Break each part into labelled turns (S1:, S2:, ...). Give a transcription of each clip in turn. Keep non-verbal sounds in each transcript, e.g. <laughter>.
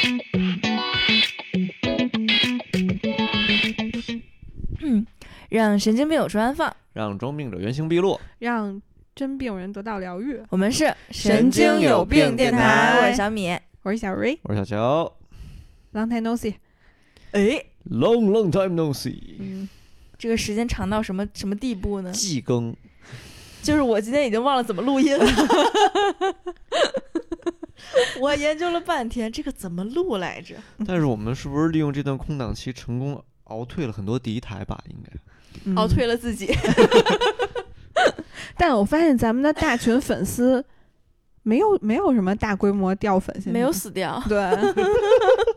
S1: <coughs> 让神经病有处安放。
S2: 让装病者原形毕露。
S3: 让真病人得到疗愈。
S1: 我们是
S2: 神经有病电
S3: 台
S1: 我是小米。
S3: 我是小瑞
S2: 我是小乔
S3: ，Long time no see。
S1: 哎，
S2: ，Long long time no see，
S3: 嗯，
S1: 这个时间长到什么什么地步呢？
S2: 季更，
S1: <laughs> 就是我今天已经忘了怎么录音了。 <laughs> 我研究了半天，这个怎么录来着？
S2: 但是我们是不是利用这段空档期成功熬退了很多敌台吧？应该
S3: 哦
S1: 熬退了自 <laughs> 己。
S3: 但我发现咱们的大群粉丝没有 <laughs> 没有什么大规模掉粉，现在
S1: 没有死掉，
S3: <laughs> 对，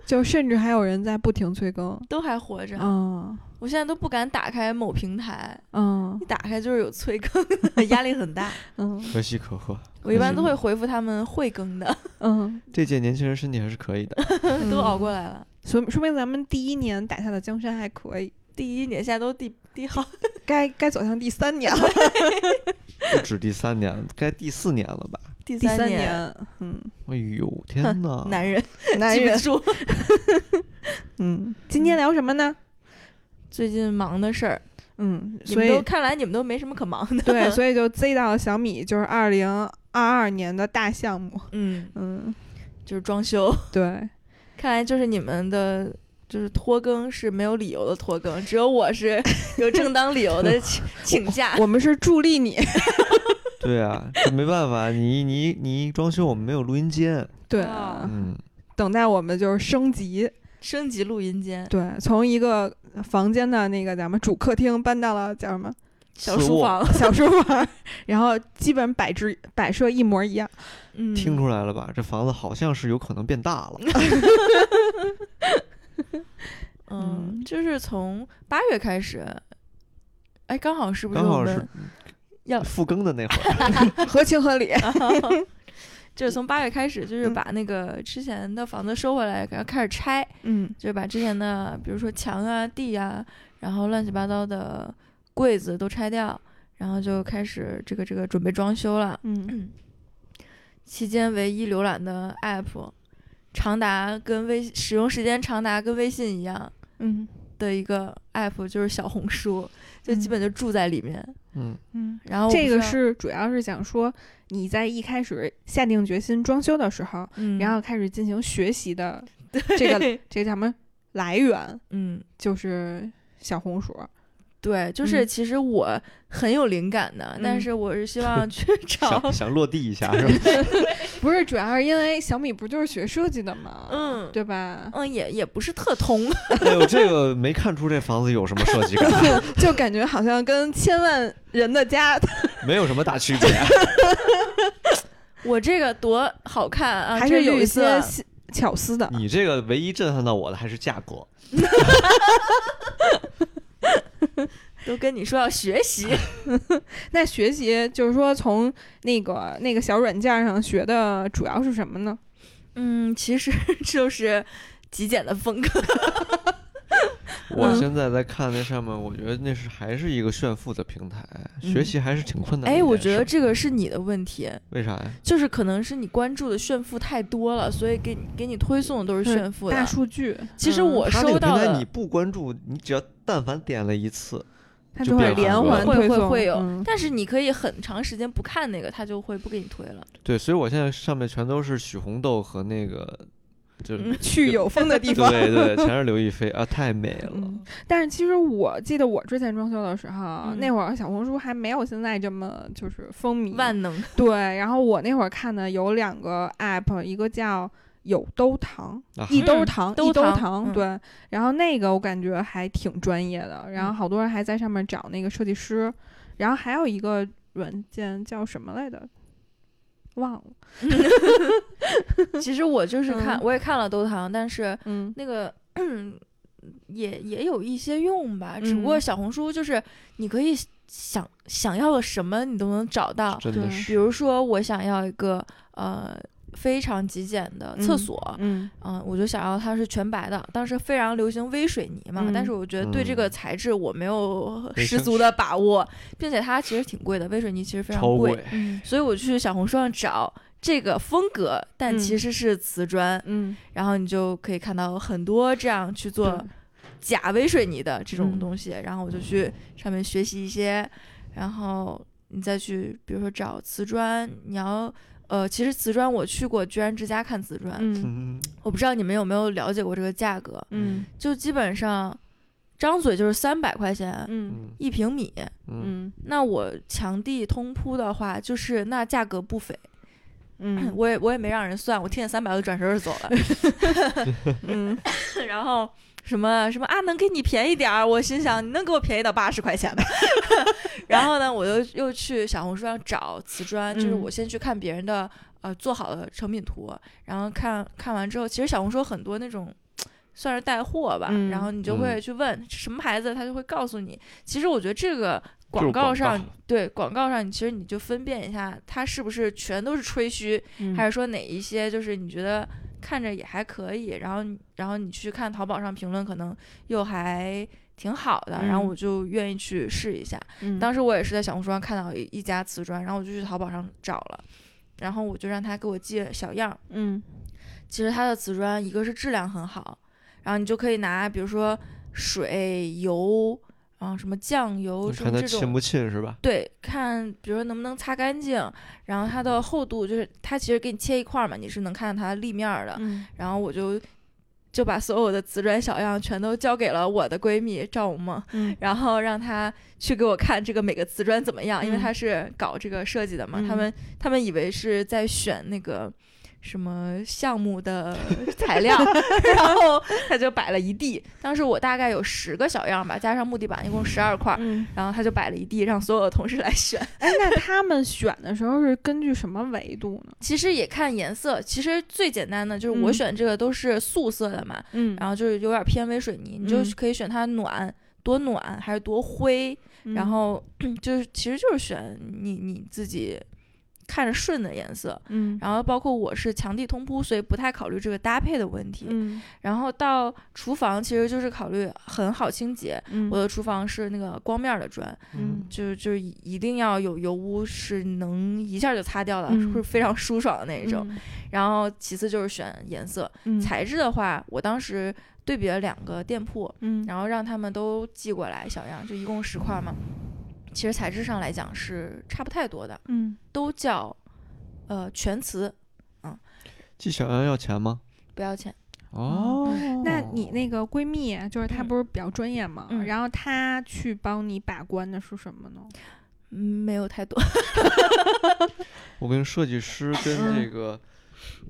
S3: 就甚至还有人在不停催更。
S1: 都还活着。
S3: 嗯
S1: 我现在都不敢打开某平台，
S3: 嗯
S1: 一打开就是有催更的， <laughs> 压力很 <laughs> 大。
S3: 嗯
S2: 可喜可贺。
S1: 我一般都会回复他们会更的，
S3: 嗯，
S2: <laughs> 这届年轻人身体还是可以的。
S1: <laughs>
S3: 嗯
S1: 都熬过来了。
S3: 说说明咱们第一年打下的江山还可以，
S1: 第一年现在都第第好，
S3: 该该走向第三年了。
S2: 不止第三年，该第四年了吧？
S1: 第
S3: 第三
S1: 年，，哦
S3: 嗯，
S2: 哎呦天
S1: <laughs>
S2: 哪！
S1: 男人
S3: 男
S1: 记不
S3: 人，
S1: 住。
S3: 嗯，今天聊什么呢？
S1: 最近忙的事儿，
S3: 嗯，
S1: 你
S3: 所
S1: 们都
S3: 以
S1: 看来你们都没什么可忙的。 <laughs>
S3: 对，所以就 Z 到小米就是二零二二年的大项目。
S1: 嗯，
S3: 嗯，
S1: 就是装修，
S3: 对，
S1: 看来就是你们的。就是拖更是没有理由的拖更，只有我是有正当理由的请请假。
S3: 我们是助力你。
S2: 对啊，这没办法， <laughs> 你你你一装修，我们没有录音间。
S3: 对，
S1: 哦
S2: 嗯，
S3: 等待我们就是升级。
S1: 升级录音间、
S3: 对，从一个房间的那个咱们主客厅搬到了叫什么
S1: 小
S2: 次
S1: 书
S2: 卧
S1: 房，
S3: 小书房， <laughs> 然后基本摆置摆设一模一样。
S1: 嗯，
S2: 听出来了吧？这房子好像是有可能变大了。
S1: 嗯，
S3: 嗯
S1: 就是从八月开始，哎，刚好是不是
S2: 刚
S1: 我
S2: 好是
S1: 们要
S2: 复更的那会儿，
S3: 合情合
S1: <laughs>
S3: 理。
S1: 就是从八月开始，就是把那个之前的房子收回来，然后开始拆，
S3: 嗯
S1: 就是把之前的，比如说墙啊、地啊，然后乱七八糟的柜子都拆掉，然后就开始这个这个准备装修了。
S3: 嗯
S1: 期间唯一浏览的 app，长达跟微使用时间长达跟微信一样
S3: 嗯
S1: 的一个 app 就是小红书，就基
S3: 嗯
S1: 本就住在里面。
S2: 嗯，
S3: 嗯，
S1: 然后我
S3: 这
S1: 不知
S3: 个
S1: 道，
S3: 是主要是想说你在一开始下定决心装修的时候，
S1: 嗯、
S3: 然后开始进行学
S1: <laughs>
S3: 习的这个这个叫什么来源，
S1: 嗯。
S3: 就是小红薯。
S1: 对，就是
S3: 嗯
S1: 其实我很有灵感的，但
S3: 嗯
S1: 是我是希望去 <laughs> 找
S2: 想想落地一下是吧？
S3: 不是，主要是因为小米不就是学设计的吗？
S1: 嗯
S3: 对吧？
S1: 嗯，也也不是特通， <laughs>
S2: 哎呦，这个没看出这房子有什么设计感，啊
S3: 就感觉好像跟千万人的家
S2: 没有什么大区别。啊
S1: 我这个多好看啊！
S3: <laughs> 还
S1: 这
S3: 是有
S1: 绿
S3: 一
S1: 色
S3: 些细巧思的。
S2: 你这个唯一震撼到我的还是价格，
S1: 都跟你说要学习， <laughs>
S3: 那学习就是说从那个那个小软件上学的主要是什么呢？
S1: 嗯，其实 <laughs> 就是极简的风格，嗯
S2: 我现在在看那上面，我觉得那是还是一个炫富的平台，学习还是挺困难的
S1: 嗯
S2: 一件
S1: 哎，
S2: 事。
S1: 我觉得这个是你的问题，
S2: 为啥呀？
S1: 就是可能是你关注的炫富太多了，所以给你给你推送的都是
S3: 就是
S1: 炫富
S3: 大
S1: 的。
S3: 数据，
S1: 啊其实
S3: 嗯
S1: 我
S2: 它这
S1: 收
S2: 个
S1: 到
S2: 平台
S1: 的
S2: 你，不关注，你只要但凡点了一次，
S3: 它
S2: 就
S3: 就会
S2: 变
S3: 连
S2: 很多
S3: 环
S1: 会
S3: 推
S1: 会
S3: 送，
S1: 会有
S3: 嗯 <laughs>
S1: 但是你可以很长时间不看那个，它就会不给你推了。
S2: 对，所以我现在上面全都是许红豆和那个，就
S1: 嗯
S3: 去有风的地方。
S2: 对对，全是刘亦菲啊，太美了。
S3: 嗯，但是其实我记得我之前装修的时候，
S1: 嗯
S3: 那会儿小红书还没有现在这么就是风靡。
S1: 万能，
S3: 对，然后我那会儿看的有两个 app，一个叫有兜堂，
S2: 啊
S3: 一兜
S1: 嗯
S3: 堂，
S1: 兜
S3: 一兜
S1: 堂嗯
S3: 堂，对。然后那个我感觉还挺专业的，然后
S1: 嗯
S3: 好多人还在上面找那个设计师，然后还有一个软件叫什么来着？忘了，
S1: 其实我就是看，
S3: 嗯
S1: 我也看了兜堂，但是
S3: 嗯
S1: 那个也也有一些用吧，只不过
S3: 嗯
S1: 小红书就是你可以想想要什么你都能找到，
S2: 真的
S3: 对
S2: 是
S1: 比如说我想要一个呃非常极简的厕
S3: 嗯
S1: 所，
S3: 嗯
S1: 嗯、我就想要它是全白的。当时非常流行微水泥嘛，但
S3: 嗯
S1: 是我觉得对这
S2: 嗯
S1: 个材质我没有
S2: 卫
S1: 十
S2: 生
S1: 足的把握，并且它其实挺贵的，微水泥其实非常
S2: 超
S1: 贵，
S2: 贵。
S3: 嗯
S1: 所以我去小红书上找。这个风格，但
S3: 嗯
S1: 其实是瓷砖，
S3: 嗯，
S1: 然后你就可以看到很多这样去做
S3: 对
S1: 假微水泥的这种
S3: 嗯
S1: 东西，然后我就去上面学习一些，然后你再去，比如说找瓷砖，你要呃，其实瓷砖我去过居然之家看瓷砖，
S3: 嗯
S2: 嗯
S1: 我不知道你们有没有了解过这个价格，
S3: 嗯
S1: 就基本上张嘴就是三百块钱
S3: 嗯
S2: 嗯
S1: 一平米，
S2: 嗯
S3: 嗯
S1: 那我墙地通铺的话，就是那价格不菲，
S3: 嗯
S1: 我也我也没让人算，我听见三百我就转身就走了。
S3: <laughs> 嗯，
S1: 然后什么什么啊，能给你便宜点儿？我心想，你能给我便宜到八十块钱
S3: <laughs>
S1: 吗？ <laughs> 然后呢，我又又去小红书上找瓷砖，就是
S3: 嗯
S1: 我先去看别人的呃做好的成品图，然后看看完之后，其实小红书有很多那种。算是带货吧，
S3: 嗯
S1: 然后你就会
S2: 嗯
S1: 去问什么牌子，他就会告诉你。其实我觉得这个
S2: 就是
S1: 广
S2: 广
S1: 告上，
S2: 告
S1: 对广告上，你其实你就分辨一下，它是不是全都是吹嘘，还
S2: 嗯
S3: 还
S1: 是说哪一些就是你觉得看着也还可以，然后你然后你去看淘宝上评论，可能又还挺好的，然后
S3: 嗯
S1: 我就愿意去试一下。
S2: 嗯
S3: 是
S1: 当时我也是在小红书上看到一一家瓷砖，然后我就去淘宝上找了，然后我就让他给我寄小样儿。
S3: 嗯
S1: 其实它的瓷砖一个是质量很好，然后你就可以拿比如说水、油，然后什么酱油
S2: 你
S1: 什
S2: 看
S1: 么
S2: 他
S1: 这种
S2: 亲不亲是吧？
S1: 对，看比如说能不能擦干净，然后它的厚度就是它其实给你切一块儿嘛，你是能看到它的立面儿的。
S3: 嗯
S1: 然后我就就把所有的瓷砖小样全都交给了我的闺蜜赵萌萌，
S3: 嗯
S1: 然后让她去给我看这个每个瓷砖怎么样，因为
S3: 嗯
S1: 她是搞这个设计的嘛，他
S3: 嗯
S1: 们他们以为是在选那个。什么项目的 <laughs> 材料，然后她就摆了一地。当时我大概有十个小样吧，加上木地板，一共十二块。
S3: 嗯，
S1: 然后他就摆了一地，让所有的同事来选。
S3: 哎，那他们选的时候是根据什么维度呢？
S1: 其实也看颜色，其实最简单的就是我
S3: 嗯
S1: 选这个都是素色的嘛，
S3: 嗯
S1: 然后就是有点偏微水泥，你就
S3: 嗯
S1: 可以选它暖多暖还是多灰，
S3: 嗯
S1: 然后 <clears throat> 就是其实就是选你你自己看着顺的颜色。
S3: 嗯
S1: 然后包括我是墙地通铺，所以不太考虑这个搭配的问题。
S3: 嗯
S1: 然后到厨房其实就是考虑很好清洁，
S3: 嗯
S1: 我的厨房是那个光面儿的砖，
S3: 嗯
S1: 就是就是一一定要有油污是能一下就擦掉的，
S3: 嗯
S1: 会非常舒爽的那种。然后其次就是选颜色、
S3: 嗯
S1: 材质的话，我当时对比了两个店铺，
S3: 嗯
S1: 然后让他们都寄过来小样，就一共十块嘛。其实材质上来讲是差不太多的，
S3: 嗯
S1: 都叫呃全瓷，
S2: 寄小羊要钱吗？
S1: 不要钱。
S2: 哦，
S3: 那你那个闺蜜，啊就是她不是比较专业嘛？
S1: 嗯
S3: 然后她去帮你把关的是什么呢？
S1: 嗯，没有
S2: <laughs>
S1: 太多，
S2: 我跟设计师
S3: <clears throat>
S2: 跟这个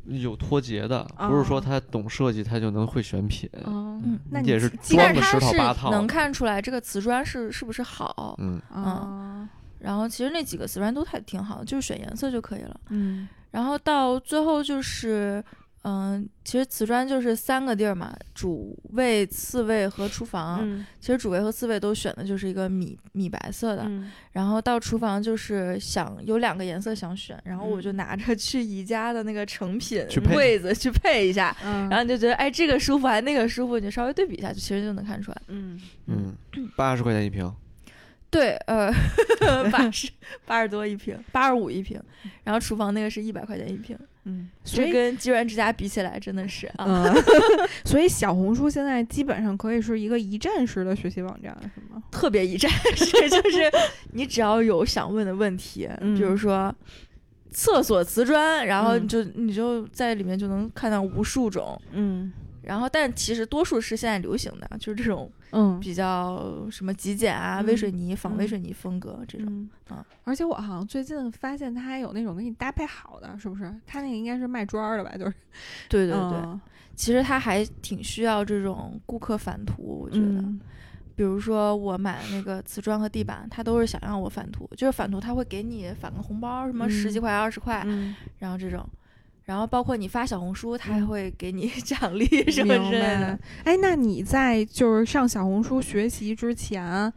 S2: 有脱节的，不是说
S3: 哦
S2: 他懂设计他就能会选品，
S3: 哦
S1: 嗯
S3: 那你
S2: 也是
S3: 记
S2: 装
S1: 但
S2: 个
S1: 是
S2: 十
S1: 它
S2: 套
S1: 是
S2: 八套
S1: 能
S2: 的。
S1: 看出来这个瓷砖是是不是好。
S2: 嗯，
S3: 哦
S1: 然后其实那几个瓷砖都还挺好的，就是选颜色就可以了。
S3: 嗯
S1: 然后到最后就是，嗯、其实瓷砖就是三个地儿嘛，主卫、次卫和厨房。
S3: 嗯
S1: 其实主卫和次卫都选的就是一个米米白色的，
S3: 嗯
S1: 然后到厨房就是想有两个颜色想选，然后我
S3: 嗯
S1: 就拿着去宜家的那个成品
S2: 去配
S1: 柜子去配一下。
S3: 嗯，
S1: 然后你就觉得，哎，这个舒服还那个舒服，你就稍微对比一下，就其实就能看出来。
S3: 嗯
S2: 嗯，八十块钱一瓶，
S1: 对，呃， <laughs> 八 <laughs> 十八十多一瓶，嗯八十五一瓶，然后厨房那个是一百块钱一瓶。
S3: 嗯，所
S1: 这
S3: 以
S1: 跟机缘之家比起来，真的是啊，
S3: 嗯，
S1: <laughs>
S3: 所以小红书现在基本上可以是一个一站式的学习网站，是吗？
S1: 特别一站式， <laughs> 就是你只要有想问的问题，
S3: 嗯
S1: 比如说厕所瓷砖，然后
S3: 嗯
S1: 你就、你就在里面就能看到无数种，
S3: 嗯
S1: 然后但其实多数是现在流行的，就是这种
S3: 嗯
S1: 比较什么极简啊、
S3: 嗯
S1: 微水泥、仿
S3: 嗯
S1: 微水泥风格这种。
S3: 嗯
S1: 啊
S3: 而且我好像最近发现它还有那种给你搭配好的，是不是？它那个应该是卖砖儿的吧？就是
S1: 对
S3: 对
S1: 对对，其实它还挺需要这种顾客返图，我
S3: 我
S1: 觉得。比如说我买那个瓷砖和地板，他都是想让我返图，就是返图他会给你返个红包，什么
S3: 嗯
S1: 十几块、二十块， <laughs>
S3: 嗯，
S1: 然后这种，然后包括你发小红书，他还
S3: 嗯
S1: 会给你 <laughs> 奖励什么
S3: 明
S1: 之类的
S3: 白。。哎，那你在就是上小红书学习之前，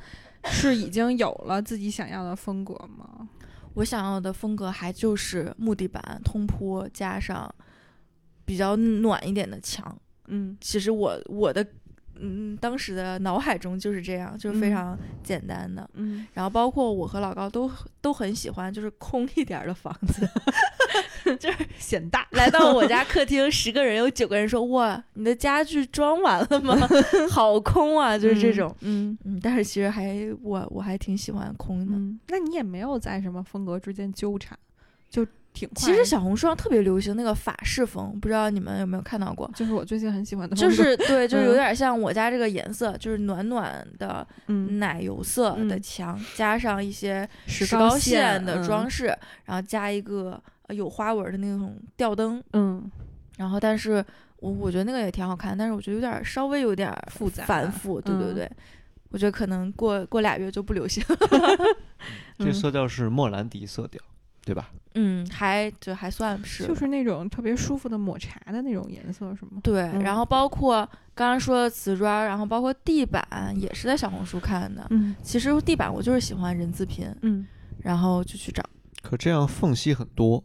S3: 是已经有了自己想要的风格吗？
S1: 我想要的风格还就是木地板通铺加上比较暖一点的墙。
S3: 嗯
S1: 其实我我的嗯当时的脑海中就是这样，就是非
S3: 嗯
S1: 常简单的。
S3: 嗯，
S1: 然后包括我和老高都都很喜欢，就是空一点儿的房子，
S3: 显大。
S1: 来到我 <laughs> 家客厅，十个人有九个人说：“哇，你的家具装完了 <laughs> 吗？好空啊！”就是这种。
S3: 嗯
S1: 嗯，但是其实还我我还挺喜欢空的。
S3: 嗯，那你也没有在什么风格之间纠缠，就挺快。
S1: 其实小红书上特别流行那个法式风，不知道你们有没有看到过？
S3: 就是我最近很喜欢的
S1: 就
S3: 风格， <laughs>
S1: 是对，就是有
S3: 嗯
S1: 点像我家这个颜色，就是暖暖的
S3: 嗯，
S1: 奶油色的
S3: 嗯
S1: 墙，加上一些
S3: 石
S1: 石膏
S3: 线嗯
S1: 线的装
S3: 饰。
S1: 饰，然后加一个呃有花纹的那种吊灯，
S3: 嗯，
S1: 然后但是我我觉得那个也挺好看，但是我觉得有点儿稍微有点儿
S3: 复杂
S1: 繁复，对对
S3: 嗯
S1: 对，我觉得可能过过俩月就不流行，
S3: <laughs>
S2: 这
S3: 嗯
S2: 色调是莫兰迪色调，对吧？
S1: 嗯，还就还算是吧，
S3: 就是那种特别舒服的抹茶的那种颜色，是吗？
S1: 对，
S3: 嗯
S1: 然后包括刚刚说的瓷砖，然后包括地板也是在小红书看的。
S3: 嗯
S1: 其实地板我就是喜欢人字拼，
S3: 嗯，
S1: 然后就去找，
S2: 可这样缝隙很多，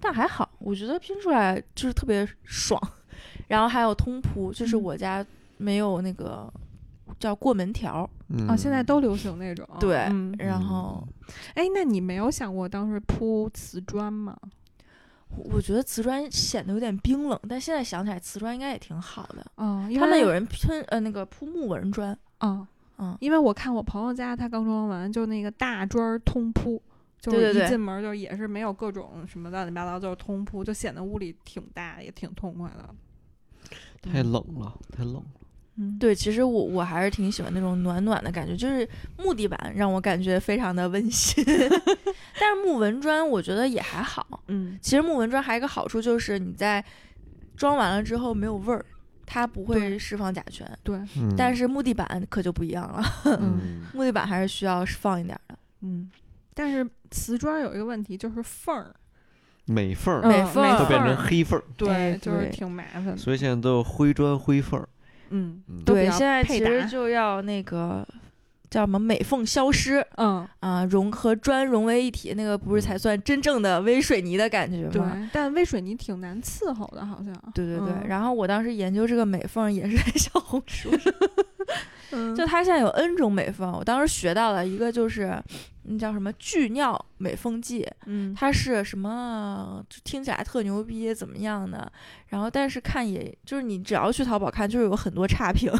S1: 但还好，我觉得拼出来就是特别爽。然后还有通铺，就是
S3: 嗯
S1: 我家没有那个叫过门条，
S2: 嗯，
S3: 哦，现在都流行那种。
S1: 对
S3: 嗯，
S1: 然后
S3: 哎，那你没有想过当时铺瓷砖吗？
S1: 我我觉得瓷砖显得有点冰冷，但现在想起来瓷砖应该也挺好的。
S3: 哦，因
S1: 他们
S3: 为
S1: 有人喷呃那个铺木纹砖，
S3: 哦，
S1: 嗯，
S3: 因为我看我朋友家他刚装完，就那个大砖儿通铺，就
S1: 对
S3: 是
S1: 对
S3: 一
S1: 对
S3: 进门儿就也是没有各种什么乱七八糟，就是通铺，就显得屋里挺大，也挺痛快的。
S2: 太冷了，太冷了。
S3: 嗯，，
S1: 对，其实我我还是挺喜欢那种暖暖的感觉，就是木地板让我感觉非常的温馨， <laughs> 但是木纹砖我觉得也还好。
S3: 嗯，
S1: 其实木纹砖还有一个好处就是你在装完了之后没有味儿，它不会
S3: 对
S1: 释放甲醛。
S3: 对，
S2: 嗯、
S1: 但
S2: 是，
S1: 是木地板可就不一样了， <laughs>
S3: 嗯
S2: 嗯，
S1: 木地板还是需要放一点儿的。
S3: 嗯，但是瓷砖儿有一个问题就是缝儿，
S2: 美缝儿
S1: 嗯美
S3: 嗯
S1: 缝儿
S2: 都变成
S3: 儿
S2: 黑缝儿，
S1: 哎
S3: 对，就是
S1: 对
S3: 挺麻烦的。
S2: 所以现在都是灰砖灰缝儿。
S3: 嗯
S2: 嗯，
S3: 都比
S1: 对，
S3: 较
S1: 现在
S3: 配
S1: 其实
S3: 搭
S1: 就要那个叫什么美缝消失
S3: 嗯，
S1: 啊，融和砖融为一体，那个不是才算真正的微水泥的感觉吗？
S3: 对，但微水泥挺难伺候的，好像。
S1: 对对对，
S3: 嗯
S1: 然后我当时研究这个美缝也是在小红书上，
S3: 嗯
S1: 就它现在有 N 种美缝，我当时学到了一个就是，那叫什么聚尿美缝剂，
S3: 嗯，
S1: 它是什么就听起来特牛逼怎么样的，然后但是看也就是你只要去淘宝看，就是有很多差评，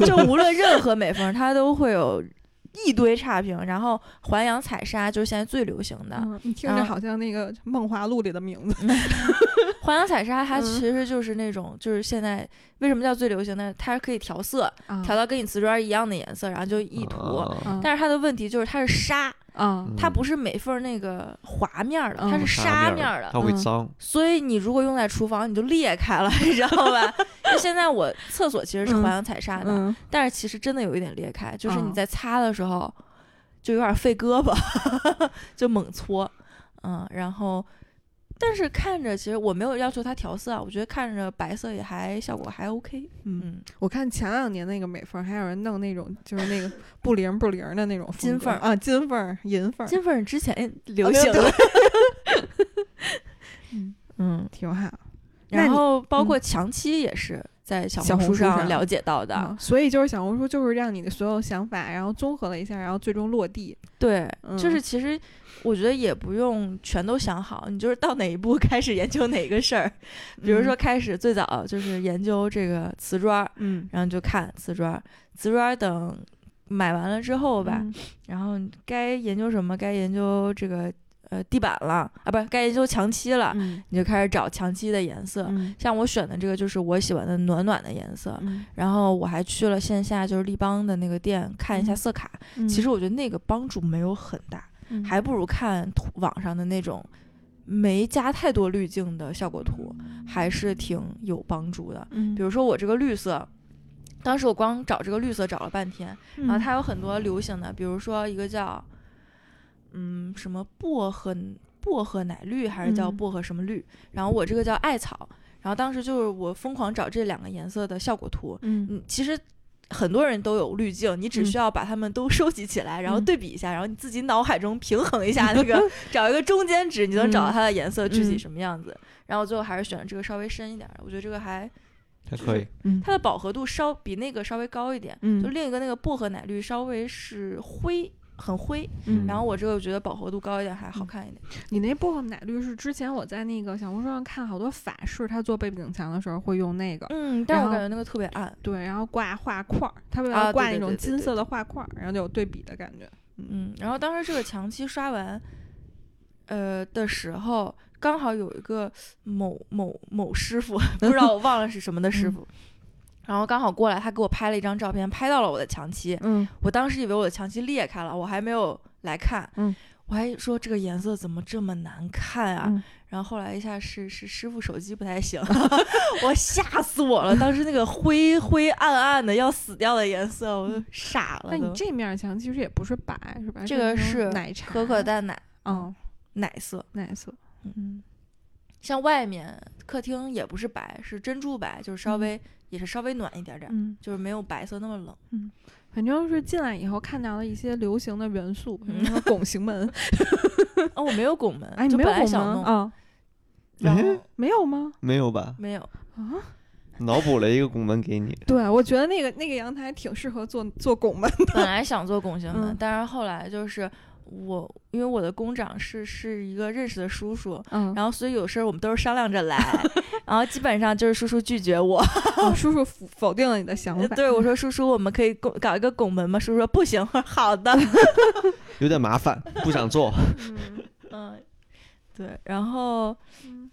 S1: <laughs> 就无论任何美缝它都会有一堆差评，然后环氧彩砂就是现在最流行的，
S3: 嗯，你听
S1: 然
S3: 着
S1: 后
S3: 好像那个《梦华录》里的名字。
S1: <laughs> 环氧彩砂它
S3: 嗯
S1: 其实就是那种、就是现在为什么叫最流行呢？它是可以调色。
S3: 啊
S1: 调到跟你瓷砖一样的颜色，然后就一涂。
S3: 嗯
S2: 啊嗯
S1: 但是嗯它的问题就是它是沙，
S3: 啊，
S1: 它不是每份儿那个滑面儿的，
S3: 嗯
S1: 它是沙面儿
S2: 哦儿
S1: 的。
S2: 它会
S3: 嗯
S2: 脏。
S1: 所以你如果用在厨房，你就裂开了，你知道吧？就现在我厕所其实是
S3: 嗯
S1: 环氧彩砂的，
S3: 嗯，
S1: 但是其实真的有一点裂开，就是你
S3: 嗯
S1: 在擦的时候就有点费胳膊， <laughs> 就猛搓，嗯，然后。但是看着，其实我没有要求它调色啊，我觉得看着白色也还效果还 OK，
S3: 嗯，
S1: 嗯，
S3: 我看前两年那个美缝儿，还有人弄那种就是
S1: <laughs>
S3: 那个不灵不灵儿的那种
S1: 金
S3: 风格
S1: 缝儿
S3: 啊，金缝儿、银缝儿，
S1: 金粉之前流
S3: 流
S1: 行
S3: 行
S1: 的
S3: 的， <laughs>
S1: 嗯，
S3: 挺好那
S1: 然
S3: 你嗯
S1: 后包括墙漆也是在小
S3: 小
S1: 红书
S3: 红书
S1: 上
S3: 上
S1: 了解到的，
S3: 嗯所以就是小红书就是让你的所有想法，然后综合了一下，然后最终落地。
S1: 对，
S3: 嗯
S1: 就是其实我觉得也不用全都想好，你就是到哪一步 <laughs> 开始研究哪个事儿，比如说开始最早就是研究这个瓷砖儿，
S3: 嗯，
S1: 然后就看瓷砖儿，瓷砖儿等买完了之后
S3: 好
S1: 吧，，然后该研究什么，该研究这个呃地板了啊，不是该研究墙漆了，
S3: 嗯
S1: 你就开始找墙漆的颜色。
S3: 嗯
S1: 像我选的这个就是我喜欢的暖暖的颜色，
S3: 嗯
S1: 然后我还去了线下就是立邦的那个店看一下
S3: 嗯
S1: 色卡，
S3: 嗯
S1: 其实我觉得那个帮助没有很大，
S3: 嗯
S1: 还不如看图网上的那种没加太多滤镜的效果图，还是挺有帮助的。
S3: 嗯，
S1: 比如说我这个绿色。当时我光找这个绿色找了半天，然
S3: 嗯，
S1: 后
S3: 然
S1: 它有很多流行的，比如说一个叫，嗯，什么薄荷薄荷奶绿，还是叫
S3: 嗯
S1: 薄荷什么绿，然后我这个叫艾草，然后当时就是我疯狂找这两个颜色的效果图，
S3: 嗯
S1: 嗯，其实很多人都有滤镜，你只
S3: 嗯
S1: 需要把它们都收集起来，然后
S3: 嗯
S1: 对比一下，然后你自己脑海中平衡一下那 <laughs> 个，找一个中间值，你就能找到
S3: 嗯
S1: 它的颜色具体
S3: 嗯
S1: 什么样子。然后最后还是选了这个稍微深一点儿的，我觉得这个还
S2: 还可以，
S3: 嗯
S1: 它的饱和度稍比那个稍微高一点，就
S3: 嗯
S1: 另一个那个薄荷奶绿稍微是灰很灰，
S3: 嗯
S1: 然后我这个觉得饱和度高一点还好
S3: 嗯
S1: 看一点。
S3: 你那薄荷奶绿是之前我在那个小红书上看好多法式，他做背景墙的时候会用那个，
S1: 嗯，但是
S3: 然
S1: 我
S3: 后
S1: 感觉那个特别暗。
S3: 对，然后挂画块儿，他为
S1: 啊对
S3: 了挂
S1: 对
S3: 那
S1: 对
S3: 种
S1: 对
S3: 金
S1: 对
S3: 色的画块儿，然后就有对比的感觉。
S1: 嗯，然后当时这个墙期刷完，呃的时候，刚好有一个某某某师傅，不知道我忘了是什么的
S3: 嗯
S1: 师傅，然后刚好过来，他给我拍了一张照片，拍到了我的墙期。
S3: 嗯
S1: 我当时以为我的墙期裂开了，我还没有来看，
S3: 嗯
S1: 我还说这个颜色怎么这么难看啊？
S3: 嗯
S1: 然后后来一下是是师傅手机不太
S3: <laughs>
S1: 行，我吓死我了，当时那个灰灰暗暗的要死掉的颜色，我就傻了
S3: 嗯那你
S1: 都。
S3: 这面墙其实也不是白，是吧？
S1: 这个
S3: 那种
S1: 是
S3: 奶茶
S1: 可可，蛋奶
S3: 嗯，
S1: 奶色，
S3: 奶色，嗯
S1: 像外面客厅也不是白，是珍珠白，就是稍微、也是稍微暖一点点，
S3: 嗯，
S1: 就是没有白色那么冷。
S3: 反正是进来以后看到了一些流行的元素，比
S1: 嗯
S3: 如
S1: <laughs>
S3: 说拱形门，
S1: 哦，我没有拱门，
S3: <laughs> 哎，你
S1: 就
S3: 没
S1: 本
S3: 有
S1: 来
S3: 拱门
S1: 想弄，
S3: 啊？
S1: 然后
S2: 哎
S3: 没有吗？
S2: 没有吧？
S1: 没
S3: <laughs>
S1: 有。
S3: 啊，
S2: 脑补了一个拱门给你，
S3: 对，我觉得那个那个阳台挺适合做做拱门。
S1: 本来想做拱形门，
S3: 嗯
S1: 但是后来就是我，因为我的工长是是一个认识的叔叔，
S3: 嗯，
S1: <laughs> 然后所以有事儿我们都是商量着
S3: <laughs>
S1: 来，然后基本上就是叔叔拒绝我，
S3: 哦叔叔否否定了你的想
S1: <laughs>
S3: 法。
S1: 对我说叔叔我们可以拱搞一个拱门吗？叔叔说不行，我说好的，
S2: 有点麻烦，不想做。
S3: 嗯，
S1: 嗯，对，然后
S3: 嗯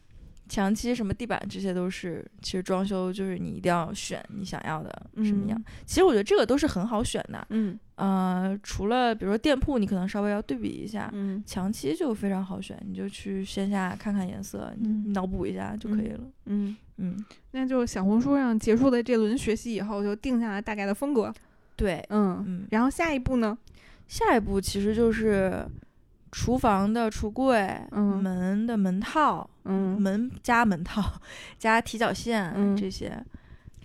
S1: 墙漆什么地板这些都是，其实装修就是你一定要选你想要的什么样。？其实我觉得这个都是很好选的，
S3: 嗯
S1: 呃，除了比如说店铺，你可能稍微要对比一下，
S3: 嗯
S1: 墙漆就非常好选，你就去线下看看颜色，
S3: 嗯
S1: 你脑补一下就可以了。
S3: 嗯，
S1: 嗯，
S3: 那就小红书上结束的这轮学习以后，就定下来大概的风格。
S1: 对，
S3: 嗯，
S1: 嗯，
S3: 然后下一步呢？
S1: 下一步其实就是厨房的橱柜、
S3: 嗯
S1: 门的门套、
S3: 嗯
S1: 门加门套 <laughs> 加踢脚线、啊
S3: 嗯
S1: 这些，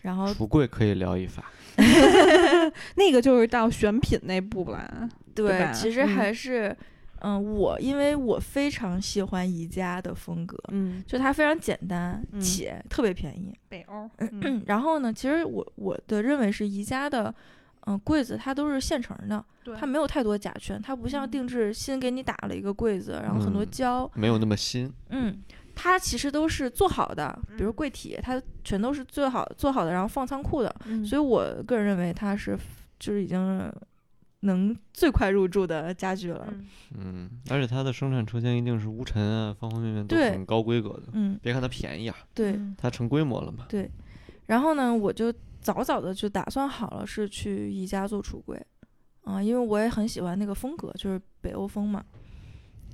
S1: 然后
S2: 橱柜可以聊一发，
S3: 那个就是到选品那步
S1: 呃
S3: 了。对吧
S1: 其实
S3: 嗯
S1: 还是，嗯、我因为我非常喜欢宜家的风格，
S3: 嗯，
S1: 就它非常简单
S3: 嗯
S1: 且特别便宜。
S3: 北欧。
S1: 嗯，然后呢，其实我我的认为是宜家的，嗯、柜子它都是现成的，
S3: 对
S1: 它没有太多甲醛，它不像
S3: 嗯
S1: 定制新给你打了一个柜子，然后很多
S2: 嗯
S1: 胶，
S2: 没有那么新。
S1: 嗯。它其实都是做好的，比如
S3: 嗯
S1: 柜体，它全都是最好做好的，然后放仓库的，
S3: 嗯
S1: 所以我个人认为它是就是已经能最快入住的家具了。
S3: 嗯
S2: 嗯，而且它的生产车间一定是无尘啊，方方面面都
S1: 对
S2: 很高规格的。
S1: 嗯，
S2: 别看它便宜啊，
S1: 对。
S3: 嗯
S2: 它成规模了嘛。
S1: 然后呢，我就早早的就打算好了是去宜家做橱柜，啊、因为我也很喜欢那个风格，就是北欧风嘛。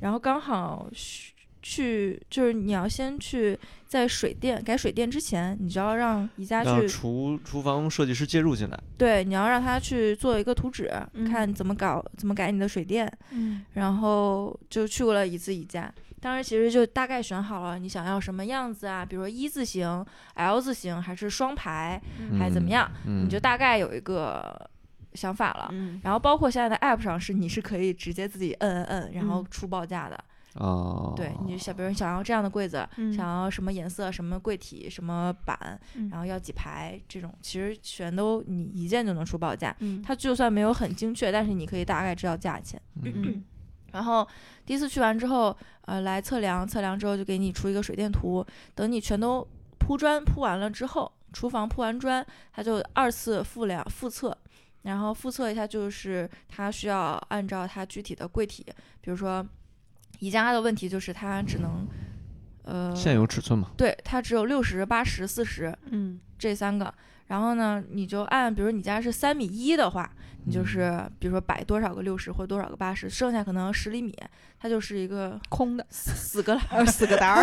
S1: 然后刚好去去，就是你要先去在水电改水电之前，你就要让宜家
S2: 让
S1: 去
S2: 厨厨房设计师介入进来，
S1: 对，你要让他去做一个图纸，
S3: 嗯
S1: 看怎么搞，怎么改你的水电。
S3: 嗯
S1: 然后就去过了一次宜家，当时其实就大概选好了你想要什么样子啊，比如说一字形、L 字形还是双排，还怎么样，
S2: 嗯
S1: 你就大概有一个想法了。
S3: 嗯
S1: 然后包括现在的 App 上是你是可以直接自己摁摁摁，然后
S3: 嗯
S1: 出报价的。
S2: 哦，
S1: 对，你就想，比如你想要这样的柜子，
S3: 嗯
S1: 想要什么颜色、什么柜体、什么板，
S3: 嗯
S1: 然后要几排这种，其实全都你一键就能出报价。
S3: 嗯
S1: 它就算没有很精确，但是你可以大概知道价钱。
S2: 嗯
S1: 然后第一次去完之后，呃，来测量，测量之后就给你出一个水电图。等你全都铺砖铺完了之后，厨房铺完砖，它就二次复量复测，然后复测一下就是它需要按照它具体的柜体，比如说宜家的问题就是它只能，呃，
S2: 现有尺
S1: <laughs>
S2: 寸嘛，
S1: 对，它只有六十、八十、四十
S3: 嗯
S1: 这三个。然后呢，你就按，比如你家是三米一的话，你就是比如说摆多少个六十或多少个八十，剩下可能十厘米，它就是一 <laughs> 个
S3: 空的，
S1: 死死个栏 <laughs>
S3: 呃，四个单儿，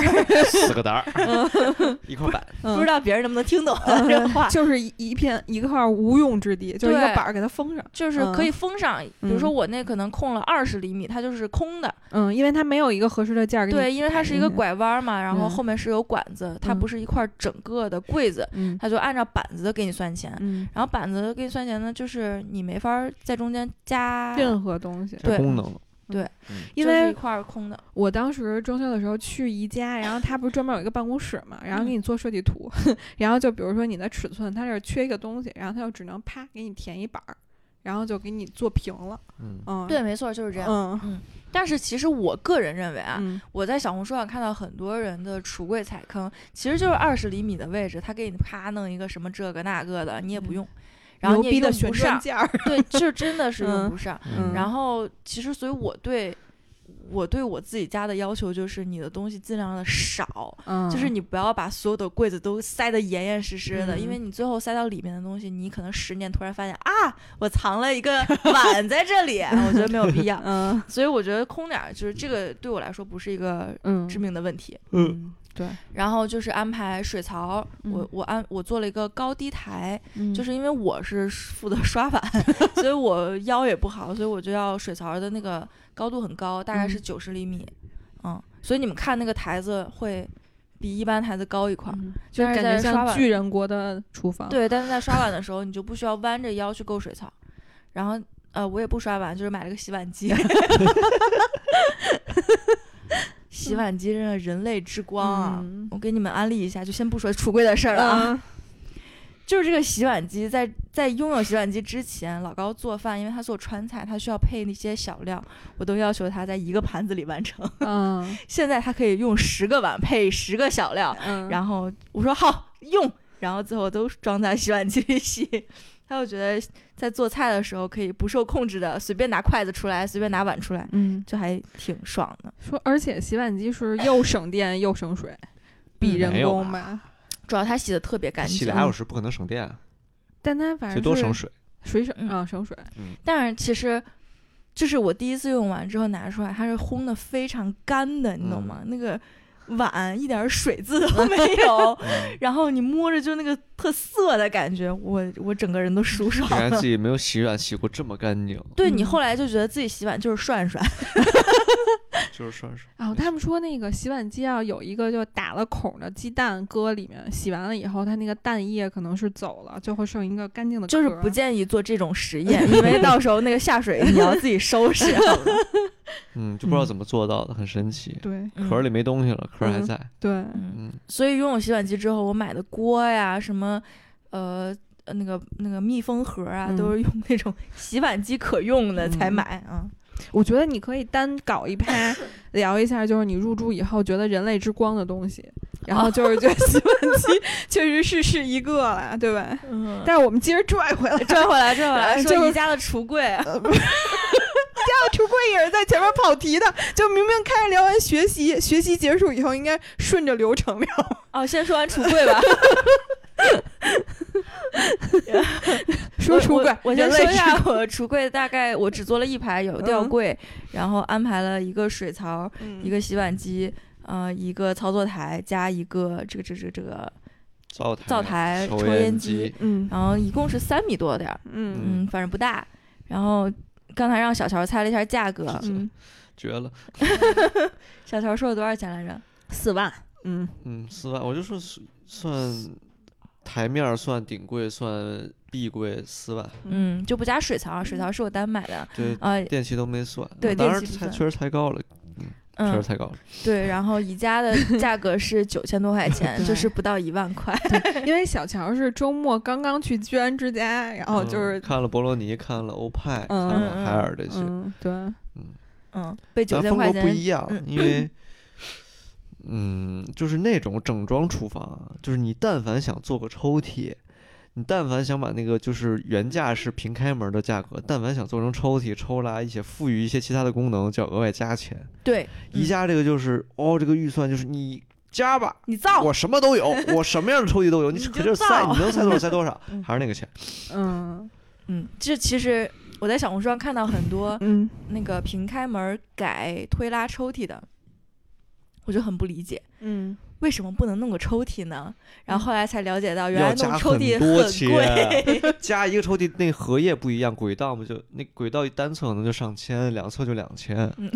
S2: 四个胆儿， <laughs> 一块板，
S1: 不知道
S3: 道
S1: 别人能不能听懂这个话，
S3: 就是一一片一块无用之地，就是一个
S1: 对
S3: 板儿给它封上。
S1: 就是可以封上。比如说我那可能空了二十厘米，它就是空的。
S3: 嗯，因为它没有一个合适的件儿给你。
S1: 对，因为它是一个
S3: 嗯
S1: 拐弯嘛，然后
S3: 嗯
S1: 后面是有管子，它不
S3: 嗯
S1: 是一块整个的柜子，
S3: 嗯
S1: 它就按照板子给你算钱。
S3: 嗯，
S1: 然后板子给你算钱呢，就是你没法在中间加，
S3: 任何东西，
S1: <laughs> 对
S2: 这功能了，
S1: 就是一
S3: 因为
S1: 块儿空的。
S3: 我当时装修的时候去宜家，然后他不是专门有一个办公室嘛，
S1: 嗯
S3: 然后给你做设计图， <laughs> 然后就比如说你的尺寸，它这儿缺一个东西，然后它就只能啪给你填一板儿，然后就给你做平了。
S2: 嗯，
S3: 嗯，
S1: 对，没错，就是这样。
S3: 嗯
S1: 但是其实我个人认为啊，
S3: 嗯
S1: 我在小红书上看到很多人的橱柜踩坑，其实就是二十厘米的位置，他给你啪弄一个什么这个那个的，你也不用，然后
S3: 嗯牛
S1: 你也
S3: 逼的
S1: 用
S3: 旋
S1: 不
S3: 转
S1: 上，
S3: 件儿，
S1: 对，就真的是用不上。
S3: 嗯
S1: 然后其实，所以我对我对我自己家的要求就是，你的东西尽量的少，
S3: 嗯
S1: 就是你不要把所有的柜子都塞得严严实实的，因为
S3: 嗯
S1: 你最后塞到里面的东西，你可能十年突然发现啊，我藏了一个碗在这
S3: <laughs>
S1: 里，我觉得没有必要。
S3: 嗯
S1: 所以我觉得空点儿就是这个对我来说不是一个
S3: 嗯
S1: 致命的问题。
S2: 呃
S3: 嗯对，
S1: 然后就是安排水槽，我
S3: 嗯
S1: 我安我做了一个高低台，
S3: 嗯
S1: 就是因为我
S3: <laughs>
S1: 是负责刷碗，所以我腰也不好，所以我就要水槽的那个高度很高，大概是
S3: 嗯
S1: 九十厘米，嗯所以你们看那个台子会比一般台子高一块儿。
S3: 嗯就
S1: 但
S3: 感
S1: 是
S3: 觉
S1: 在刷
S3: 像
S1: 碗
S3: 巨人国的厨房。，嗯
S1: 对，但是在刷碗的时候，你就不需要弯着腰去够水槽，然后呃，我也不刷碗，就是买了个洗碗机。 <laughs> 洗碗机真的人类之光啊！
S3: 嗯
S1: 我给你们安利一下，就先不说橱柜的事儿了啊。
S3: 嗯
S1: <laughs> 就是这个洗碗机，在在拥有洗碗机之前，老高做饭，因为他做川菜，他需要配那些小料，我都要求他在一个盘子里完成。 <laughs>
S3: 嗯
S1: 现在他可以用十个碗配十个小料，
S3: 嗯，
S1: 然后我说好用，然后最后都装在洗碗机里洗。他就觉得在做菜的时候可以不受控制的随便拿筷子出来，随便拿碗出来，
S3: 嗯，
S1: 就还挺爽的。
S3: 说，而且洗碗机是又省电又省水，比
S1: 嗯
S2: 没
S3: 人
S2: 有啊
S3: 工
S2: 吧
S3: 吧？
S1: 主要他洗的特别干
S2: 洗
S1: 净
S2: 俩，小时不可能省电啊，
S3: 但它反
S2: 最
S3: 正
S2: 多省
S3: 是
S2: 水。，
S3: 水省
S1: 嗯
S3: 啊，省水。
S1: 但是其实。就是我第一次用完之后拿出来，它是烘的非常干的，你懂吗？那个碗一点儿水渍都没有
S2: <laughs> 嗯
S1: 然后你摸着就那个特涩的感觉，我我整个人都舒爽
S2: 你看
S1: 了
S2: 自。己没有洗碗洗过这么干净，
S1: 对你
S3: 嗯
S1: 后来就觉得自己洗碗就是涮涮，
S2: 就是涮水。
S3: 啊，他们说那个洗碗机要有一个就打了孔的鸡蛋搁里面，洗完了以后，它那个蛋液可能是走了，就会剩一个干净的壳
S1: 就
S3: 儿。
S1: 是不建议做这种 <laughs> 实验，因为到时候那个下水你要自己收 <laughs> 拾好了。
S2: 嗯，就不知道
S3: 嗯
S2: 怎么做到的，很神奇。
S3: 对
S2: 壳儿里没东西了，壳儿还
S3: 嗯
S2: 在。
S3: 对，
S1: 嗯，
S2: 嗯，
S1: 所以拥有洗碗机之后，我买的锅呀，什么呃呃那个那个密封盒啊，
S3: 嗯
S1: 都是用那种洗碗机可用的才
S3: 嗯
S1: 买啊。
S3: 我觉得你可以单搞一 <laughs> 趴聊一下，就是你入住以后觉得人类之光的东 <laughs> 西，然后就是觉得洗碗机 <laughs> 确实是是一个了，对吧？
S1: 嗯，
S3: 但是我们接着 <laughs> 拽回来，
S1: 转回来，转回来，
S3: 呃
S1: 说
S3: 就
S1: 宜家的橱柜，啊
S3: 出柜也是在前面跑题的，就明明开始聊完学习，学习结束以后应该顺着流程聊。
S1: <laughs> 哦，先说完橱柜吧。
S3: <laughs> 说出柜，
S1: 我我先 <laughs>
S3: 人
S1: 说
S3: 类
S1: 一下我橱柜，大概我只做了一排，有吊
S3: 嗯
S1: 柜，然后安排了一个水槽，一个洗碗机，呃，一个操作台加一个这个这个这个这个，
S2: 灶台、
S1: 灶台
S2: 抽
S1: 抽
S2: 烟
S1: 烟机
S3: 嗯
S1: 然后一共是三米多点儿，
S3: 嗯
S1: 嗯，反正不大。然后刚才让小乔猜了一下价格，
S3: 嗯，
S2: 绝了。
S1: 小乔说了多少钱来着？
S3: 四万，嗯
S2: 嗯，四万，我就说是算台面儿算顶柜算壁柜四万，
S1: 嗯，就不加水槽，水槽是我单买的，
S2: 这
S1: 呃，
S2: 电器都没算。
S1: 对
S2: 我当
S1: 电
S2: 时
S1: 器不
S2: 猜
S1: 算
S2: 确实太高了，确实
S1: 嗯，
S2: 太高了。
S1: 对。然后宜家
S2: <laughs>
S1: 的价格是九千多块钱，就
S3: 对
S1: 是不到一万块。
S3: <laughs> 因为小乔是周末刚刚去居安之家，然
S1: 哦
S3: 后
S2: 嗯
S3: 就是
S2: 看了博罗尼，看了欧派，看
S3: 嗯
S2: 了海尔这些，
S3: 嗯对，
S1: <laughs> 嗯，被九
S2: 咱
S1: 千
S2: 风
S1: 块
S2: 格不
S1: 钱
S2: 一样
S1: 嗯，
S2: 因为嗯，就是那种整装厨房啊，就是你但凡想做个抽屉。你但凡想把那个就是原价是平开门的价格，但凡想做成抽屉抽来一些赋予一些其他的功能，就要额外加钱。
S1: 对，
S2: 宜
S1: 嗯
S2: 家这个就是哦，这个预算就是你加吧，
S1: 你造
S2: 我什么
S1: <laughs>
S2: 都有，我什么样的抽屉都有，你
S1: 你
S2: 可
S1: 就
S2: 劲儿塞，
S1: 造
S2: 你能塞
S1: <laughs>
S2: 多少塞多少
S3: 嗯，
S2: 还是那个钱。
S3: 嗯
S1: 嗯，这其实我在小红书上看到很多
S3: 嗯
S1: 那个平开门儿改推拉抽屉的，我就很不理解。
S3: 嗯，
S1: 为什么不能弄个抽屉呢？然后后来才了解到，原
S2: 嗯要
S1: 来
S2: 加
S1: 弄抽
S2: 很
S1: 屉
S2: 多
S1: 贵。
S2: 加一个抽屉，那个荷叶不一样，轨道嘛就那轨道一单侧可能就上千，两侧就两千，哇、
S1: 嗯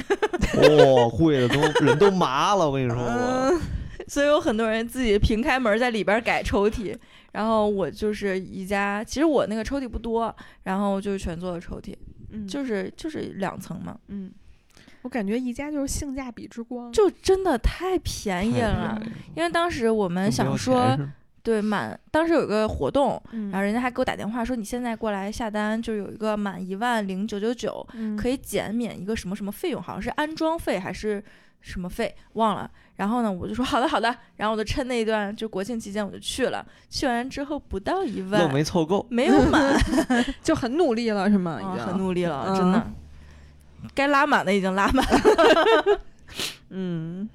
S2: 贵的都人都麻了，我跟你说，我
S1: <laughs> 所以有很多人自己平开门，在里边改抽屉。然后我就是宜家，其实我那个抽屉不多，然后就全做了抽屉，
S3: 嗯
S1: 就是就是两层嘛，
S3: 嗯，我感觉宜家就是性价比之光，
S1: 就真的太便宜
S2: 太
S1: 了
S2: 便宜。
S1: 因为当时我们
S2: 跟不要
S1: 哎想
S2: 钱
S1: 说
S2: 似，的
S1: 对满，当时有一个活动，
S3: 嗯
S1: 然后人家还给我打电话说你现在过来下单，就有一个满一万零九九九
S3: 嗯
S1: 可以减免一个什么什么费用，好像是安装费还是什么费忘了。然后呢，我就说好的好的，然后我就趁那一段就国庆期间我就去了，去完之后不到一
S2: 愣
S1: 万，
S2: 没凑够。
S1: 没有满，
S3: 就很努力了，是吗？已
S1: 啊
S3: 经
S1: 很努力了，
S3: 嗯
S1: 真的。该拉满的已经拉满了，
S3: 嗯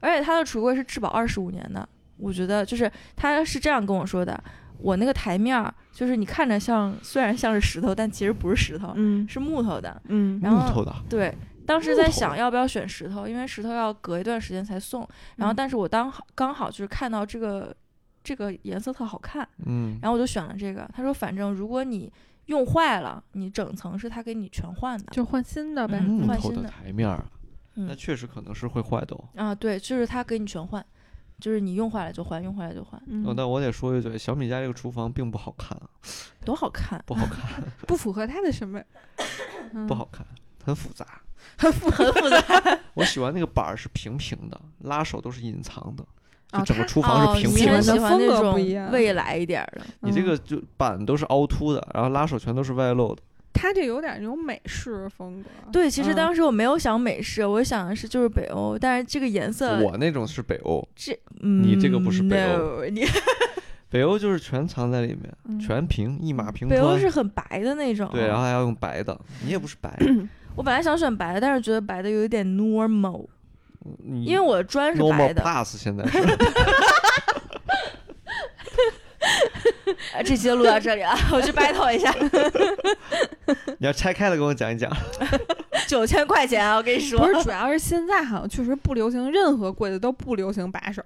S1: 而且它的橱柜是质保二十五年的，我觉得就是他是这样跟我说的，我那个台面儿就是你看着像虽然像是石头，但其实不是石头，
S3: 嗯
S1: 是木头的。
S3: 嗯
S1: 然后
S2: 木头的，
S1: 对，当时
S2: 木
S1: 在
S2: 头
S1: 想要不要选石头，因为石头要隔一段时间才送。然后，
S3: 嗯
S1: 但是我当好刚好就是看到这个这个颜色特好看，
S2: 嗯，
S1: 然后我就选了这个。他说，反正如果你用坏了，你整层是他给你全换的。
S3: 就换新的呗。
S1: 嗯
S2: 木
S1: 换
S2: 头
S1: 新
S2: 的
S1: 的
S2: 台面儿，
S1: 嗯
S2: 那确实可能是会坏的哦。
S1: 啊，对，就是他给你全换，就是你用坏了就换，用坏了就换，
S3: 嗯
S2: 哦，但我得说一嘴，小米家这个厨房并不好看，啊，
S1: 多好看！
S2: 不好看，
S3: 不符合他的审美，嗯
S2: 不好看，很复杂。
S1: 很复很复 <laughs> 杂，
S2: 我喜欢那个板儿是平平的，拉手都是隐藏的，
S3: 啊
S2: 就整个
S3: 它
S2: 厨房是
S1: 哦你
S2: 平
S1: 喜
S2: 平
S1: 欢喜
S2: 的。
S3: 的
S1: 欢
S3: 风
S1: 那
S3: 格不
S1: 种
S3: 一样
S1: 未来一点儿的，
S2: 你这
S3: 嗯
S2: 个就板都是凹凸的，然后拉手全都是外露的。
S3: 嗯他这有点那种美式风格。
S1: 对，其实
S3: 嗯
S1: 当时我没有想美式，我想的是就是北欧，但是这个颜色，
S2: 我那种是北欧，
S1: 这
S2: 你这个不是
S1: 嗯
S2: 北
S1: no，你
S2: 北欧就是全藏在里面，
S3: 嗯
S2: 全平一马平
S1: 北欧
S2: 川。
S1: 是很白的那种。
S2: 对，啊然后还要用白的，你也不是白，
S1: <clears throat> 我本来想选白的，但是觉得白的有一点 normal，
S2: 你
S1: 因为我砖是白
S2: normal
S1: 的，
S2: pass 现在
S1: <laughs>
S2: 是
S1: 呃这期就录到这里 <laughs> 啊，我去 battle 一下，
S2: 你要拆开了跟我讲一讲。
S1: 九千块钱啊，我跟你说，
S3: <laughs> 不是，主要是现在好像确实不流行，任何柜子都不流行把手。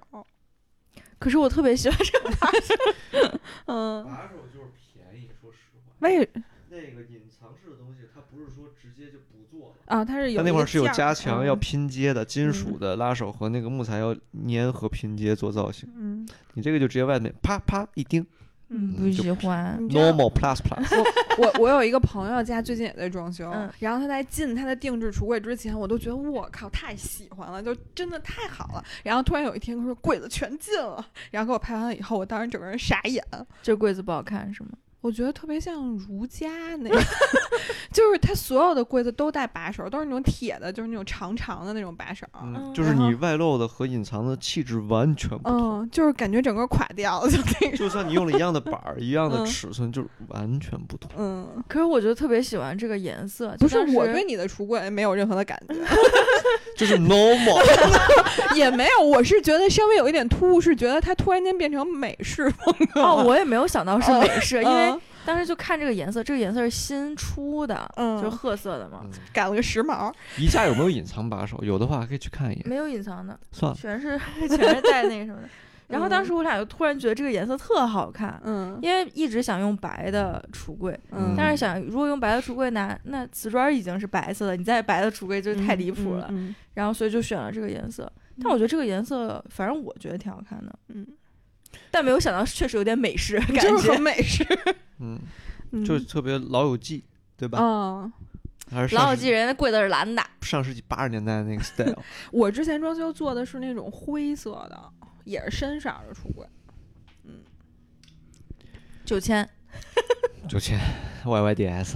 S1: 可是我特别喜欢这个，
S3: 嗯，
S2: 把手就是便宜，说实话。
S3: 为
S2: 那个隐藏式的东西，它不是说直接就不做了。
S3: 啊，它是有
S2: 它
S3: 一
S2: 那
S3: 个
S2: 块儿是有
S3: 架
S2: 加
S3: 儿
S2: 强、
S3: 嗯
S2: 要拼接的，金属
S1: 嗯
S2: 的拉手和那个木材要粘合拼接做造型。
S3: 嗯
S2: 你这个就直接外面啪啪一钉
S1: 嗯，
S3: 嗯
S1: 不喜欢，
S3: 你知道
S2: ，normal plus plus。
S3: 我我有一个朋友家最近也在装修，
S1: 嗯
S3: 然后他在进他的定制橱柜之前，我都觉得我靠太喜欢了，就真的太好了。然后突然有一天说柜子全进了，然后给我拍完了以后，我当时整个人傻眼，
S1: 这柜子不好看是吗？
S3: 我觉得特别像儒家那个， <laughs> 就是他所有的柜子都带把手，都是那种铁的，就是那种长长的那种把手。
S2: 嗯，
S1: 嗯
S2: 就是
S3: 然后
S2: 你外露的和隐藏的气质完全不同。
S3: 嗯，就是感觉整个垮掉了，就那种。
S2: 就算你用了一样的板儿、一样的
S3: 嗯
S2: 尺寸，就是完全不同。
S3: 嗯，
S1: 可是我就特别喜欢这个颜色，就
S3: 不
S1: 是当
S3: 我
S1: 时
S3: 对你的橱柜没有任何的感觉，
S2: 就是 normal，
S3: 也没有，我是觉得稍微有一点突兀，是觉得它突然间变成美式风格了。
S1: <laughs> 哦，我也没有想到是美式，因为
S3: 嗯
S1: 当时就看这个颜色，这个颜色是新出的，
S3: 嗯
S1: 就是褐色的嘛
S2: 嗯，
S3: 赶了个时髦。
S2: 宜家有没有隐藏把手？有的话可以去看一眼。
S1: 没有隐藏的，
S2: 算了，
S1: 全是 <laughs> 全是带那个什么的。然后当时我俩就突然觉得这个颜色特好看，
S3: 嗯
S1: 因为一直想用白的橱柜，
S2: 嗯
S1: 但是想如果用白的橱柜拿，那瓷砖已经是白色的，你再白的橱柜就太离谱了。
S3: 嗯
S1: 然后所以就选了这个颜色，但我觉得这个颜色，反正我觉得挺好看的，
S3: 嗯，
S1: 但没有想到确实有点美 <laughs> 式感
S3: 就是
S1: 觉
S3: 很。美
S1: <laughs>
S3: 式，
S2: 嗯，就是特别《老友记》，对吧？
S3: 嗯，
S2: 还是
S1: 老
S2: 上
S1: 友
S2: 世
S1: 记人家柜子是蓝的，
S2: 上世纪八十年代的那个 style。
S3: 我之前装修做的是那种灰色的，也是深色的橱柜。
S1: 九千，
S2: 九千 YYDS，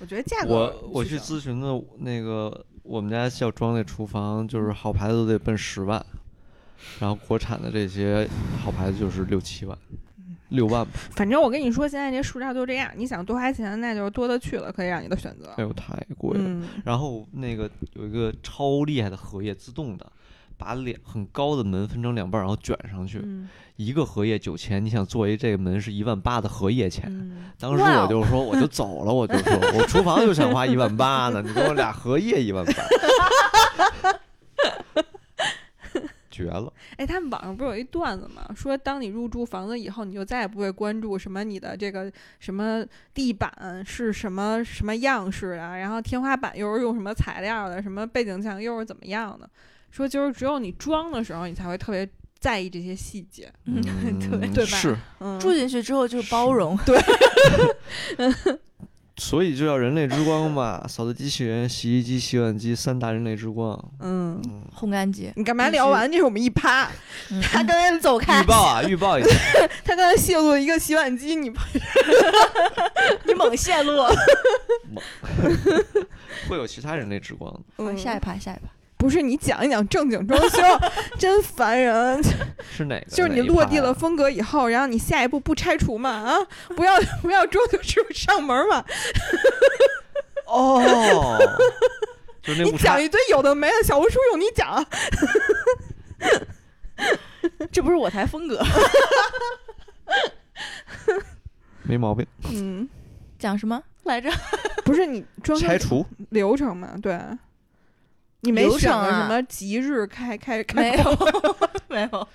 S3: 我觉得价格
S2: 我我去
S3: 是
S2: 咨询的那个我们家要装那厨房，就是好牌子都得奔十万，然后国产的这些好牌子就是六七万，六万吧。
S3: 反正我跟你说，现在这塑料就这样，你想多花钱，那就是多的去了，可以让你的选择
S2: 哎。呦，太贵了。
S3: 嗯
S2: 然后那个有一个超厉害的荷叶，自动的，把两很高的门分成两半儿，然后卷上去，
S3: 嗯
S2: 一个荷叶九千，你想做一这个门是一万八的荷叶钱。
S3: 嗯，
S2: 当时
S1: 哇
S2: 我
S1: 哦
S2: 就说，我就走了，我就说，我厨房就想花一万八呢，你给我俩荷叶一万八，绝了！
S3: 哎，他们网上不是有一段子吗？说当你入住房子以后，你就再也不会关注什么你的这个什么地板是什么什么样式的，然后天花板又是用什么材料的，什么背景墙又是怎么样的。说就是只有你装的时候，你才会特别在意这些细节。
S1: 嗯， <laughs> <laughs> 对，
S3: 对吧
S2: 是
S3: 嗯，
S1: 住进去之后就是包容，
S2: 所以就叫人类之光嘛，扫地机器人、洗衣机、洗碗机三大人类之光。
S3: 嗯，
S2: 嗯，
S1: 烘干机，
S3: 你干嘛聊完这是我们一趴？
S1: 嗯
S3: 他刚才走开
S2: 预，报啊，预报一下，
S3: 他刚才泄露了一个洗碗机，你
S1: <laughs> 你猛泄露。 <laughs>
S2: 会有其他人类之光的。
S3: 嗯
S1: 下一趴，下一趴。
S3: 不是你讲一讲正经装修， <laughs> 真烦人。
S2: 是哪个？
S3: 就是
S2: 哪
S3: 你
S2: 一
S3: 落
S2: 趴
S3: 地了
S2: 啊
S3: 风格以后，然后你下一步不拆除嘛啊，不要不要装修师傅上门嘛，
S2: <laughs> 哦，就是那
S3: 你
S2: 误差
S3: 讲一堆有的没的，小红书用你讲，
S1: <laughs>
S3: <laughs>
S1: 这不是我台风格，
S2: 没毛病，
S3: 嗯，
S1: 讲什么来着？
S3: 不是你装修
S2: 拆除
S3: 流程嘛，对。你没
S1: 流
S3: 选
S1: 程
S3: 个什
S1: 啊
S3: 么吉日开开
S1: <laughs> 没 <laughs>
S3: 开
S1: 有，没 <laughs> 有。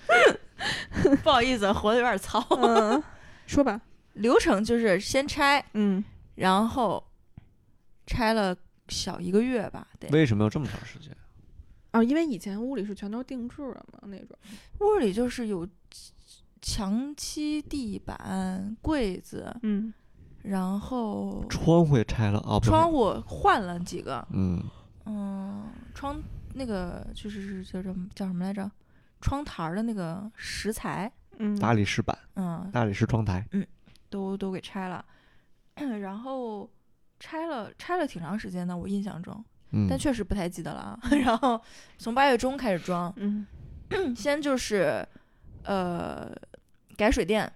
S1: 不好意思，活的有点 <laughs> 糙。
S3: 工？嗯，说吧，
S1: 流程就是先拆，
S3: 嗯，
S1: 然后拆了小一个月吧，得
S2: 为什么要这么长时间？
S3: 哦，因为以前屋里是全都定制的嘛，那种，
S1: 屋里就是有墙漆、地板、柜子，
S3: 嗯，
S1: 然后
S2: 窗户也拆了啊，不是
S1: 窗户换了几个，
S2: 嗯，
S1: 嗯，窗那个就是叫什么叫什么来着？窗台儿的那个石材，
S3: 嗯，
S2: 大理石板，
S1: 嗯，
S2: 大理石窗台，
S1: 都都给拆了， <clears throat> 然后拆了拆了挺长时间的，我印象中，
S2: 嗯，
S1: 但确实不太记得了啊。 <laughs> 然后从八月中开始装，
S3: 嗯，
S1: 先就是呃改水电，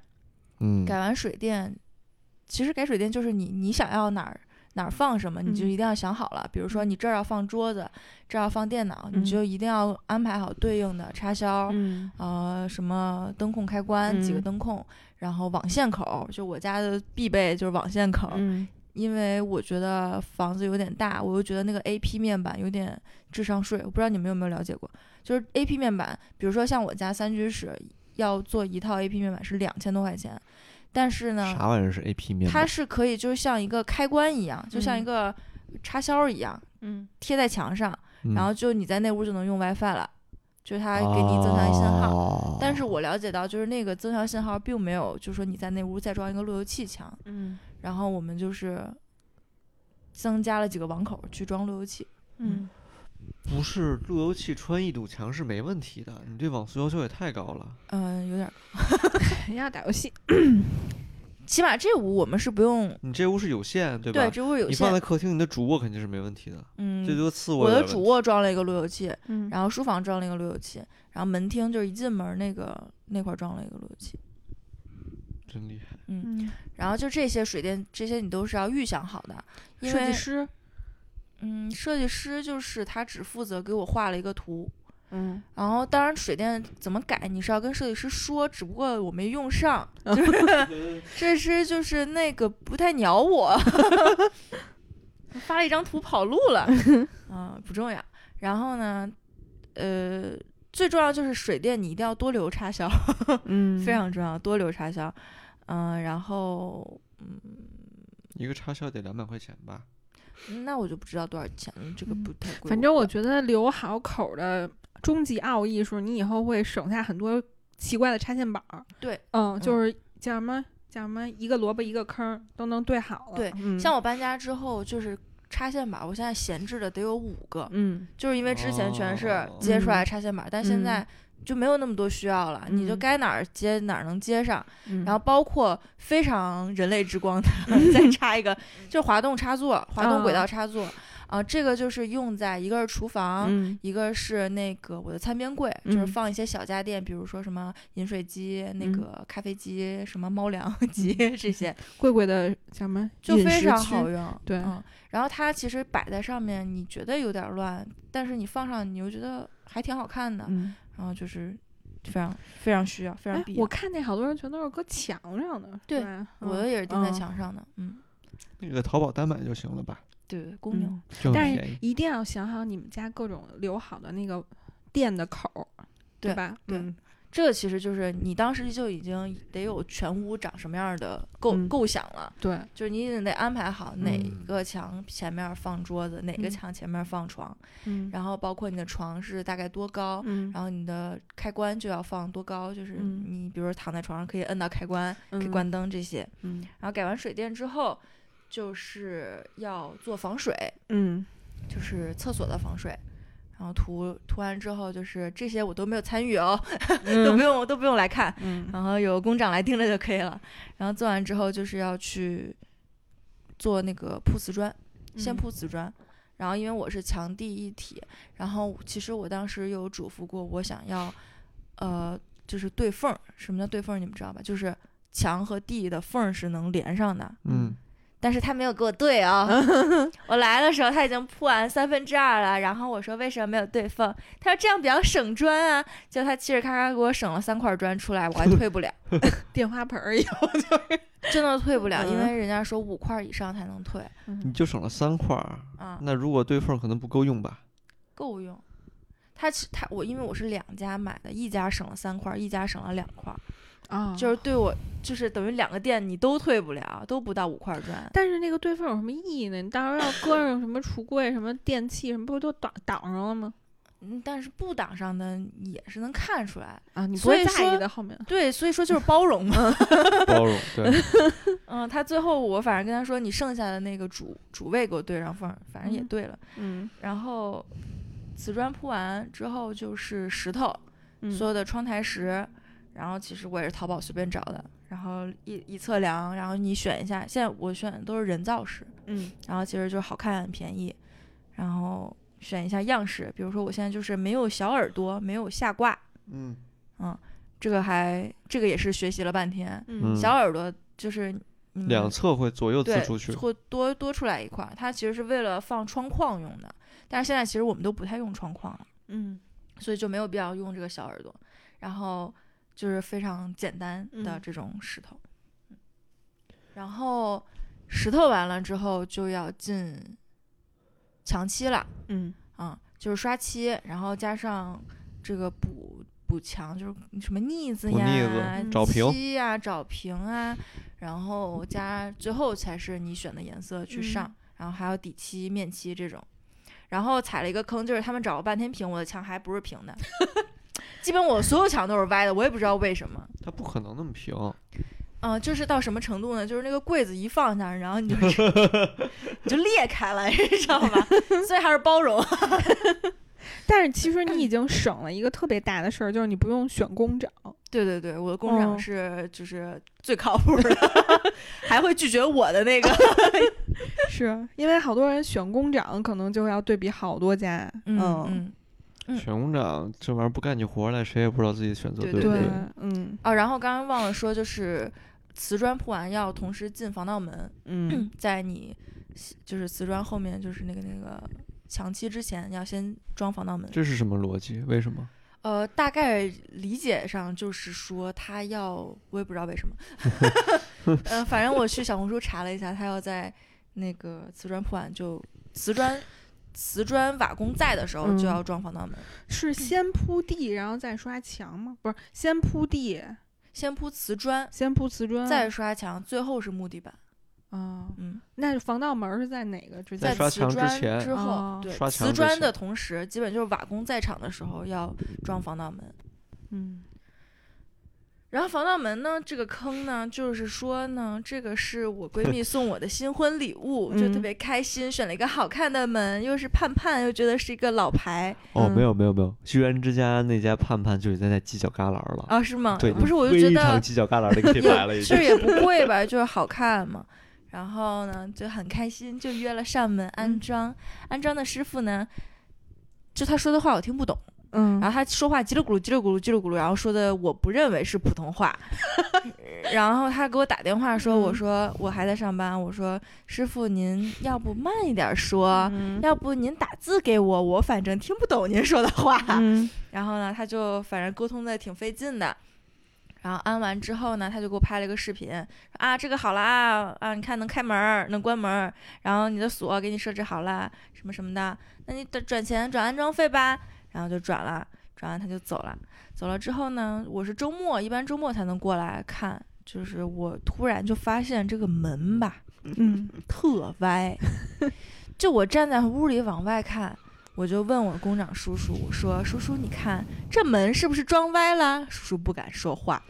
S2: 嗯，
S1: 改完水电，其实改水电就是你你想要哪儿哪儿放什么，你就
S3: 嗯
S1: 一定要想好了。比如说你这儿要放桌子，这儿要放电脑，
S3: 嗯
S1: 你就一定要安排好对应的插销。
S3: 嗯，
S1: 呃，什么灯控开关，几个
S3: 嗯
S1: 灯控，然后网线口，就我家的必备就是网线口，
S3: 嗯，
S1: 因为我觉得房子有点大，我又觉得那个 A P 面板有点智商税，我不知道你们有没有了解过，就是 A P 面板，比如说像我家三居室要做一套 A P 面板是两千多块钱，但是呢，
S2: 啥玩意儿是 A P 面
S1: 它
S2: 板？
S1: 是可以就是像一个开关一样，就像一
S3: 嗯
S1: 个插销一样
S3: 嗯，
S1: 贴在墙上，
S2: 嗯
S1: 然后就你在那屋就能用 WiFi 了，就是它给你增强信号。
S2: 哦
S1: 但是我了解到，就是那个增强信号并没有，就是说你在那屋再装一个路由器强，
S3: 嗯，
S1: 然后我们就是增加了几个网口去装路由器。
S3: 嗯，
S2: 不是路由器穿一堵墙是没问题的，你对网速要求也太高了。
S1: 嗯、有点儿，
S3: <laughs> 人家嗯打游戏，
S1: 起码这屋我们是不用
S2: 你这屋是有线对吧？
S1: 对，这屋有
S2: 你放在
S1: 线。
S2: 客厅，你的主卧肯定是没问题的，最
S1: 嗯，
S2: 多次卧
S1: 我
S2: 有点
S1: 的
S2: 问题。
S1: 主卧装了一个路由器，
S3: 嗯
S1: 然后书房装了一个路由器，然后门厅就是一进门那个那块儿装了一个路由器。
S2: 真厉害，
S3: 嗯，
S1: 然后就这些水电这些你都是要预想好的，因
S3: 设
S1: 为
S3: 计师，
S1: 嗯，设计师就是他只负责给我画了一个图，
S3: 嗯，
S1: 然后，当然水电怎么改，你是要跟设计师说，只不过我没用
S3: <laughs>
S1: 上，就是设计师就是那个不太鸟我，发了一张图跑路了，啊、不重要。然后呢，呃，最重要就是水电你一定要多留插销，
S3: 嗯
S1: 非常重要，多留插销。嗯、然后嗯
S2: 一个插销得两百块钱吧？
S1: 那我就不知道多少钱了，这个
S3: 嗯
S1: 不太贵。
S3: 反正我觉得留好口的终极奥义是，你以后会省下很多奇怪的插线板儿。
S1: 对，
S3: 嗯，就是叫什么叫什么，一个萝卜一个坑儿都能对好了。
S1: 对
S3: 嗯、
S1: 像我搬家之后，就是插线板，我现在闲置的得有五个，
S3: 嗯
S1: 就是因为之前全是
S2: 哦
S1: 接出来插线板，但现在就没有那么多需要了，
S3: 嗯
S1: 你就该哪儿接哪儿能接上。
S3: 嗯，
S1: 然后包括非常人类之光
S3: <laughs>
S1: 的，再插一个，就是滑动插座、滑动轨
S3: 嗯
S1: 道插座啊、这个就是用在一个是厨房。
S3: 嗯
S1: 一个是那个我的餐边柜，
S3: 嗯
S1: 就是放一些小家电，比如说什么饮水机、那个咖啡机、什么猫粮 <laughs> 机
S3: 嗯
S1: 这些，
S3: 贵贵的叫什么
S1: 就
S3: 饮
S1: 非
S3: 食
S1: 常
S3: 区
S1: 好用。
S3: 对
S1: 嗯，然后它其实摆在上面，你觉得有点乱，但是你放上，你又觉得还挺好看的。
S3: 嗯，
S1: 然后就是非常非常需要，非常
S3: 哎
S1: 必，要。
S3: 我看那好多人全都是搁墙上的，
S1: 对
S3: 是吧，
S1: 我的也是钉在
S3: 嗯。
S1: 墙上的，嗯，
S2: 那个淘宝单买就行了吧？
S1: 对对，公牛
S3: 嗯，
S2: 就很
S3: 但
S2: 便
S3: 是
S2: 宜。
S3: 一定要想好你们家各种留好的那个电的口儿，
S1: 对
S3: 吧？
S1: 对
S3: 嗯
S1: 这其实就是你当时就已经得有全屋长什么样的构、
S3: 嗯
S1: 构想了，
S3: 对，
S1: 就是你已经得安排好哪
S2: 嗯
S1: 个墙前面放桌子，哪个
S3: 嗯
S1: 墙前面放床，
S3: 嗯
S1: 然后包括你的床是大概多高，
S3: 嗯，
S1: 然后你的开关就要放多高，就是
S3: 嗯
S1: 你比如说躺在床上可以摁到开关，可以
S3: 嗯
S1: 关灯这些。
S3: 嗯
S1: 然后改完水电之后，就是要做防水，
S3: 嗯
S1: 就是厕所的防水。然后涂涂完之后，就是这些我都没有参与哦， <laughs> 都
S3: 嗯
S1: 不用都不用来看，
S3: 嗯
S1: 然后有工长来盯着就可以了。然后做完之后，就是要去做那个铺瓷砖，先
S3: 嗯
S1: 铺瓷砖。然后因为我是墙地一体，然后其实我当时有嘱咐过，我想要，呃，就是对缝儿。什么叫对缝儿？你们知道吧？就是墙和地的缝儿是能连上的，
S2: 嗯
S1: 但是他没有给我对 <laughs> 啊、我来的时候他已经铺完三分之二了，然后我说为什么没有对缝？他说这样比较省砖啊。结果他嘁哩咔咔给我省了三块砖出来，我 <laughs> 还退不了，
S3: 电话盆儿一 <laughs> 样，
S1: 真的退不了，因
S3: 嗯
S1: 为人家说五块以上才能退
S2: 你就省了三块儿，
S1: 啊、
S2: 那如果对缝儿可能不够用吧？
S1: 够用。他其他我因为我是两家买的，一家省了三块，一家省了两块，
S3: 啊
S1: 就是对我就是等于两个店你都退不了，都不到五块砖。
S3: 但是那个对缝有什么意义呢？你到时候要搁上什么橱柜、什么电器什么，不都挡挡上了吗？
S1: 嗯，但是不挡上的也是能看出来。
S3: 啊，你不
S1: 所以
S3: 会在
S1: 说
S3: 意的后面。
S1: 对，所以说就是包容嘛。 <laughs>
S2: 包容对，
S1: 嗯，他最后我反正跟他说，你剩下的那个主主位给我对上缝儿，反正也
S3: 嗯
S1: 对了。
S3: 嗯，
S1: 然后瓷砖铺完之后就是石头，所
S2: 嗯
S3: 说
S1: 有的窗台石，然后其实我也是淘宝随便找的，然后一一测量，然后你选一下。现在我选的都是人造石，
S3: 嗯
S1: 然后其实就是好看便宜，然后选一下样式。比如说我现在就是没有小耳朵，没有下挂，
S2: 嗯
S1: 这个还这个也是学习了半天。
S2: 嗯
S1: 小耳朵就是。嗯
S2: 两侧会左右刺
S1: 对，
S2: 出去，
S1: 会多多出来一块儿。它其实是为了放窗框用的，但是现在其实我们都不太用窗框了，
S3: 嗯
S1: 所以就没有必要用这个小耳朵。然后就是非常简单的
S3: 嗯
S1: 这种石头，嗯然后石头完了之后就要进墙漆了，
S3: 嗯
S1: 啊、就是刷漆，然后加上这个补补墙，就是什么腻子
S2: 补
S1: 呀、
S2: 腻子找平
S1: 漆呀、找平啊，然后加最后才是你选的颜色去上，
S3: 嗯
S1: 然后还有底漆、面漆这种。然后踩了一个坑，就是他们找了半天平，我的墙还不是平的，基本我所有墙都是歪的，我也不知道为什么。
S2: 它不可能那么平。
S1: 嗯，就是到什么程度呢？就是那个柜子一放下，然后你
S2: <laughs>
S1: 就是 <laughs> 你就裂开了，你知道吧？所以还是包容。
S3: 但是其实你已经省了一个特别大的事儿，就是你不用选工长。
S1: 对对对，我的工长
S3: 哦
S1: 是就是最靠谱的， <laughs> 还会拒绝我的那个。
S3: 是啊因为好多人选工长，可能就要对比好多家。
S1: <laughs> 嗯嗯
S2: 选工长这玩意儿不干起活来，谁也不知道自己选择
S1: 对
S2: 不
S1: 对
S3: 对
S2: 对。，
S3: 嗯
S1: 哦，然后刚刚忘了说，就是瓷砖铺完要同时进防盗门，
S3: <clears throat> 嗯
S1: 在你就是瓷砖后面就是那个那个墙漆之前要先装防盗门。
S2: 这是什么逻辑？为什么？
S1: 呃，大概理解上就是说，他要我也不知道为什么，
S2: <laughs>
S1: 呃，反正我去小红书查了一下，他要在那个瓷砖铺完就瓷砖瓷砖瓦工在的时候就
S3: 嗯
S1: 要装防盗门，
S3: 是先铺地，然后再刷墙吗？不是，先铺地，
S1: 先铺瓷砖，
S3: 先铺瓷砖，
S1: 再刷墙，最后是木地板。
S3: 啊，
S1: 嗯，
S3: 那防盗门是在哪个之
S2: 在
S1: 在瓷
S2: 刷墙
S3: 前？
S2: 之
S1: 砖
S2: 前
S1: 之后，
S3: 哦
S1: 对
S2: 刷墙
S1: 瓷
S2: 之
S1: 砖
S2: 前
S1: 的同时，基本就是瓦工在场的时候要装防盗门。
S3: 嗯
S1: 然后防盗门呢，这个坑呢，就是说呢，这个是我闺蜜送我的新婚礼物，就特
S3: 嗯
S1: 别开心，选了一个好看的门，又是盼盼，又觉得是一个老牌
S2: 哦，
S3: 嗯
S2: 没有没有没有，居然之家那家盼盼就已经在犄角旮旯了。
S1: 啊，是吗？
S2: 对，
S1: 不是，我就觉
S2: 非常
S1: 得
S2: 犄角旮旯的一个品牌了，
S1: 也
S2: 已
S1: 是
S2: 经。
S1: 也不贵吧，就是好看嘛。然后呢，就很开心，就约了上门安
S3: 嗯
S1: 装。安装的师傅呢，就他说的话我听不懂。
S3: 嗯
S1: 然后他说话叽里咕噜叽里咕噜叽里咕噜，然后说的我不认为是普通
S3: <laughs>
S1: 话。然后他给我打电话说，我
S3: 嗯
S1: 说我还在上班，我说师傅您要不慢一点说，
S3: 嗯
S1: 要不您打字给我，我反正听不懂您说的话。
S3: 嗯
S1: 然后呢，他就反正沟通的挺费劲的。然后安完之后呢，他就给我拍了一个视频，啊，这个好了啊，啊，你看能开门儿，能关门儿，然后你的锁给你设置好了，什么什么的，那你转转钱转安装费吧，然后就转了，转完他就走了，走了之后呢，我是周末，一般周末才能过来看，就是我突然就发现这个门吧，
S3: 嗯
S1: 特歪。就我站在屋里往外看，我就问我工长叔叔，我说：“叔叔，你看这门是不是装歪了？”叔叔不敢说话，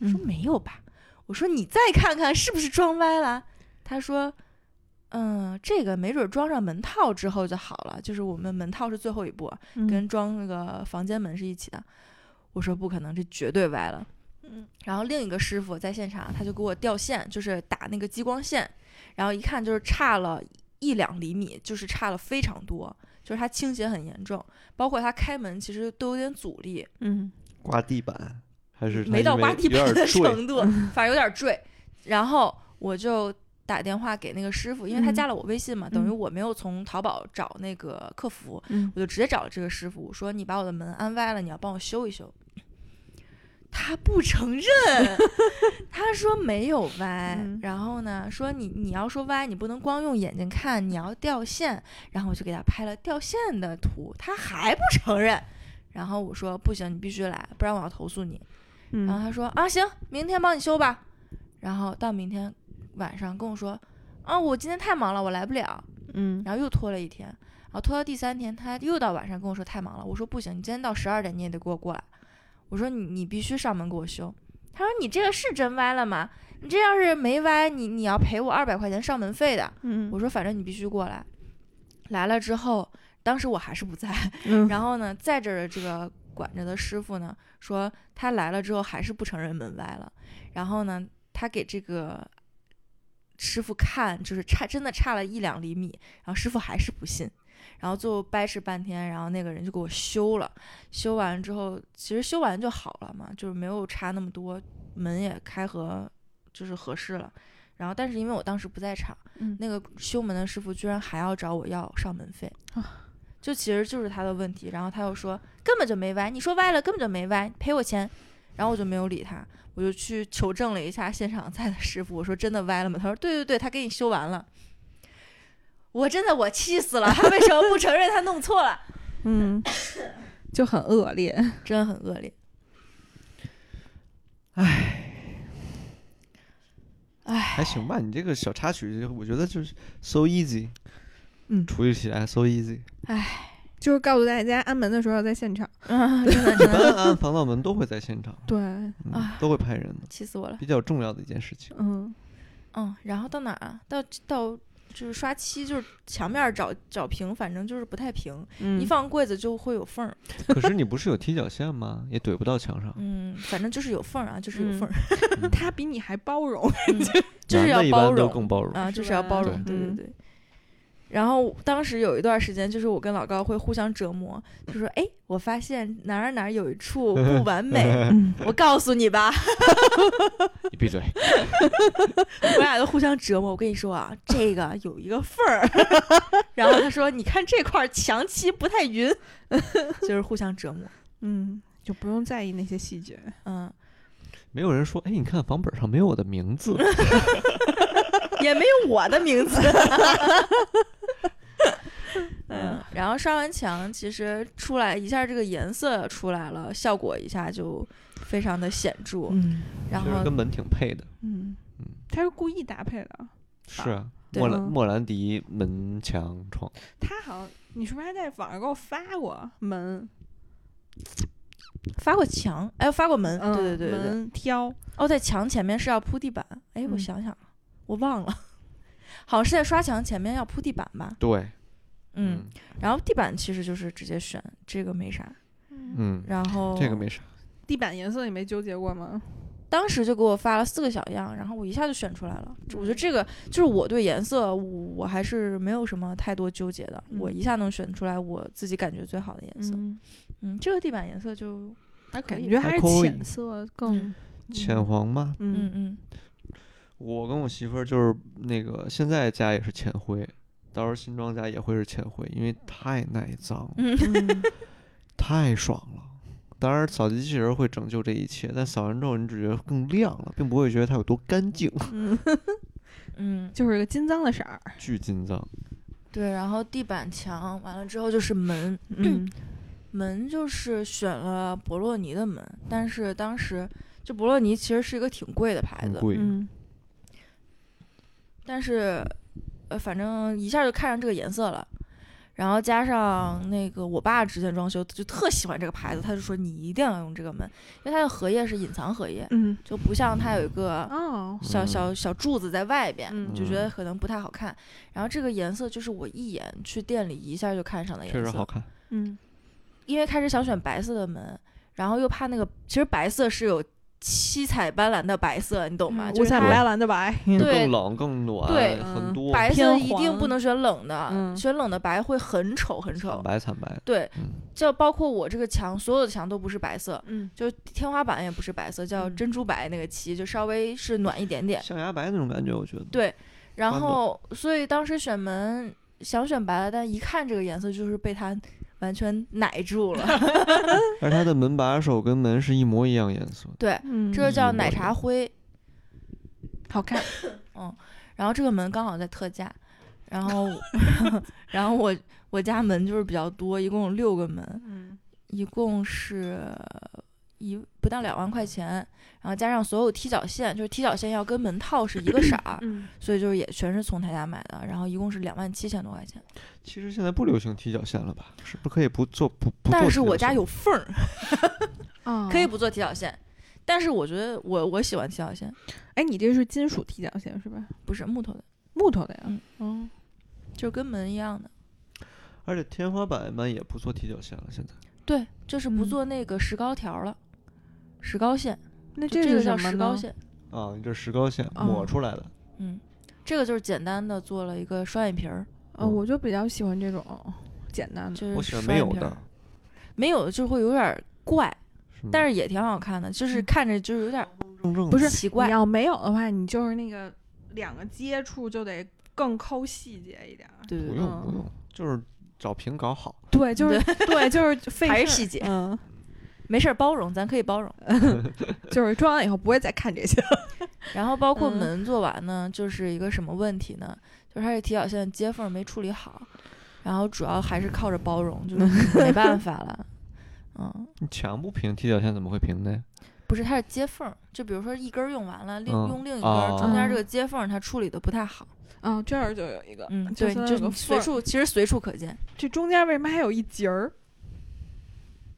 S1: 说：“
S3: 嗯
S1: 没有吧？”我说：“你再看看是不是装歪了？”他说：“嗯，这个没准装上门套之后就好了，就是我们门套是最后一步，
S3: 嗯
S1: 跟装那个房间门是一起的。我说不可能，这绝对歪了。
S3: 嗯
S1: 然后另一个师傅在现场，他就给我吊线，就是打那个激光线，然后一看就是差了一两厘米，就是差了非常多，就是他倾斜很严重，包括他开门其实都有点阻力，
S3: 嗯
S2: 刮地板还是它
S1: 没
S2: 因
S1: 到
S2: 为
S1: 刮地
S2: 有
S1: 板
S2: 点
S1: 的
S2: 坠
S1: 程
S2: <laughs>
S1: 度，反正有点坠。然后我就打电话给那个师傅，因为他
S3: 嗯
S1: 加了我微信嘛，等于
S3: 嗯
S1: 我没有从淘宝找那个客服，
S3: 嗯，
S1: 我就直接找了这个师傅，我说你把我的门安歪了，你要帮我修一修。他不承
S3: <laughs>
S1: 认，他说没有歪。
S3: 嗯
S1: 然后呢，说你你要说歪，你不能光用眼睛看，你要掉线。然后我就给他拍了掉线的图，他还不承认。然后我说不行，你必须来，不然我要投诉你。
S3: 嗯
S1: 然后他说啊行，明天帮你修吧。然后到明天晚上跟我说啊，我今天太忙了，我来不了。
S3: 嗯
S1: 然后又拖了一天，然后拖到第三天，他又到晚上跟我说太忙了。我说不行，你今天到十二点你也得给我过来。我说你你必须上门给我修。他说你这个是真歪了吗？你这要是没歪，你你要赔我二百块钱上门费的。
S3: 嗯
S1: 我说反正你必须过来。来了之后，当时我还是不在。
S3: 嗯
S1: 然后呢，在这儿的这个管着的师傅呢说他来了之后还是不承认门歪了。然后呢，他给这个师傅看，就是差真的差了一两厘米，然后师傅还是不信，然后最后掰扯半天，然后那个人就给我修了，修完之后其实修完就好了嘛，就是没有差那么多，门也开合就是合适了。然后，但是因为我当时不在场，
S3: 嗯
S1: 那个修门的师傅居然还要找我要上门费，就其实就是他的问题。然后他又说根本就没歪，你说歪了根本就没歪，赔我钱。然后我就没有理他，我就去求证了一下现场在的师傅，我说真的歪了吗？他说对对对，他给你修完了。我真的我气死了，他为什么不承认他弄错了？
S3: 嗯，就很恶劣。
S1: 真的很恶 <laughs> 劣。
S2: 还行吧，你这个小插曲，我觉得就是 so easy，
S3: 嗯
S2: 处理起来 so easy。
S3: 就是告诉大家，安门的时候要在现场。
S1: 啊，真的
S2: 一
S1: 真
S2: 般
S1: 的
S2: 安防盗门都会在现场，
S3: 对，
S2: 嗯
S1: 啊
S2: 都会派人的，
S1: 气死我了。
S2: 比较重要的一件事情。
S3: 嗯
S1: 嗯，然后到哪儿啊？到到就是刷漆，就是墙面儿找找平，反正就是不太平，
S3: 嗯
S1: 一放柜子就会有缝儿。
S2: 可是你不是有踢脚线吗？也怼不到墙上。
S1: 嗯，反正就是有缝儿啊，就是有缝儿，
S2: 啊嗯
S3: 他比你还包容。
S1: <laughs> 就是
S2: 男
S1: 要
S2: 的一
S1: 包
S2: 般都
S1: 容
S2: 更包容。
S1: 啊，
S3: 是
S1: 就是要
S3: 吧
S1: 包容，
S3: 对
S1: 对对
S3: 嗯
S1: 对。然后当时有一段时间，就是我跟老高会互相折磨，就说：“哎，我发现哪儿哪儿有一处不完
S2: <laughs>
S1: 美，
S3: 嗯
S1: 我告诉你吧。”
S2: 你闭嘴。
S1: 我俩就互相折磨。我跟你说啊，这个有一个缝儿， <laughs> 然后他说：“你看这块儿墙漆不太匀。”就是互相折磨。
S3: <laughs> 嗯，就不用在意那些细节。
S1: 嗯，
S2: 没有人说，哎，你看房本上没有我的名字。
S1: <laughs> 也没有我的名 <laughs> 字。哎嗯，然后刷完墙，其实出来一下这个颜色出来了，效果一下就非常的显著。
S3: 嗯
S1: 然
S2: 其实
S1: 后
S2: 跟门挺配的。
S3: 嗯，他是故意搭配的。
S2: 是啊，
S1: 对
S2: 莫兰
S3: 嗯
S2: 莫兰迪门墙窗，
S3: 他好像你是不是还在网上给我发过门？
S1: 发过墙，哎，发过门，
S3: 嗯
S1: 对对对对对。
S3: 门挑。
S1: 哦，在墙前面是要铺地板，哎，我
S3: 嗯
S1: 想想，我忘了，好像是在刷墙前面要铺地板吧？
S2: 对，
S1: 嗯，然后地板其实就是直接选，这个没啥。
S3: 嗯，
S2: 嗯，
S1: 然后
S2: 这个没啥。
S3: 地板颜色你没纠结过吗？
S1: 当时就给我发了四个小样，然后我一下就选出来了。我觉得这个就是我对颜色，我我还是没有什么太多纠结的，我
S3: 嗯
S1: 一下能选出来我自己感觉最好的颜色。嗯
S3: 嗯，
S1: 这个地板颜色就还可
S3: 感
S1: 以
S3: 觉
S1: 吧，
S3: 还是
S2: 还可以
S3: 浅色
S1: 嗯
S3: 更
S2: 浅。黄吗？
S1: 嗯
S3: 嗯
S1: 嗯，
S2: 我跟我媳妇儿就是那个现在家也是浅灰，到时候新装家也会是浅灰，因为太耐脏了，
S1: 嗯 <laughs>
S3: 嗯 <laughs>
S2: 太爽了。当然，扫地机器人会拯救这一切，但扫完之后你只觉得更亮了，并不会觉得它有多干净，
S3: 嗯，
S1: 嗯，
S3: 就是个金脏的 <clears throat> 色儿。
S2: 巨金脏。
S1: 对。然后地板墙完了之后就是门，
S3: 嗯
S1: 门就是选了博洛尼的门，但是当时就博洛尼其实是一个挺贵的牌
S2: 很
S1: 子，
S2: 贵，
S3: 嗯
S1: 但是呃，反正一下就看上这个颜色了。然后加上那个我爸之前装修就特喜欢这个牌子，他就说你一定要用这个门，因为它的荷叶是隐藏荷叶，
S3: 嗯，
S1: 就不像它有一个
S3: 哦，
S1: 小
S2: 嗯
S1: 小小柱子在外边，
S3: 嗯
S1: 就觉得可能不太好看。然后这个颜色就是我一眼去店里一下就看上的颜
S2: 确
S1: 色，
S2: 实好看。
S3: 嗯，
S1: 因为开始想选白色的门，然后又怕那个，其实白色是有七彩斑斓的白色，你懂吗？
S3: 嗯
S1: 就
S3: 五
S1: 是
S3: 彩
S1: 它
S3: 白蓝的白， <laughs>
S1: 对
S2: 更冷更暖，
S1: 对
S2: 很
S3: 嗯
S2: 多
S1: 白色
S3: 偏
S1: 一定不
S3: 黄
S1: 能选冷的，
S3: 嗯
S1: 选冷的白会很丑很
S2: 惨
S1: 丑。
S2: 白惨白，
S1: 对
S2: 嗯，
S1: 就包括我这个墙，所有的墙都不是白色，
S3: 嗯，
S1: 就天花板也不是白色，叫
S3: 嗯
S1: 珍珠白那个漆，就稍微是暖一点点。
S2: 象牙白那种感觉，我觉得。
S1: 对，然
S2: 豌豆
S1: 后所以当时选门想选白的，但一看这个颜色就是被它完全奶住了。
S2: 而它的门把手跟门是一模一样颜色的，
S1: 对，
S3: 嗯
S1: 这个叫
S2: 嗯
S1: 奶
S2: 我
S1: 茶灰，
S3: 好看，
S1: 然后这个门刚好在特价，然后然后我我家门就是比较多，一共有六个门，
S3: 嗯，
S1: 一共是一不到两万块钱，然后加上所有踢脚线，就是踢脚线要跟门套是一个色儿
S3: 嗯，
S1: 所以就是也全是从他家买的，然后一共是两万七千多块钱，
S2: 其实现在不流行踢脚线了吧？是不是可以不做不不做踢脚线了？
S1: 但是我家有缝儿，
S3: 哦
S1: 可以不做踢脚线，但是我觉得我我喜欢踢脚线，
S3: 哎，你这是金属踢脚线是吧？
S1: 不是木头的，
S3: 木头的呀
S1: 嗯，
S3: 嗯，
S1: 就是跟门一样的，
S2: 而且天花板一般也不做踢脚线了，现在
S1: 对，就是不
S3: 嗯
S1: 做那个石膏条了，石膏线。
S3: 那
S1: 就这
S3: 是
S1: 个叫
S3: 什么
S1: 石膏
S3: 呢？
S1: 线，
S2: 啊，你这石膏线抹
S3: 哦
S2: 出来的，
S1: 嗯，这个就是简单的做了一个双眼皮儿，
S3: 啊，
S2: 嗯
S3: 我就比较喜欢这种简单的，
S1: 就是
S2: 我喜欢
S1: 双
S2: 没
S1: 眼
S2: 有
S1: 皮儿
S2: 的，，
S1: 没有就会有点儿怪，
S2: 是吗
S1: 但是也挺好看的，就是
S3: 嗯
S1: 看着就是有点儿
S2: 正正
S3: 不是
S1: 奇
S3: 你
S1: 怪，
S3: 要没有的话，你就是那个两个接触就得更抠细节一点儿。
S1: 对
S2: 不
S1: 对
S2: 用不
S3: 嗯
S2: 用，就是找平搞好。
S3: 对，就是对，就是费
S1: 对，还是
S3: 事
S1: 细节，
S3: 嗯，
S1: 没事儿包容，咱可以包容。
S3: <laughs> 就是装完以后不会再看这 <laughs> 些。
S1: 然后包括
S3: 嗯
S1: 门做完呢，就是一个什么问题呢？就是它这踢脚线接缝儿没处理好，然后主要还是靠着包容，就是
S3: <laughs>
S1: 没办法了。嗯，
S2: 你墙不平，踢脚线怎么会平呢？
S1: 不是，它是接缝儿，就比如说一根儿用完了，另
S2: 嗯
S1: 用另一根儿，
S2: 哦
S1: 中间这个接缝儿它处理的不太好。
S3: 啊，这儿就有一个，
S1: 嗯，
S3: 就
S1: 对，
S3: 是
S1: 就
S3: 有个
S1: 你随
S3: 缝儿
S1: 处其实随处可见，
S3: 这中间为什么还有一节儿？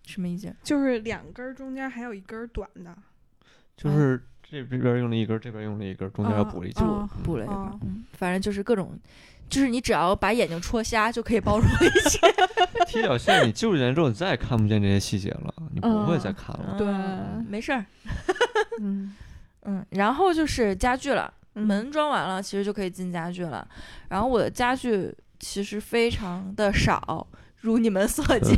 S1: 什么意见？
S3: 就是两根儿中间还有一根儿短的。
S1: 嗯
S2: 就是这边用了一根，这边用了一根，中间又
S3: 啊
S2: 补了一
S3: 啊
S2: 根。
S1: 补了一个
S3: 哦
S1: 嗯，反正就是各种，就是你只要把眼睛戳瞎就可以包容一切。
S2: <laughs> 踢脚线，你就研之后，你再也看不见这些细节了，你不会再
S3: 嗯
S2: 看了。
S3: 对
S1: 嗯没事儿。
S3: 嗯，
S1: 嗯，然后就是家具了，
S3: 嗯
S1: 门装完了，其实就可以进家具了。然后我的家具其实非常的少，如你们所 <laughs> 见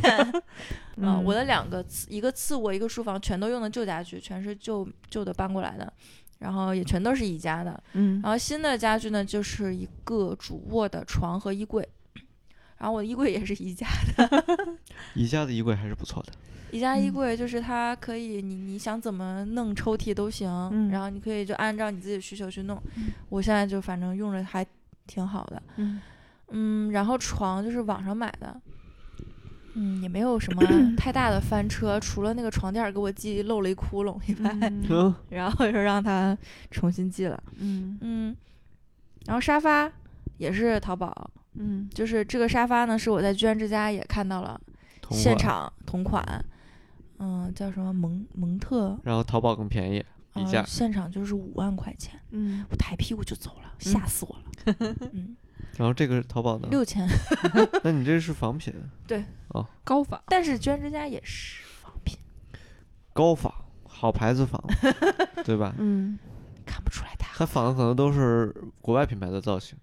S3: 嗯 <laughs>
S1: 啊，我的两个次，一个次卧，一个书房，全都用的旧家具，全是旧旧的搬过来的，然后也全都是宜家的。
S3: 嗯
S1: 然后新的家具呢，就是一个主卧的床和衣柜，然后我的衣柜也是宜家
S2: 宜家的衣柜还是不错的，
S1: 宜家衣
S3: 嗯
S1: 柜就是它可以，你你想怎么弄抽屉都行，
S3: 嗯
S1: 然后你可以就按照你自己的需求去弄。
S3: 嗯
S1: 我现在就反正用着还挺好的，
S3: <laughs> 嗯
S1: 嗯，然后床就是网上买的，嗯，也没有
S3: <coughs>
S1: 什么太大的翻车，除了那个床垫儿给我系漏了一窟窿以外，
S3: <laughs> 嗯
S2: 嗯，
S1: 然后就让它重新系了，
S3: 嗯
S1: 嗯，然后沙发也是淘宝，
S3: 嗯
S1: 就是这个沙发呢是我在居然之家也看到了
S2: 同
S1: 现
S2: 款。
S1: 场同款，嗯、叫什么蒙蒙特。
S2: 然后淘宝更便宜，宜
S1: 嗯，
S2: 家
S1: 现场就是五万块钱，
S3: 嗯，
S1: 我抬屁股就走了，吓死我了。 <laughs> 嗯，
S2: 然后这个是淘宝
S1: <laughs>
S2: 的，
S1: 六千，
S2: 那你这是仿品，
S3: 高仿
S1: 但是居然之家也是仿品，
S2: 高仿，好牌子
S1: <laughs>
S2: 仿，对吧？
S3: 嗯
S1: 看不出来它。
S2: 它仿的可能都是国外品牌的造型，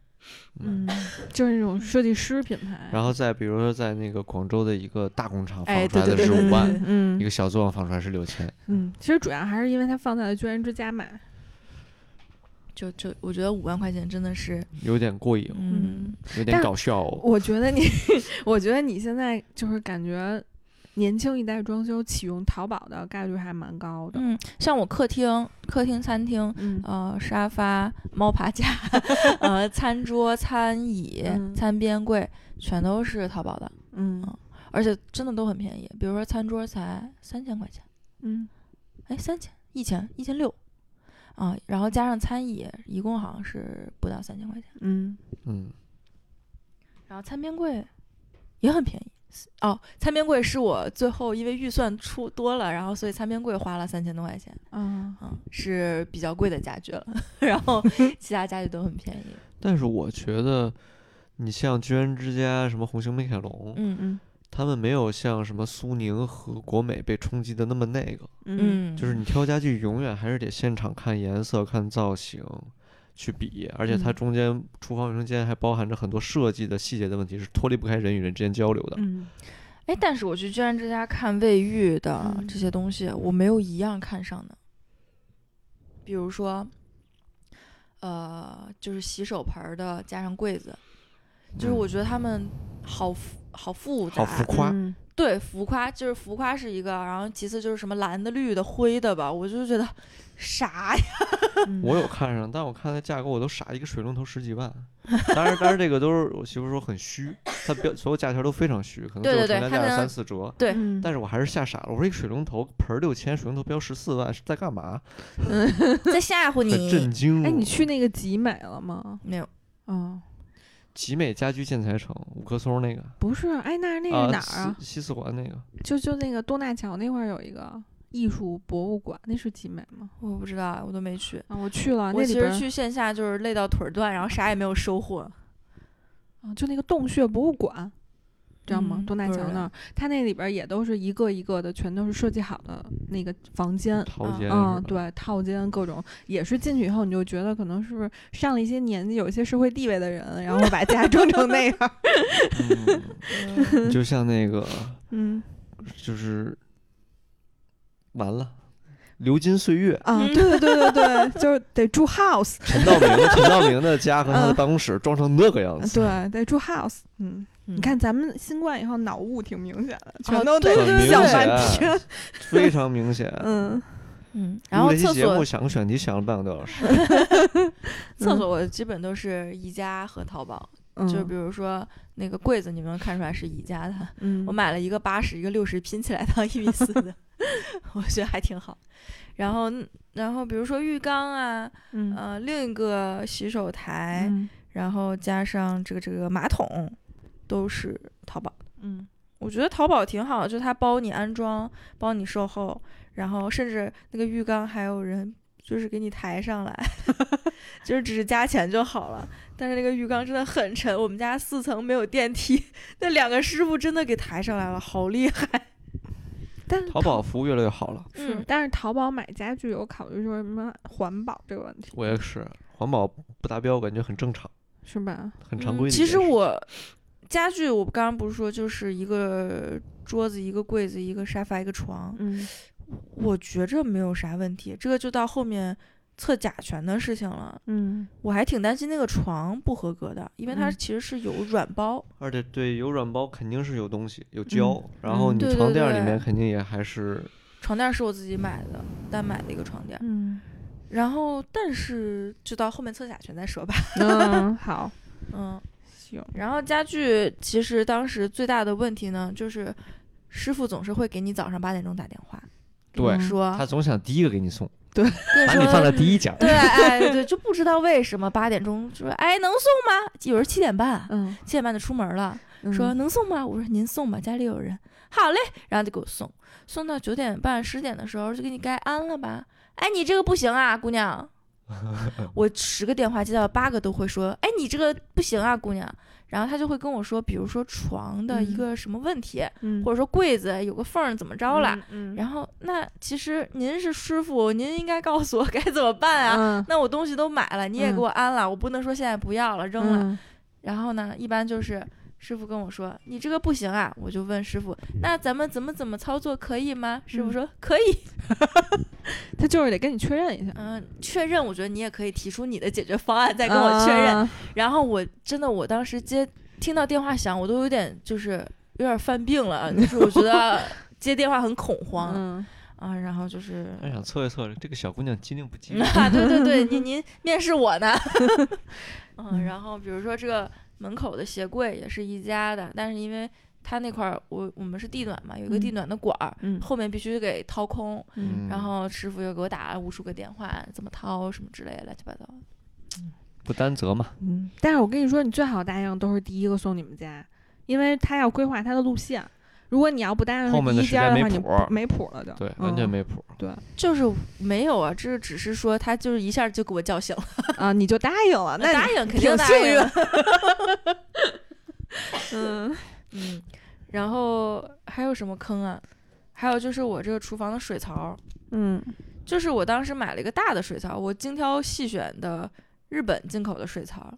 S3: 嗯，就是那种设计师品牌，
S2: 然后再比如说在那个广州的一个大工厂
S1: 嗯哎
S2: 仿出来
S1: 对
S2: 的
S1: 对
S2: 是
S1: 对对
S2: 五万，
S1: 对
S3: 嗯
S2: 一个小作坊仿出来是六千，
S3: 嗯，其实主要还是因为它放在了居然之家买，
S1: 就就我觉得五万块钱真的是，
S2: 有点过瘾，
S1: 嗯，
S2: 有点
S3: 但
S2: 搞笑哦。
S3: 我觉得你， <laughs> 我觉得你现在就是感觉年轻一代装修启用淘宝的概率还蛮高的。
S1: 嗯，像我客厅、客厅、餐厅。
S3: 嗯
S1: 呃，沙发、猫爬架， <laughs> 呃，餐桌、餐椅、
S3: 嗯
S1: 餐边柜，全都是淘宝的，
S3: 嗯
S1: 而且真的都很便宜。比如说餐桌才三千块钱。
S3: 嗯
S1: 哎，三千、一千、一千六，啊，然后加上餐椅，一共好像是不到三千块钱。
S3: 嗯
S2: 嗯，
S1: 然后餐边柜也很便宜。哦，餐边柜是我最后因为预算出多了，然后所以餐边柜花了三千多块钱，
S3: 嗯，
S1: 嗯，是比较贵的家具了。 <laughs> 然后其他家具都很便宜。
S2: 但是我觉得，你像居然之家、什么红星美凯龙，
S1: 嗯嗯
S2: 他们没有像什么苏宁和国美被冲击的那么那个。
S3: 嗯，
S2: 就是你挑家具，永远还是得现场看颜色、看造型去比，而且它
S1: 嗯
S2: 中间厨房、卫生间还包含着很多设计的细节的问题，是脱离不开人与人之间交流的。
S3: 嗯，
S1: 哎，但是我去居然之家看卫浴的
S3: 嗯
S1: 这些东西，我没有一样看上的。比如说，呃，就是洗手盆儿的加上柜子，就是
S2: 嗯
S1: 我觉得他们好复好复杂，
S2: 好浮夸，
S3: 嗯
S1: 对浮夸，就是浮夸是一个，然后其次就是什么蓝的、绿的、灰的吧，我就觉得啥呀？
S3: 嗯
S2: <laughs> 我有看上，但我看那价格我都傻，一个水龙头十几万。当然，当然这个都是我媳妇说很虚，她标所有价条都非常虚，可能
S1: 对
S2: 最后
S1: 对对
S2: 成
S1: 她
S2: 交价
S1: 可能
S2: 三四折。
S1: 对
S3: 嗯
S2: 但是我还是吓傻了，我说一个水龙头盆儿六千，水龙头标十四万，是在干嘛？
S1: 在吓唬
S2: 很震
S1: 你？
S2: 惊我。
S3: 哎，你去那个集美了吗？
S1: 没有，
S3: 啊，
S2: 集美家居建材城五棵松那个
S3: 不是，哎，那那
S2: 啊
S3: 是哪儿啊？
S2: 西西四环那个，
S3: 就就那个东大桥那块儿有一个艺术博物馆，那是集美吗？
S1: 我不知道，我都没去。
S3: 啊，我去了，
S1: 我
S3: 那
S1: 其
S3: 里
S1: 实
S3: 边
S1: 去线下就是累到腿儿断，然后啥也没有收获。
S3: 啊，就那个洞穴博物馆，知道吗？
S1: 嗯
S3: 东大
S1: 不知
S3: 桥那
S1: 道
S3: 儿，它那里边儿也都是一个一个的，全都是设计好的那个房间。
S2: 陶
S1: 嗯
S2: 间是吧
S3: 嗯，对，套间各种也是进去以后，你就觉得可能是不是上了一些年纪，有一些社会地位的人，然后把家装成那样儿。
S2: 嗯
S1: 嗯
S2: 就像那个
S3: 嗯
S2: 就是完了，流金岁月，
S3: 啊，
S1: 嗯
S3: 对对对对对，就是得住 house，
S2: 陈道明，陈道明的家和他的办公室装成那个
S3: <laughs>
S2: 样子，
S3: 对，得住 house。嗯，
S1: 你
S3: 你看咱们新冠以后脑雾挺明显的，全
S1: 啊
S3: 都得
S1: 对对
S2: 很明
S1: 对
S3: 想
S1: 对
S3: 半
S2: 显
S3: 天。，
S2: 非常明显。
S3: 嗯
S1: 嗯，然后
S2: 录这
S1: 厕
S2: 期节目
S1: 所
S2: 想选题想了半个多小
S1: <laughs>
S2: 时，
S1: 厕所我基本都是宜家和淘宝，
S3: 嗯，
S1: 就比如说那个柜子，你们能看出来是宜家的，
S3: 嗯，
S1: 我买了一个八十，一个六十，拼起来到一米四的， <laughs> 我觉得还挺好。然后，然后比如说浴缸啊，
S3: 嗯
S1: 呃，另一个洗手台，
S3: 嗯
S1: 然后加上这个这个马桶，都是淘宝。
S3: 嗯
S1: 我觉得淘宝挺好，就它包你安装，包你售后，然后甚至那个浴缸还有人就是给你抬上来， <laughs> 就是只是加钱就好了。但是那个浴缸真的很沉，我们家四层没有电梯，那两个师傅真的给抬上来了，好厉害！
S3: 但是
S2: 淘宝服务越来越好了。
S3: 是，
S1: 嗯
S3: 但是淘宝买家具有考虑说什么环保这个问题，
S2: 我也是，环保不达标，我感觉很正常，
S3: 是吧？
S2: 很常
S1: 嗯
S2: 规的一
S1: 其
S2: 件事。
S1: 实我家具，我刚刚不是说就是一个桌子、一个柜子、一个沙发、一个床，
S3: 嗯
S1: 我觉着没有啥问题。这个就到后面测甲醛的事情了。
S3: 嗯
S1: 我还挺担心那个床不合格的，因为它
S3: 嗯
S1: 其实是有软包。
S2: 而且对有软包肯定是有东西有胶，然后
S3: 嗯
S2: 你
S1: 对
S2: 床
S1: 对
S2: 垫儿里
S1: 对
S2: 面肯定也还是
S1: 床垫是我自己买的，单买的一个床垫。
S3: 嗯
S1: 然后，但是就到后面测甲醛再说吧。
S3: <laughs>
S1: <laughs>
S3: 嗯，好，
S1: 嗯，
S3: 行，
S1: 然后家具其实当时最大的问题呢，就是师傅总是会给你早上八点钟打电话，
S2: 对，
S3: 嗯
S1: 说
S2: 他总想第一个给你送，
S1: 跟
S2: 把
S1: 啊说
S2: 你放
S1: <laughs>
S2: 在第一家。
S1: 对，哎，对，就不知道为什么八点钟就说，哎，能送吗？有人七点半，
S3: 嗯，
S1: 七点半就出门了，
S3: 嗯
S1: 说能送吗？我说您送吧，家里有人。好嘞，然后就给我送，送到九点半十点的时候就给你该安了吧。哎，你这个不行啊，姑
S3: <laughs>
S1: 娘。我十个电话接到八个都会说，哎，你这个不行啊，姑娘。然后他就会跟我说，比如说床的一
S3: 嗯
S1: 个什么问题，
S3: 嗯
S1: 或者说柜子有个缝儿怎么着了。，
S3: 嗯，
S1: 然后那其实您是师傅，您应该告诉我该怎么办啊。
S3: 嗯
S1: 那我东西都买了，你也给我安了，我不能说现在不要了扔了。
S3: 嗯
S1: 然后呢，一般就是师傅跟我说你这个不行啊，我就问师傅，那咱们怎么怎么操作可以吗？师
S3: 嗯
S1: 傅说可以，
S3: 他就是得跟你确认一下，
S1: 嗯、确认。我觉得你也可以提出你的解决方案，再跟我确认。
S3: 啊，
S1: 然后我真的，我当时接听到电话响，我都有点就是有点犯病了，就是我觉
S3: <laughs>
S1: 得接电话很恐慌、
S3: 嗯
S1: 啊。然后就是。
S2: 他想哎测一测这个小姑娘机灵不机灵。
S1: 啊， <laughs> 对对对，您 <laughs> 您面试我呢。嗯，然后比如说这个门口的鞋柜也是宜家的，但是因为它那块儿我我们是地暖嘛，有一个地
S3: 嗯
S1: 暖的管儿，
S3: 嗯
S1: 后面必须给掏空。
S3: 嗯
S1: 然后师傅又给我打了无数个电话，怎么掏什么之类的，乱七八糟。
S2: 不担责嘛，
S3: 嗯，但是我跟你说，你最好答应都是第一个送你们家。因为他要规划他的路线。如果你要不搭上
S2: 后面
S3: 第
S2: 的
S3: 一
S2: 时
S3: 家
S2: 间
S3: 的
S2: 没
S3: 话，你
S2: 谱儿
S3: 不没谱了就。
S2: 对，完全
S3: 嗯
S2: 没谱。
S1: 就是没有啊，这只是说他就是一下就给我叫 <laughs> 醒了，
S3: 啊，你就答应了，那
S1: 答
S3: 你
S1: 应肯定
S3: 挺
S1: 答
S3: 幸
S1: 应
S3: 运
S1: 了。
S3: 嗯，
S1: 嗯，然后还有什么坑啊？还有就是我这个厨房的水槽，
S3: 嗯
S1: 就是我当时买了一个大的水槽，我精挑细选的日本进口的水槽，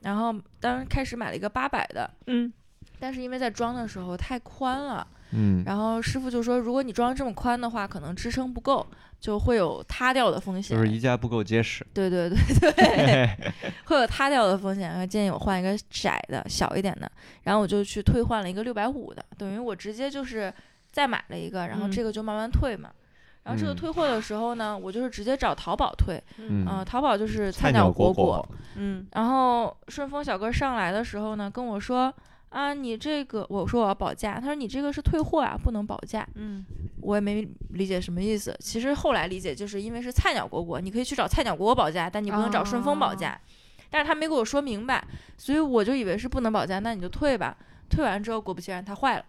S1: 然后当时开始买了一个八百的，
S3: 嗯
S1: 但是因为在装的时候太宽了，
S2: 嗯，
S1: 然后师傅就说，如果你装这么宽的话，可能支撑不够，就会有塌掉的风险。
S2: 就是宜家不够结实。
S1: 对对对对，
S2: <laughs>
S1: 会有塌掉的风险。然后建议我换一个窄的、小一点的，然后我就去退换了一个六百五的，等于我直接就是再买了一个，然后
S3: 嗯
S1: 这个就慢慢退嘛。然后这个
S2: 嗯
S1: 退货的时候呢，我就是直接找淘宝退，
S2: 嗯
S1: 啊、淘宝就是
S2: 菜
S1: 菜鸟
S2: 国
S1: 果，
S3: 嗯
S1: 然后顺丰小哥上来的时候呢，跟我说啊，你这个，我说我要保价，他说你这个是退货啊，不能保价。
S3: 嗯
S1: 我也没理解什么意思。其实后来理解就是因为是菜鸟蝈蝈，你可以去找菜鸟蝈蝈保价，但你不能找顺丰保价。但是他没给我说明白，所以我就以为是不能保价，那你就退吧。退完之后，果不其然，它坏了。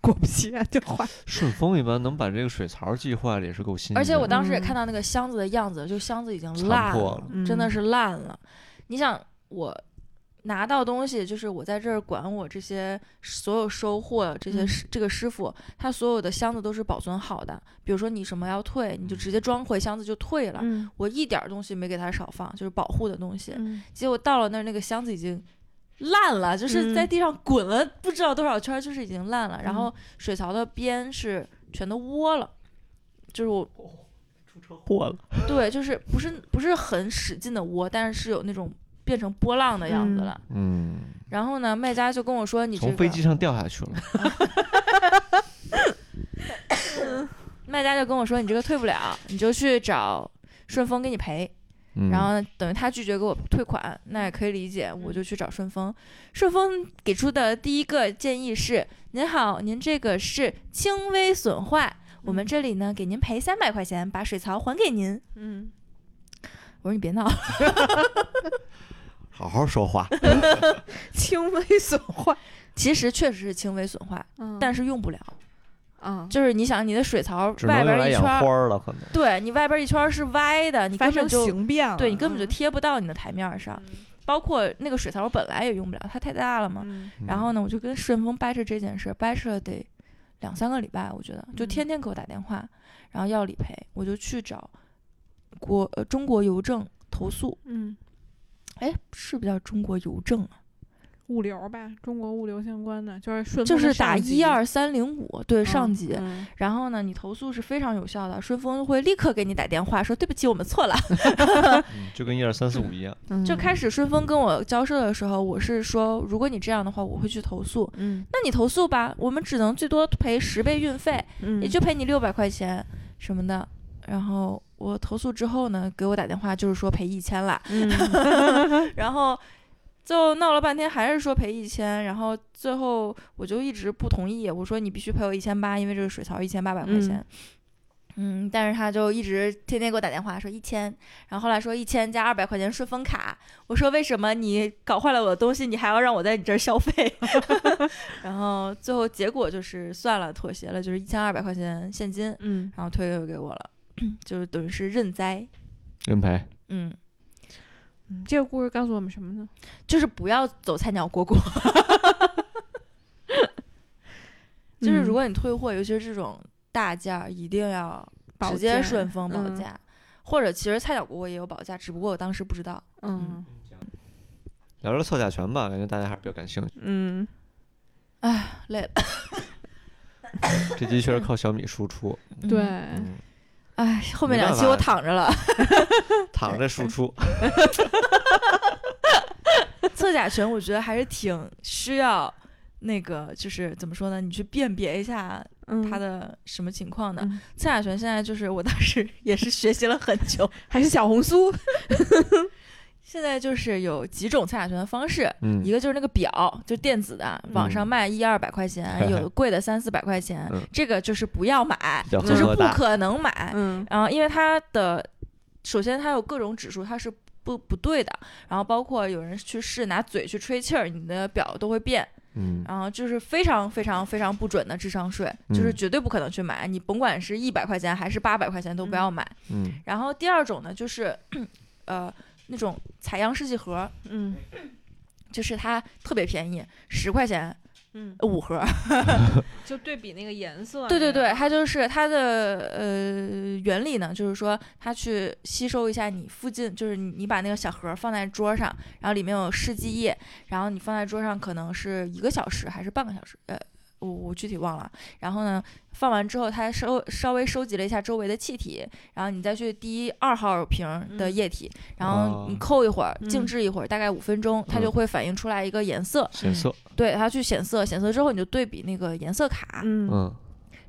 S3: 果不其然就坏。
S2: 顺丰一般能把这个水槽系坏了也是够新鲜的。
S1: 而且我当时也
S3: 嗯
S1: 看到那个箱子的样子，就箱子已经
S2: 残
S1: 烂
S2: 破
S1: 了
S2: 了，
S1: 真的
S3: 嗯
S1: 是烂了。你想我。拿到东西就是我在这儿管我这些所有收货这些
S3: 嗯
S1: 师、这个师傅，他所有的箱子都是保存好的。比如说你什么要退，你就直接装回箱子就退了。
S3: 嗯
S1: 我一点儿东西没给他少放，就是保护的东西。
S3: 嗯
S1: 结果到了那儿，那个箱子已经烂了，就是
S3: 嗯
S1: 在地上滚了不知道多少圈儿，就是已经烂了。然后水槽的边是全都窝了，就是我
S2: 哦破了。
S1: 对，就是不是不是很使劲的窝，但是是有那种变成波浪的样子
S3: 嗯
S1: 了。
S2: 嗯，
S1: 然后呢，卖家就跟我说：“你这
S2: 从
S1: 个。
S2: 飞机上掉下去了。
S1: 卖家就跟我说：“你这个退不了，你就去找顺丰给你赔。”
S2: 嗯，
S1: 然后等于他拒绝给我退款，那也可以理解，我就去找顺丰。顺丰给出的第一个建议是：您好，您这个是轻微损坏，我们这里呢给您赔三百块钱，把水槽还给您。
S3: 嗯，
S1: 我说你别闹， <laughs>
S2: 好好说话。
S3: 轻微损坏。
S1: 其实确实是轻微损坏，
S3: 嗯
S1: 但是用不了。
S3: 啊，
S1: 就是你想，你的水槽
S2: 只能
S1: 外
S2: 用
S1: 边
S2: 来
S1: 一
S2: 养
S1: 圈
S2: 花
S1: 儿，
S2: 儿了，可能。
S1: 对你外边一圈儿是歪的，你
S3: 发
S1: 根
S3: 生
S1: 本就
S3: 形变了，
S1: 对你根本就
S3: 嗯
S1: 贴不到你的台面儿上。包括那个水槽本来也用不了，它太大了嘛。
S3: 嗯
S1: 然后呢，我就跟顺丰掰扯这件事，掰扯了得两三个礼拜，我觉得就
S3: 嗯
S1: 天天给我打电话，然后要理赔，我就去找国、呃、中国邮政投诉，
S3: 嗯，
S1: 哎，是不是叫中国邮政啊？
S3: 物流吧，中国物流相关的，就是顺
S1: 就
S3: 丰的
S1: 是打
S3: 上级
S1: 一二三零五，对，上级。
S3: 嗯
S1: 然后呢，你投诉是非常有效的，顺丰会立刻给你打电话说对不起，我们错了。
S2: 嗯就跟一二三四五一样。
S3: 嗯
S1: 就开始顺丰跟我交涉的时候，我是说，如果你这样的话，我会去投诉。
S3: 嗯
S1: 那你投诉吧，我们只能最多赔十倍运费，
S3: 嗯，
S1: 也就赔你六百块钱什么的。然后我投诉之后呢，给我打电话就是说赔一千啦，
S3: 嗯
S1: 然后就闹了半天还是说赔一千，然后最后我就一直不同意，我说你必须赔我一千八，因为这个水槽一千八百块钱。嗯但是他就一直天天给我打电话说一千，然后后来说一千加二百块钱顺丰卡，我说为什么你搞坏了我的东西，你还要让我在你这儿消费？ <laughs> 然后最后结果就是算了，妥协了，就是一千二百块钱现金，
S3: 嗯，
S1: 然后退给我了，就是等于是认栽。
S2: 认赔。
S1: 嗯，
S3: 嗯这个故事告诉我们什么呢？
S1: 就是不要走菜鸟蝈蝈。 <laughs> 就是
S3: 嗯
S1: 如果你退货，尤其是这种大件儿，一定要
S3: 保
S1: 直接
S3: 价
S1: 顺丰保
S3: 嗯
S1: 价，或者其实菜鸟蝈蝈也有保价，只不过我当时不知道。
S3: 嗯
S2: 聊聊测甲醛吧，感觉大家还是比较感兴趣。
S3: 嗯
S1: 累了，
S2: 这集确实靠小米输出，
S1: <laughs> 嗯
S3: 对，
S2: 嗯，
S1: 哎，后面
S2: 没
S1: 两
S2: 办
S1: 期我
S2: 法
S1: 躺着
S2: <laughs>
S1: 了。
S2: 嗯躺着
S1: <laughs>
S2: 输出。
S1: 测甲醛，我觉得还是挺需要。那个就是怎么说呢？你去辨别一下
S3: 嗯
S1: 它的什么情况的。
S3: 嗯
S1: 测甲醛现在就是我当时 <laughs> 也是学习了很久，
S3: 还是小红书，
S1: 现在就是有几种测甲醛的方式，
S2: 嗯
S1: 一个就是那个表，就是电子的，网上卖一二百块钱，
S2: 嘿嘿
S1: 有的贵的三四百块钱
S2: 嗯，
S1: 这个就是不要买，
S2: 比较
S1: 就是
S2: 合
S1: 不
S2: 大
S1: 可能买。
S3: 嗯
S1: 然后因为它的，首先它有各种指数，它是不不对的，然后包括有人去试拿嘴去吹气儿，你的表都会变。
S2: 嗯
S1: 然后就是非常非常非常不准的智商税，就是
S2: 嗯
S1: 绝对不可能去买，你甭管是一百块钱还是八百块钱都不要买。
S2: 嗯
S1: 然后第二种呢，就是呃那种采样试剂盒，
S3: 嗯
S1: 就是它特别便宜，十块钱
S3: 嗯，
S1: 呃五盒。
S3: 就对比那个颜色。
S1: 对对对，，它就是它的呃原理呢，就是说它去吸收一下你附近，就是你你把那个小盒儿放在桌上，然后里面有试剂液，然后你放在桌上可能是一个小时还是半个小时，呃，我我具体忘了。然后呢，放完之后它收稍微收集了一下周围的气体，然后你再去滴二号瓶儿的
S3: 嗯
S1: 液体，然后你
S2: 哦
S1: 扣一会儿，静
S3: 嗯
S1: 置一会儿，大概五分钟，它就
S2: 嗯
S1: 会反映出来一个颜色，
S2: 显色，
S1: 对，它去显色，显色之后你就对比那个颜色卡，
S3: 嗯
S2: 嗯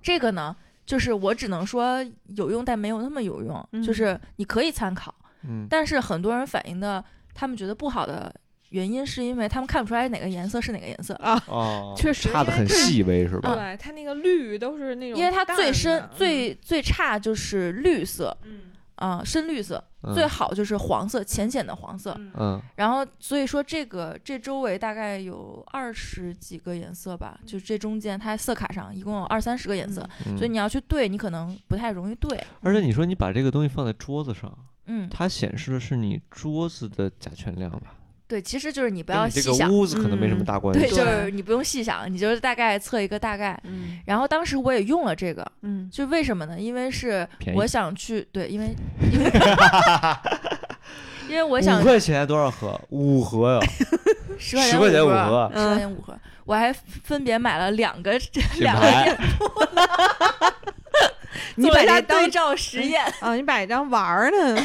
S1: 这个呢，就是我只能说有用，但没有那么有用。
S3: 嗯
S1: 就是你可以参考，
S2: 嗯
S1: 但是很多人反映的，他们觉得不好的原因，是因为他们看不出来哪个颜色是哪个颜色，
S3: 啊，
S2: 哦，
S3: 确实
S2: 差的
S3: 因为啊
S2: 很
S3: 对
S2: 细微是吧？
S3: 对，它那个绿都是那种淡的，
S1: 因为它最深、
S3: 嗯
S1: 最最差就是绿色
S3: 嗯
S1: 啊、深绿色，
S2: 嗯
S1: 最好就是黄色，浅浅的黄色。
S3: 嗯
S2: 嗯
S1: 然后所以说这个这周围大概有二十几个颜色吧，就这中间它色卡上一共有二三十个颜色，
S2: 嗯，
S1: 所以你要去对，你可能不太容易对。
S2: 而且你说你把这个东西放在桌子上，
S1: 嗯，
S2: 它显示的是你桌子的甲醛量吧？
S1: 对，其实就是你不
S2: 不
S1: 要
S2: 这
S1: 细
S2: 个
S1: 想。
S2: 屋子可能没什么
S3: 嗯
S2: 大关系。
S1: 对，
S3: 对
S1: 就是你不用细想，你就是大概测一个大概。
S3: 嗯
S1: 然后当时我也用了这个，
S3: 嗯，
S1: 就为什么呢？因为是
S2: 便宜
S1: 我想去，对，因
S2: <laughs>
S1: 为因为因为我想
S2: 五块钱多少盒？五盒呀，
S1: 十块
S2: 十块钱
S1: 五
S2: 五
S1: 盒
S2: 盒，
S1: 十块
S3: 嗯
S1: 钱五盒，我还分别买了两
S2: <laughs>
S1: 个 <laughs> 两个
S2: 牌
S1: 店，
S3: 你
S1: 做
S3: 把
S1: 一下
S3: 这当
S1: 对照实验。
S3: 啊，你把这当玩儿 <laughs> 呢？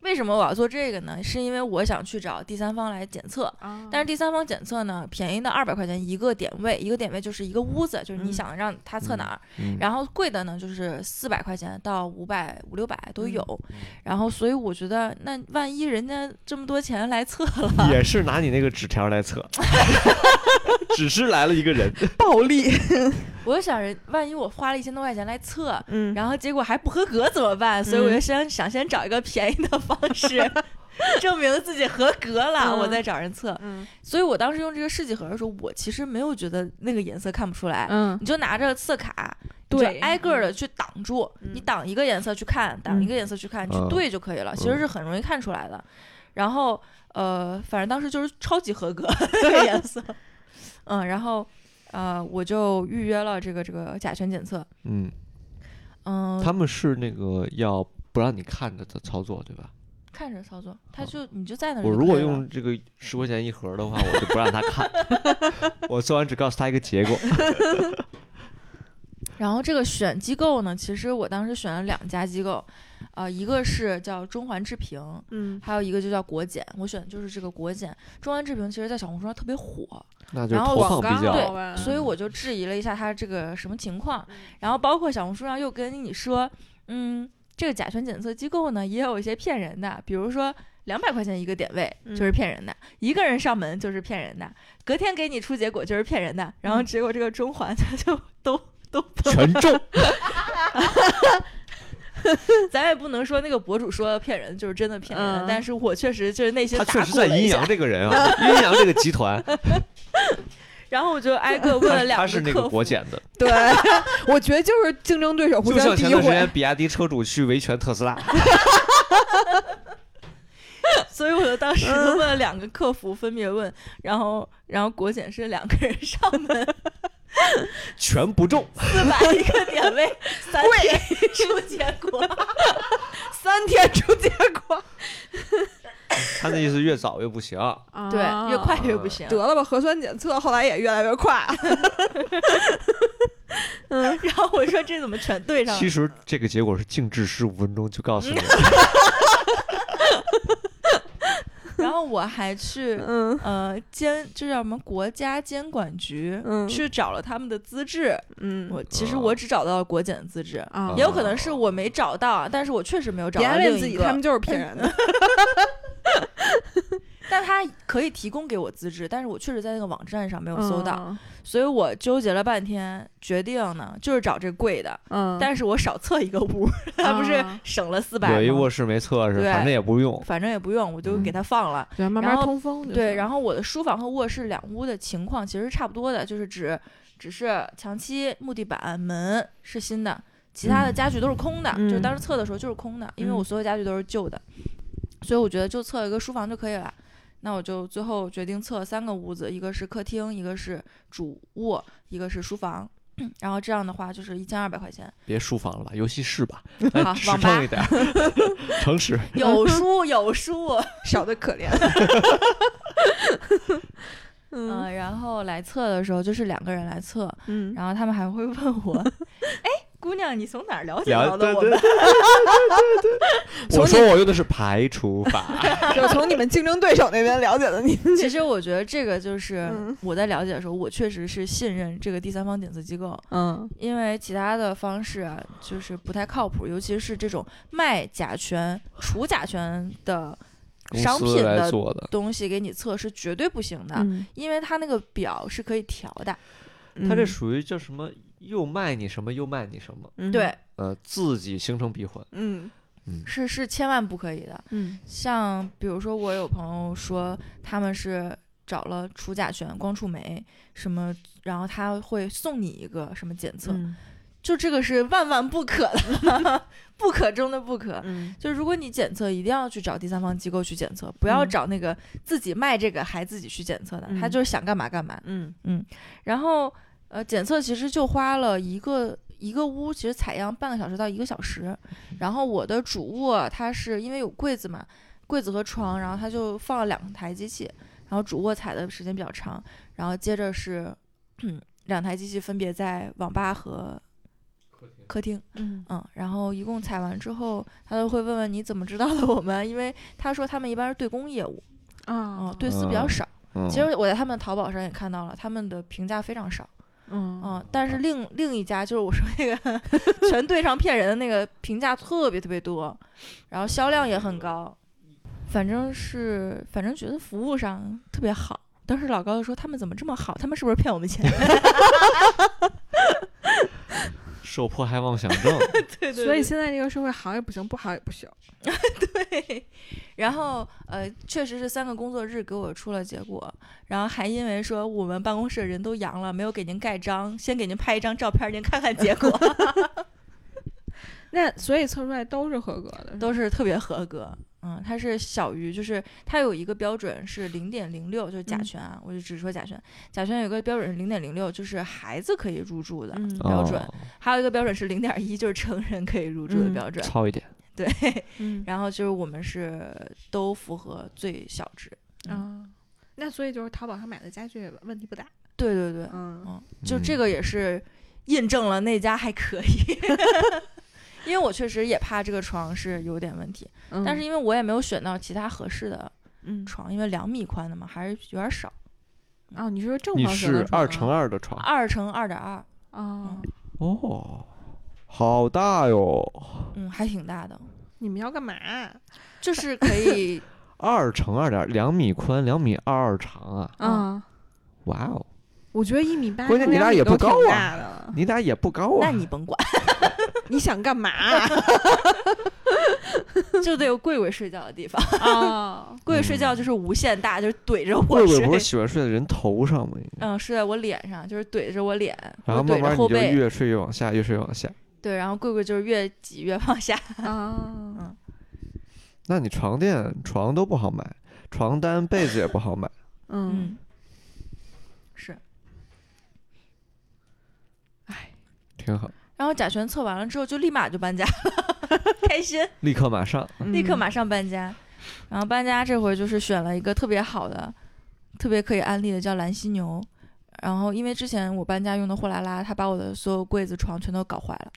S1: 为什么我要做这个呢？是因为我想去找第三方来检测。
S3: 啊
S1: 但是第三方检测呢，便宜的二百块钱一个点位，一个点位就是一个屋子，就是你
S3: 嗯
S1: 想让它测哪儿，
S2: 嗯
S1: 然后贵的呢，就是四百块钱到五百五六百都
S3: 嗯
S1: 有，
S2: 嗯
S1: 然后所以我觉得，那万一人家这么多钱来测了，
S2: <laughs> 也是拿你那个纸条来 <laughs> 测，只是来了一个人，
S1: <laughs>
S3: 暴力，
S1: 我就想着，万一我花了一千多块钱来测，
S3: 嗯，
S1: 然后结果还不合格怎么办？所以我就先想先找一个便宜的方
S3: <laughs>
S1: 式，证明自己合格了，我
S3: 嗯
S1: 再找人测。
S3: 嗯
S1: 所以我当时用这个试剂盒的时候，我其实没有觉得那个颜色看不出来，
S3: 嗯
S1: 你就拿着色卡，你就
S3: 对
S1: 挨个的去挡住，
S3: 嗯
S1: 你挡一个颜色去看，挡
S3: 嗯
S1: 一个颜色去看，去
S2: 嗯
S1: 对就可以了，其实是很容易看出来的。然后呃，反正当时就是超级合
S3: <laughs>
S1: 格那个颜色，嗯，然后呃，我就预约了这个这个甲醛检测，
S2: 嗯，
S1: 嗯、
S2: 他们是那个要不让你看着的操作，对吧？
S1: 看着操作，他就你就在那儿就
S2: 我
S1: 可以了。
S2: 如果用这个十块钱一盒的话，我就不让他
S1: <laughs>
S2: 看，我做完只告诉他一个结果。
S1: 然后这个选机构呢，其实我当时选了两家机构，呃，一个是叫中环志平，
S3: 嗯
S1: 还有一个就叫国检。我选的就是这个国检。中环志平其实在小红书上特别火，
S2: 那就是
S1: 然后
S2: 投
S1: 广
S2: 放比
S3: 告
S2: 较
S1: 对
S3: 吧
S1: 所以我就质疑了一下它这个什么情况
S3: 嗯。
S1: 然后包括小红书上又跟你说，嗯，这个甲醛检测机构呢也有一些骗人的，比如说。两百块钱一个点位
S3: 嗯
S1: 就是骗人的，一个人上门就是骗人的，隔天给你出结果就是骗人的，然后
S3: 嗯
S1: 结果这个中环 <laughs> 它就都都
S2: 全中，
S1: 咱也不能说那个博主说骗人就是真的骗人，
S3: 嗯
S1: 但是我确实就是内心
S2: 他
S1: 打
S2: 确实
S1: 鼓
S2: 在
S1: 了
S2: 阴
S1: 一下
S2: 阳，这个人啊， <laughs> 阴阳这个
S1: <laughs>
S2: 集团，
S1: 然后我就挨个问了
S2: 他
S1: 两
S2: 他是那
S1: 客
S2: 个
S1: 服
S2: 国，检的，
S3: 对， <laughs> 我觉得就是竞争对手互
S2: 就
S3: 相
S2: 像前段
S3: 诋
S2: 时间
S3: 毁，
S2: 比亚迪车主去维权特
S1: <laughs>
S2: 斯拉，
S1: 所以我就当时就问
S3: 嗯
S1: 了两个客服，分别问，然后然后国检是两个人上门
S2: 全不中，
S1: 四百一个点位，三天出结果，
S3: <laughs> 三天出结果，
S2: 他那意思越早越不行。
S3: 哦
S1: 对，
S3: 啊
S1: 越快越不行。
S3: 得了吧，核酸检测后来也越来越快，
S1: <laughs>
S3: 嗯
S1: 然后我说这怎么全对上
S2: 其
S1: 了？
S2: 实这个结果是静置十五分钟就告诉你了，
S1: 嗯然后我还去
S3: 嗯
S1: 呃监，这叫什么国家监管局。
S3: 嗯
S1: 去找了他们的资质，
S3: 嗯，
S1: 我其实我只找到了国检资质，
S3: 啊
S1: 也有可能是我没啊找到，但是我确实没有找
S3: 别
S1: 到
S3: 安慰
S1: 另
S3: 自
S1: 一
S3: 己，
S1: 个。
S3: 他们就是骗人的，
S1: 但它可以提供给我资质，但是我确实在那个网站上没有搜到，
S3: 嗯，
S1: 所以我纠结了半天，决定呢就是找这贵的，
S3: 嗯，
S1: 但是我少测一个屋， <laughs> 它不是
S3: 啊
S1: 省了四百
S2: 有一
S1: 吗？
S2: 卧室没测试，
S1: 对
S2: 反正也不用。
S1: 反正也不用，我就
S2: 嗯
S1: 给它放了。
S3: 对，慢
S1: 然
S3: 慢
S1: 后
S3: 通风就
S1: 对，
S3: 行
S1: 然后我的书房和卧室两屋的情况其实差不多的，就是只只是墙漆、木地板、门是新的，其他的
S2: 嗯
S1: 家具都是空的，就是
S3: 嗯
S1: 当时测的时候就是空的，因为我
S3: 嗯
S1: 所有家具都是旧的，所以我觉得就测一个书房就可以了。那我就最后决定测三个屋子，一个是客厅，一个是主卧，一个是书房。 <clears throat> 然后这样的话就是一千二百块钱，
S2: 别书房了吧，游戏室吧，
S1: 好
S2: 哎，实
S1: 网吧
S2: 诚一点，
S1: <laughs>
S2: 诚实。
S1: 有书有书， <laughs>
S3: 少的可怜。
S1: 嗯、
S3: 嗯
S1: 然后来测的时候就是两个人来测，
S3: 嗯，
S1: 然后他们还会问我， <laughs> 哎，姑娘，你从哪儿了解
S2: 聊
S1: 到的
S2: 对
S1: 我
S2: 对
S1: 们？
S2: 我说我用的是排除法，
S3: 就从你们竞争对手那边了解的你。
S1: 其实我觉得这个就是
S3: 嗯
S1: 我在了解的时候，我确实是信任这个第三方检测机构，
S3: 嗯
S1: 因为其他的方式啊，就是不太靠谱，尤其是这种卖甲醛、除甲醛的
S2: 公
S1: <laughs> 商
S2: 司
S1: 品
S2: 来
S1: 的
S2: 做的。
S1: 东西给你测是绝对不行的，
S3: 嗯，
S1: 因为它那个表是可以调的。嗯
S2: 他这属于叫什么？又卖你什么，又卖你什么？
S3: 嗯，
S1: 对，
S2: 呃，自己形成闭环。
S3: 嗯
S2: 嗯，
S1: 是是千万不可以的。
S3: 嗯
S1: 像比如说，我有朋友说他们是找了除甲醛、光触媒什么，然后他会送你一个什么检测，
S3: 嗯
S1: 就这个是万万不可的， <laughs> 不可中的不可。
S3: 嗯
S1: 就如果你检测，一定要去找第三方机构去检测，不要
S3: 嗯
S1: 找那个自己卖这个还自己去检测的，他
S3: 嗯
S1: 就是想干嘛干嘛。
S3: 嗯
S1: 然后呃，检测其实就花了一个一个屋，其实采样半个小时到一个小时。然后我的主卧它是因为有柜子嘛，柜子和床，然后它就放了两台机器，然后主卧采的时间比较长，然后接着是嗯两台机器分别在网吧和客厅。
S3: 嗯
S1: 嗯，然后一共采完之后，他就会问问你怎么知道的我们，因为他说他们一般是对公业务，嗯
S3: 啊，
S1: 对私比较
S2: 嗯
S1: 少。
S2: 嗯
S1: 其实我在他们淘宝上也看到了，他们的评价非常少。
S3: 嗯
S1: 嗯，但是另另一家就是我说那个全对上骗人的那个评价特别特别多，然后销量也很高，反正是反正觉得服务上特别好。当时老高就说他们怎么这么好，他们是不是骗我们钱？
S2: 受迫害妄想
S1: <laughs>
S2: 症，
S1: <laughs> 对
S3: 所以现在这个社会好也不行，不好也不行。
S1: 对，然后呃，确实是三个工作日给我出了结果，然后还因为说我们办公室人都阳了，没有给您盖章，先给您拍一张照片，您看看结果，
S3: 那所以测出来都是合格的，
S1: 都是特别合格。嗯，它是小于，就是它有一个标准是零点零六，就是甲
S3: 嗯
S1: 醛啊，我就只说甲醛，甲醛有一个标准是零点零六，就是孩子可以入住的，
S3: 嗯
S1: 标准
S2: 哦
S1: 还有一个标准是零点一，就是成人可以入住的
S3: 嗯
S1: 标准。
S2: 糙一点。
S1: 对，
S3: 嗯
S1: 然后就是我们是都符合最小值。
S3: 啊，那所以就是淘宝上买的家具问题不大。
S1: 对对对，
S3: 嗯
S1: 嗯，就这
S2: 嗯
S1: 个也是印证了那家还可以， <laughs> 因为我确实也怕这个床是有点问题，
S3: 嗯
S1: 但是因为我也没有选到其他合适的
S3: 嗯
S1: 床，因为两米宽的嘛，还是有点少，
S3: 哦，你是说正
S2: 你
S3: 方形的
S2: 是
S3: 床
S2: 二乘二的床
S1: 二乘二点二，
S3: 哦，
S2: 哦，好大哟，
S1: 嗯，还挺大的，
S3: 你们要干嘛？
S1: 就是可以，
S2: 二乘二点两米宽，两米二二长啊！
S1: 嗯
S3: 啊，
S2: 哇哦，
S3: 我觉得一米八，
S2: 关键你俩也不高啊
S3: 啊！
S2: 你俩也不高
S1: <laughs> 那
S2: 啊。
S1: 你甭管，
S3: <laughs> 你想干嘛
S1: <laughs> 就得有贵贵睡觉的地方，
S3: 啊？
S1: 贵贵睡觉就是无限大，就是怼着
S2: 嗯贵
S1: 我
S2: 贵不是
S1: 睡。
S2: 喜欢睡在人头上吗？
S1: <laughs> 嗯，睡在我脸上，就是怼着我脸，
S2: 然
S1: 我
S2: 后慢
S1: 怼着
S2: 慢
S1: 后
S2: 你就
S1: 背，
S2: 越睡越往下，越睡越往下。
S1: 对，然后贵贵就是越挤越往下，
S3: <laughs> 啊，
S2: 那你床垫、床都不好买，床单、被子也不好买。
S3: 嗯，
S1: 嗯，是，
S3: 哎，
S2: 挺好，
S1: 然后甲醛测完了之后，就立马就搬家了， <laughs> 开心，
S2: 立刻马上。
S3: 嗯
S1: 立刻马上搬家。然后搬家这回就是选了一个特别好的、特别可以安利的，叫兰溪牛。然后因为之前我搬家用的货拉拉，它把我的所有柜子、床全都搞坏了，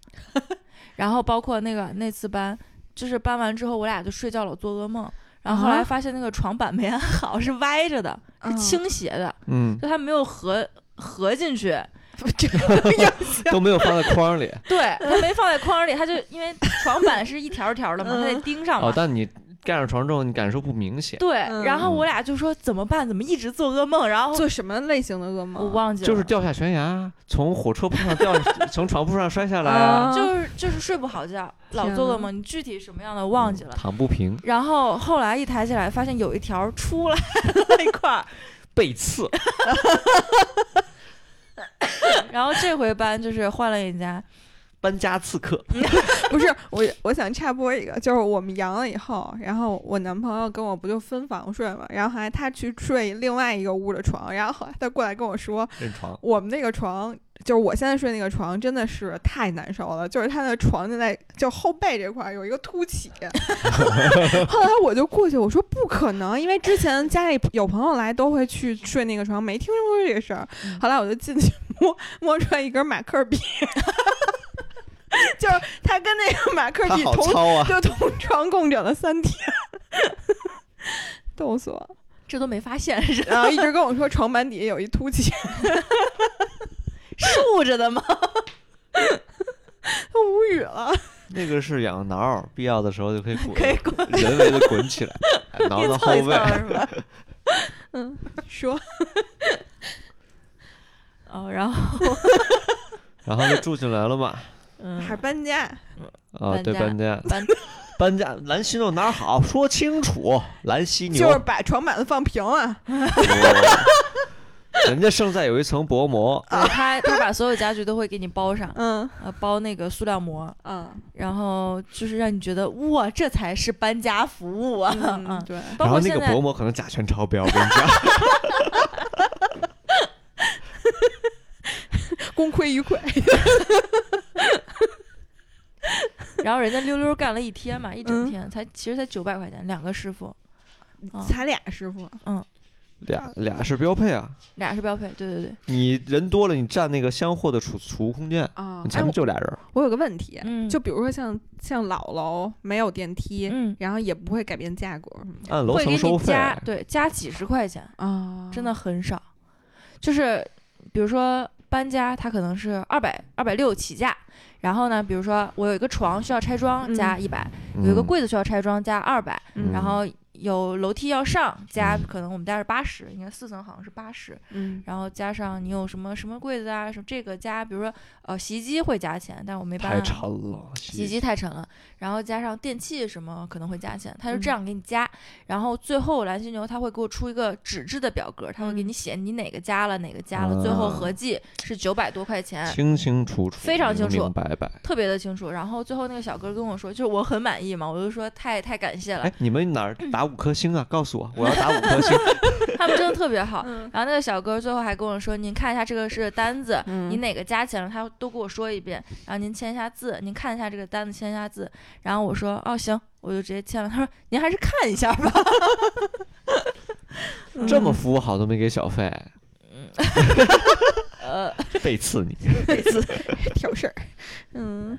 S3: <laughs>
S1: 然后包括那个那次搬，就是搬完之后我俩就睡觉老做噩梦。然后后来
S3: 啊
S1: 发现那个床板没安好，是歪着的，是
S3: 嗯
S1: 倾斜的，
S2: 嗯，
S1: <laughs> 就它没有合合进去，这
S2: 都没有放在
S1: <laughs>
S2: 框里。
S3: 嗯
S1: 对，它没放在框儿里，它就因为床板是一条儿条儿的嘛，它得钉上嘛。
S2: 哦，但你盖上床之后，你感受不明显，
S1: 对，
S3: 嗯
S1: 然后我俩就说怎么办？怎么一直做噩梦？然后
S3: 做什么类型的噩梦？
S1: 我忘记了，
S2: 就是掉下悬崖，从火车铺上掉， <laughs> 从床铺上摔下来
S3: 啊
S2: 啊，
S1: 就是就是睡不好觉，老
S3: 天
S1: 做
S3: 呐
S1: 噩梦，你具体什么样的忘记了。
S2: 嗯躺不平，
S1: 然后后来一抬起来，发现有一条出来了一
S2: <laughs>
S1: 块儿，
S2: 背刺，
S1: 然后这回搬就是换了一家，
S2: 搬家刺客，
S3: 不是我，我想插播一个，就是我们阳了以后，然后我男朋友跟我不就分房睡嘛，然后后来他去睡另外一个屋的床，然后后来他过来跟我说，
S2: 认床。
S3: 我们那个床就是我现在睡那个床真的是太难受了，就是他的床就在就后背这块儿有一个凸起，后来我就过去我说不可能，因为之前家里有朋友来都会去睡那个床，没听说过这个事儿
S1: 嗯。
S3: 后来我就进去摸摸出来一根马克笔，就是他跟那个马克
S2: 他
S3: 笔
S2: 好
S3: 同
S2: 糙啊！
S3: 就同床共枕了三天。 <laughs> 逗死我了！
S1: 这都没发现是
S2: 嗯
S3: <laughs> 然后一直跟我说床板底下有一凸起， <laughs>
S1: 竖着的吗？
S3: 我无语了。
S2: 那个是痒挠儿，必要的时候就可以滚，
S1: 可以滚，
S2: <laughs> 人为的滚起来，哎挠挠嗯后
S1: 蹭一
S2: 背。
S1: 蹭是吧？
S3: 嗯，说
S1: 哦，然
S2: <laughs>
S1: 后
S2: 然后就住进来了嘛。
S1: 嗯，
S3: 还搬家，
S2: 啊，
S1: 搬
S2: 对，
S1: 家
S2: 搬家，
S1: 搬
S2: 搬家，兰溪牛哪儿好？说清楚，兰溪牛。
S3: 就是把床板子放平了。
S2: 我人家胜在有一层薄膜，
S1: 对他他把所有家具都会给你包上，
S3: 嗯
S1: 呃，包那个塑料膜，
S3: 嗯
S1: 然后就是让你觉得哇，这才是搬家服务啊！
S3: 嗯，对，
S1: 包
S2: 然后
S1: 括
S2: 那
S1: 现
S2: 个
S1: 在
S2: 薄膜可能甲醛超标，我跟
S1: 啊
S2: 你讲，
S3: 功亏一篑。 <laughs>
S1: 然后人家溜溜干了一天嘛，一
S3: 嗯
S1: 整天才其实才九百块钱，两个师傅，嗯
S3: 才俩师傅，
S2: 俩俩是标配啊。
S1: 俩是标配，对对对，
S2: 你人多了，你占那个箱货的储储物空
S1: 哦
S2: 间，
S3: 啊
S2: 你
S3: 哎，
S2: 前面
S3: 我
S2: 就俩人。
S3: 我有个问题，
S1: 嗯，
S3: 就比如说像像老楼没有电梯，
S1: 嗯
S3: 然后也不会改变价格是吗
S2: 按楼
S1: 哎会给
S2: 层
S1: 你
S2: 收费，
S1: 加对加几十块钱，
S3: 啊
S1: 真的很少，就是比如说搬家，它可能是二百二百六起价。然后呢，比如说我有一个床需要拆装，
S3: 嗯
S1: 加一百、
S2: 嗯
S1: 有一个，柜子需要拆装，加二百、
S3: 嗯
S1: 然后有楼梯要上，加
S2: 嗯
S1: 可能我们家是八十，你看四层好像是八十，
S3: 嗯
S1: 然后加上你有什么什么柜子啊，什么这个加，比如说呃洗衣机会加钱，但我没搬
S2: 太
S1: 啊，
S2: 沉了，
S1: 洗衣机太沉了，然后加上电器什么可能会加钱，他就
S2: 嗯
S1: 这样给你加，然后最后蓝犀牛他会给我出一个纸质的表格，他会给你写你哪个加了哪个加了，最后
S2: 嗯啊
S1: 合计是九百多块钱，
S2: 嗯清清楚楚，
S1: 非常清楚
S2: 明明白白。
S1: 特别的清楚。然后最后那个小哥跟我说，就是我很满意嘛，我就说太太感谢了
S2: 哎，，你们哪儿打五颗星啊？告诉我，我要打五
S1: <laughs>
S2: 颗星。
S1: 他们真的特别
S2: <laughs>
S1: 好。
S3: 嗯
S1: 然后那个小哥最后还跟我说，您看一下这个是单子，
S3: 嗯
S1: 你哪个加钱了，他都给我说一遍，然后您签一下字，您看一下这个单子，签一下字。然后我说哦行，我就直接签了。他说您还是看一下吧。 <laughs>
S2: 这么服务好都没给小费，嗯
S1: 呃，
S2: <laughs> 背刺你。
S3: 挑事儿，嗯，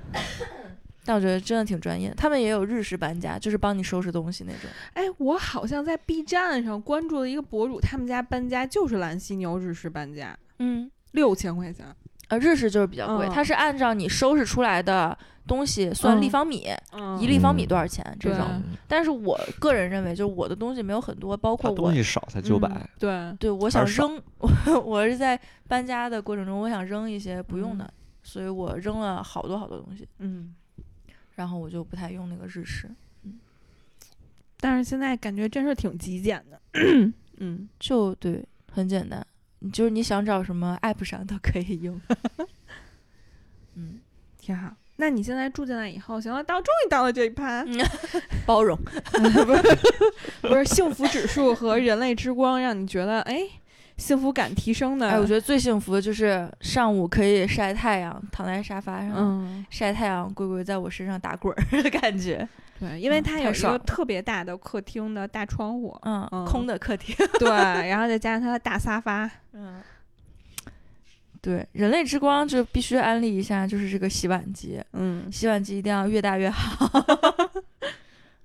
S1: 但我觉得真的挺专业，他们也有日式搬家，就是帮你收拾东西那种。
S3: 哎，我好像在 B 站上关注了一个博主，他们家搬家就是蓝犀牛日式搬家，
S1: 嗯，
S3: 六千块钱，
S1: 呃，日式就是比较贵，
S3: 嗯
S1: 它是按照你收拾出来的东西算立
S3: 嗯
S1: 方米，
S3: 嗯
S1: 一立方米多少钱、这
S3: 对
S1: 种。但是我个人认为，就是我的东西没有很多，包
S2: 他
S1: 括我
S2: 东西少才九
S3: 嗯
S2: 百，，
S3: 对，
S1: 对，我想
S2: 还是少
S1: 扔，我我是在搬家的过程中，我想扔一些不用的，所以我扔了好多好多东西，
S3: 嗯。
S1: 然后我就不太用那个日式。
S3: 但是现在感觉真是挺极简 <clears throat> 的，嗯，
S1: 就对，很简单，就是你想找什么 app 上都可以用。 <laughs> 嗯，
S3: 挺好。那你现在住进来以后，行了，到终于到了这一趴，
S1: 包容。
S3: 嗯不是 <laughs> 不是幸福指数和人类之光，让你觉得哎幸福感提升的，
S1: 哎，我觉得最幸福的就是上午可以晒太阳，躺在沙发上、
S3: 嗯
S1: 晒太阳，龟龟在我身上打滚 <laughs> 儿的感觉。
S3: 对，因为
S1: 嗯
S3: 它
S1: 太
S3: 有一
S1: 爽
S3: 个
S1: 了
S3: 特别大的客厅的大窗 <laughs> 户，
S1: 嗯，
S3: 嗯
S1: 空的客厅。
S3: 对，然后再加上它的大沙发，
S1: 嗯， <laughs> 对，人类之光就必须安利一下，就是这个洗碗机。
S3: 嗯
S1: 洗碗机一定要越大越好。 <laughs>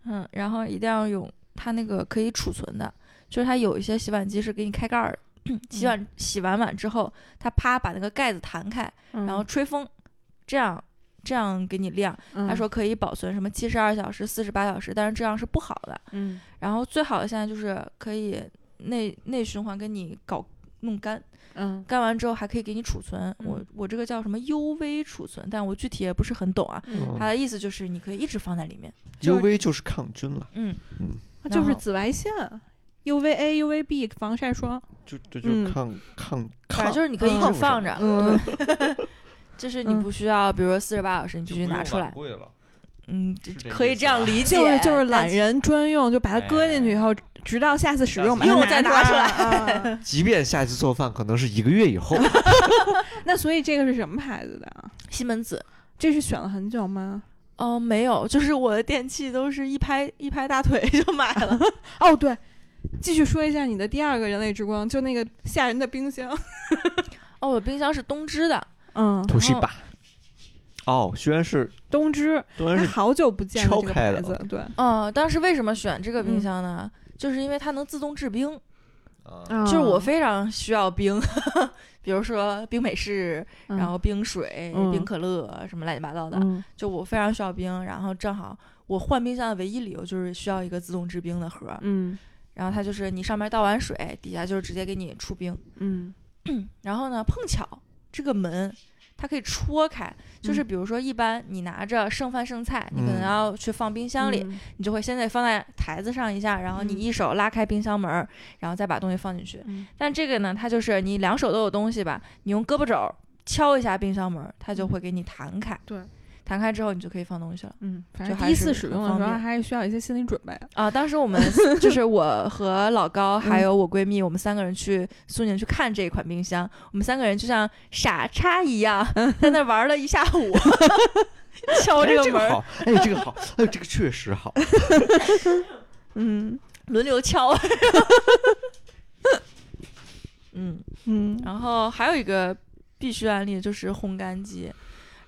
S1: 嗯，然后一定要有它那个可以储存的，就是它有一些洗碗机是给你开盖儿的，洗
S3: 嗯
S1: 碗洗完碗之后，它啪把那个盖子弹开，
S3: 嗯
S1: 然后吹风，这样这样给你晾，
S3: 嗯
S1: 他说可以保存什么七十二小时、四十八小时，但是这样是不好的。
S3: 嗯
S1: 然后最好的现在就是可以内内循环给你搞弄干，
S3: 嗯
S1: 干完之后还可以给你储存。我
S3: 嗯
S1: 我这个叫什么 UV 储存，但我具体也不是很懂啊。
S3: 嗯，
S1: 它的意思就是你可以一直放在里面。
S3: 就是
S2: ，UV 就是抗菌了，
S1: 嗯，
S3: 啊就
S1: 然
S3: 是
S1: 后
S3: 紫外线，UVA、UVB 防晒霜，
S2: 就这
S3: 就是嗯
S2: 抗抗
S1: 反正就是你可以一直
S2: 抗
S1: 放着，
S3: 嗯 <laughs>
S1: 就是你
S3: 嗯
S1: 不需要，比如说四十八小时，你必须拿出来。
S2: 贵了，
S1: 嗯，
S2: 是这
S1: 可
S2: 意
S1: 以
S2: 思啊
S1: 这样
S2: 吧
S1: 理解，
S3: 就是就是
S1: 但
S3: 懒
S1: 其
S3: 人专用，就把它搁进去以后，直到下次使用把它
S1: 又再拿
S3: 出
S1: 出来
S3: 来。 <laughs> 啊
S2: 即便下一次做饭可能是一个月以后，
S3: 那所以这个是什么牌子的啊？
S1: 西门子。
S3: 这是选了很久吗？
S1: 哦、没有， <laughs> 就是我的电器都是一拍一拍大腿 <laughs> 就买
S3: <laughs>
S1: 了。
S3: 哦，对，继续说一下你的第二个人类之光，就那个吓人的冰箱。
S1: 哦，我冰箱是东芝的，
S3: 嗯，
S2: 头西吧。 <laughs> 哦，虽然是，
S3: <laughs> 东芝，
S2: 虽
S3: 它 <laughs>
S2: 然是，
S3: 好久不见了
S2: 敲
S3: 这个
S2: 开
S3: 牌
S2: 的
S3: 子，对，
S1: 嗯，当时为什么选这个冰
S3: 嗯
S1: 箱呢？就是因为它能自动制冰，
S2: 啊
S3: 嗯
S1: 就是我非常需要冰， <laughs> 比如说冰美式，
S3: 嗯，
S1: 然后冰水、
S3: 嗯
S1: 冰可乐什么乱七八糟的，
S3: 嗯
S1: 就我非常需要冰。然后正好我换冰箱的唯一理由就是需要一个自动制冰的盒儿，
S3: 嗯
S1: 然后它就是你上面倒完水，底下就是直接给你出冰。
S3: 嗯
S1: 然后呢，碰巧这个门它可以戳开，就是
S3: 嗯
S1: 比如说，一般你拿着剩饭剩菜，你可能
S2: 嗯
S1: 要去放冰箱里，
S3: 嗯
S1: 你就会先得放在台子上一下，然后你
S3: 嗯
S1: 一手拉开冰箱门儿，然后再把东西放进去。
S3: 嗯
S1: 但这个呢，它就是你两手都有东西吧，你用胳膊肘敲一下冰箱门儿，它就会给你弹开。
S3: 嗯对，
S1: 弹开之后你就可以放东西了。
S3: 嗯，反
S1: 就
S3: 正
S1: 还
S3: 第一次
S1: 是
S3: 使
S1: 很
S3: 用的
S1: 方
S3: 时候
S1: 便
S3: 还是需要一些心理准备。
S1: 啊，当时我们就是 <laughs> 我和老
S2: 嗯
S1: 高还有我闺蜜，我们三个人去苏宁去看这一款冰箱，我们三个人就像傻叉一样在那玩了一下
S2: <laughs>
S1: 午，敲
S2: 嗯
S1: 哦这
S2: 哎这
S1: 个门
S2: 个
S1: 儿，
S2: 好，哎，这个好，哎，这个确实好。
S3: 嗯
S1: 轮流敲。 <laughs> 嗯，
S3: 嗯
S1: 然后还有一个必须案例就是烘干机。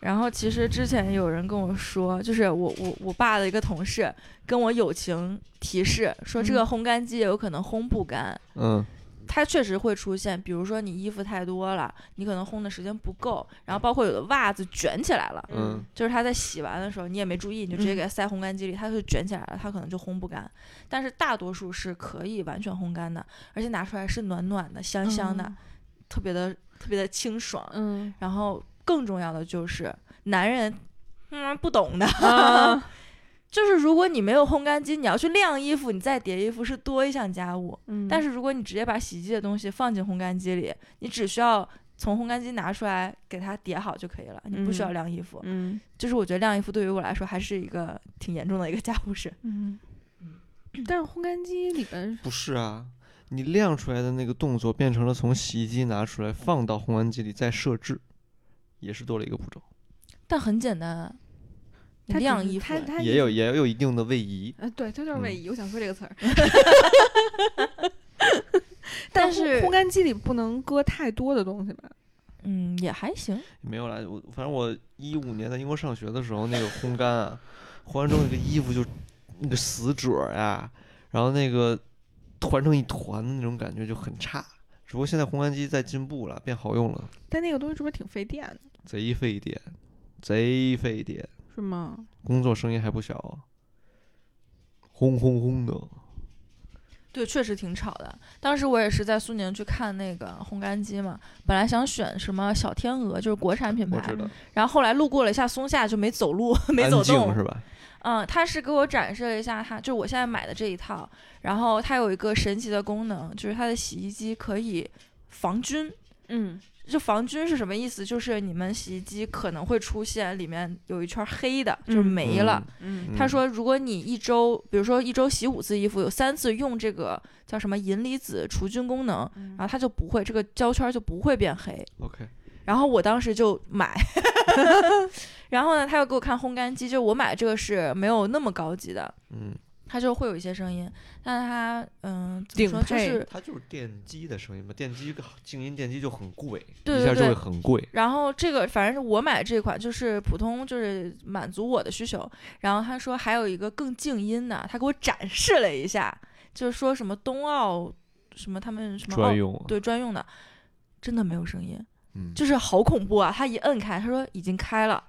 S1: 然后其实之前有人跟我说，就是我我我爸的一个同事跟我友情提示说，这个
S3: 嗯
S1: 烘干机也有可能烘不干。
S2: 嗯，
S1: 它确实会出现，比如说你衣服太多了，你可能烘的时间不够，然后包括有的袜子卷起来了，
S2: 嗯，
S1: 就是它在洗完的时候你也没注意，你就直接给它塞烘干机里，它就卷起来了，它可能就烘不干。但是大多数是可以完全烘干的，而且拿出来是暖暖的、香香的，特别的特别的清爽。
S3: 嗯，
S1: 然后更重要的就是男人。嗯，不懂的， <laughs>
S3: <laughs> 嗯
S1: 就是如果你没有烘干机，你要去晾衣服，你再叠衣服是多一项家务。
S3: 嗯
S1: 但是如果你直接把洗衣机的东西放进烘干机里，你只需要从烘干机拿出来给它叠好就可以了，你不需要
S3: 嗯
S1: 晾衣服。
S3: 嗯
S1: 就是我觉得晾衣服对于我来说还是一个挺严重的一个家务 <laughs> 事。
S3: 嗯，但是烘干机里边
S2: 不是啊，你晾出来的那个动作变成了从洗衣机拿出来放到烘干机里再设置，也是多了一个步骤，
S1: 但很简单啊，你
S3: 它只
S1: 晾
S3: 是
S1: 衣服
S3: 它
S1: 哎
S3: 它
S2: 也有也有一定的位移。
S3: 呃，对，它就是
S2: 嗯
S3: 位移。我想说这个
S1: <laughs>
S3: 词儿， <laughs>
S1: 但
S3: 烘
S1: 是
S3: 烘干机里不能搁太多的东西吧？
S1: 嗯也还行。
S2: 没有啦，我反正我一五年在英国上学的时候，那个烘干啊，烘完之后那个衣服就那个死褶儿呀，然后那个团成一团的那种感觉就很差。只不过现在烘干机在进步了，变好用了，
S3: 但那个东西是不是挺费电的？
S2: 贼费电，贼费电，
S3: 是吗？
S2: 工作声音还不小啊，轰轰轰的。
S1: 对，确实挺吵的。当时我也是在苏宁去看那个烘干机嘛，本来想选什么小天鹅，就是国产品
S2: 我
S1: 牌
S2: 知，道，
S1: 然后后来路过了一下松下，就没走路， <laughs> 没
S2: 安
S1: 走
S2: 静
S1: 动，
S2: 是吧？
S1: 嗯，他是给我展示了一下他，就我现在买的这一套，然后它有一个神奇的功能，就是它的洗衣机可以防菌。
S3: 嗯
S1: 就防菌是什么意思？就是你们洗衣机可能会出现里面有一圈黑的，就是
S3: 嗯
S1: 没了。
S3: 嗯
S1: 他说，如果你一周，比如说一周洗五次衣服，有三次用这个叫什么银离子除菌功能，然后它就不会这个胶圈就不会变黑。
S2: 嗯 OK，
S1: 然后我当时就
S3: <laughs>
S1: 买，然后呢，他又给我看烘干机，就我买这个是没有那么高级的，
S2: 嗯，
S1: 它就会有一些声音，但是它嗯，怎
S3: 顶
S1: 么说就
S3: 配
S1: 是，
S2: 它就是电机的声音嘛，电机静音电机就很贵，
S1: 对
S2: 一
S1: 对
S2: 下就
S1: 对
S2: 会很贵。
S1: 然后这个反正是我买这款就是普通就是满足我的需求，然后他说还有一个更静音的，他给我展示了一下，就是说什么冬奥什么他们什么奥
S2: 专用啊，
S1: 对专用的，真的没有声音，
S2: 嗯，
S1: 就是好恐怖啊！他一摁开，他说已经开了。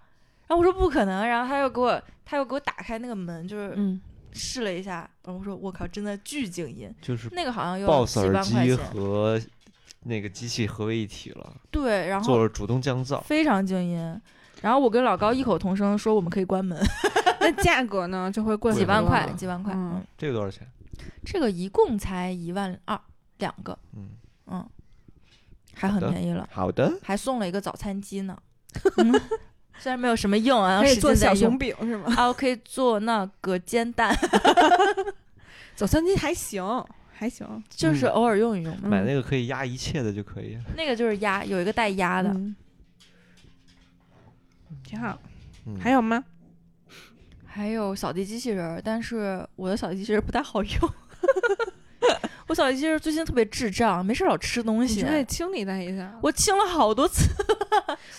S1: 然后我说不可能，然后他又给我他又给我打开那个门，就是
S3: 嗯，
S1: 试了一下，然后我说我靠，真的巨静音，
S2: 就是
S1: 那个好像要
S2: BOSS
S1: 几
S2: 耳
S1: 万块
S2: 机
S1: 钱，
S2: 和那个机器合为一体了，
S1: 对，然
S2: 做
S1: 后
S2: 了主动降噪。
S1: 非常静音。然后我跟老高异口同声说我们可以关门，
S3: 那价格呢就会贵
S1: 几
S3: 很
S1: 万
S3: 多
S1: 块，
S3: 了
S1: 几万块，
S3: 嗯
S1: 嗯，
S2: 这个多少钱？
S1: 这个一共才一万二两个，
S2: 嗯，
S1: 嗯，还很
S2: 的
S1: 便宜了，
S2: 好的，
S1: 还送了一个早餐机
S3: <laughs>
S1: 呢，嗯虽然没有什么用啊，
S3: 可以
S1: 使
S3: 做
S1: 劲在
S3: 小
S1: 用
S3: 熊饼是吗？ <laughs>
S1: 啊，我可以做那个煎蛋， <laughs>
S3: 早餐机还行，还行，
S1: 就是
S2: 嗯
S1: 偶尔用一用
S3: 嗯
S1: 嘛。
S2: 买那个可以压一切的就可以。
S1: 那个就是鸭，有一个带鸭的，
S3: 嗯挺好。
S2: 嗯，
S3: 还有吗？
S1: 还有扫地机器人儿，但是我的扫地机器人儿不太好用。 <laughs> 我扫地机器人儿最近特别智障，没事儿老吃东
S3: 你
S1: 西
S3: 可。以清理它一下。我
S1: 我清了好多次，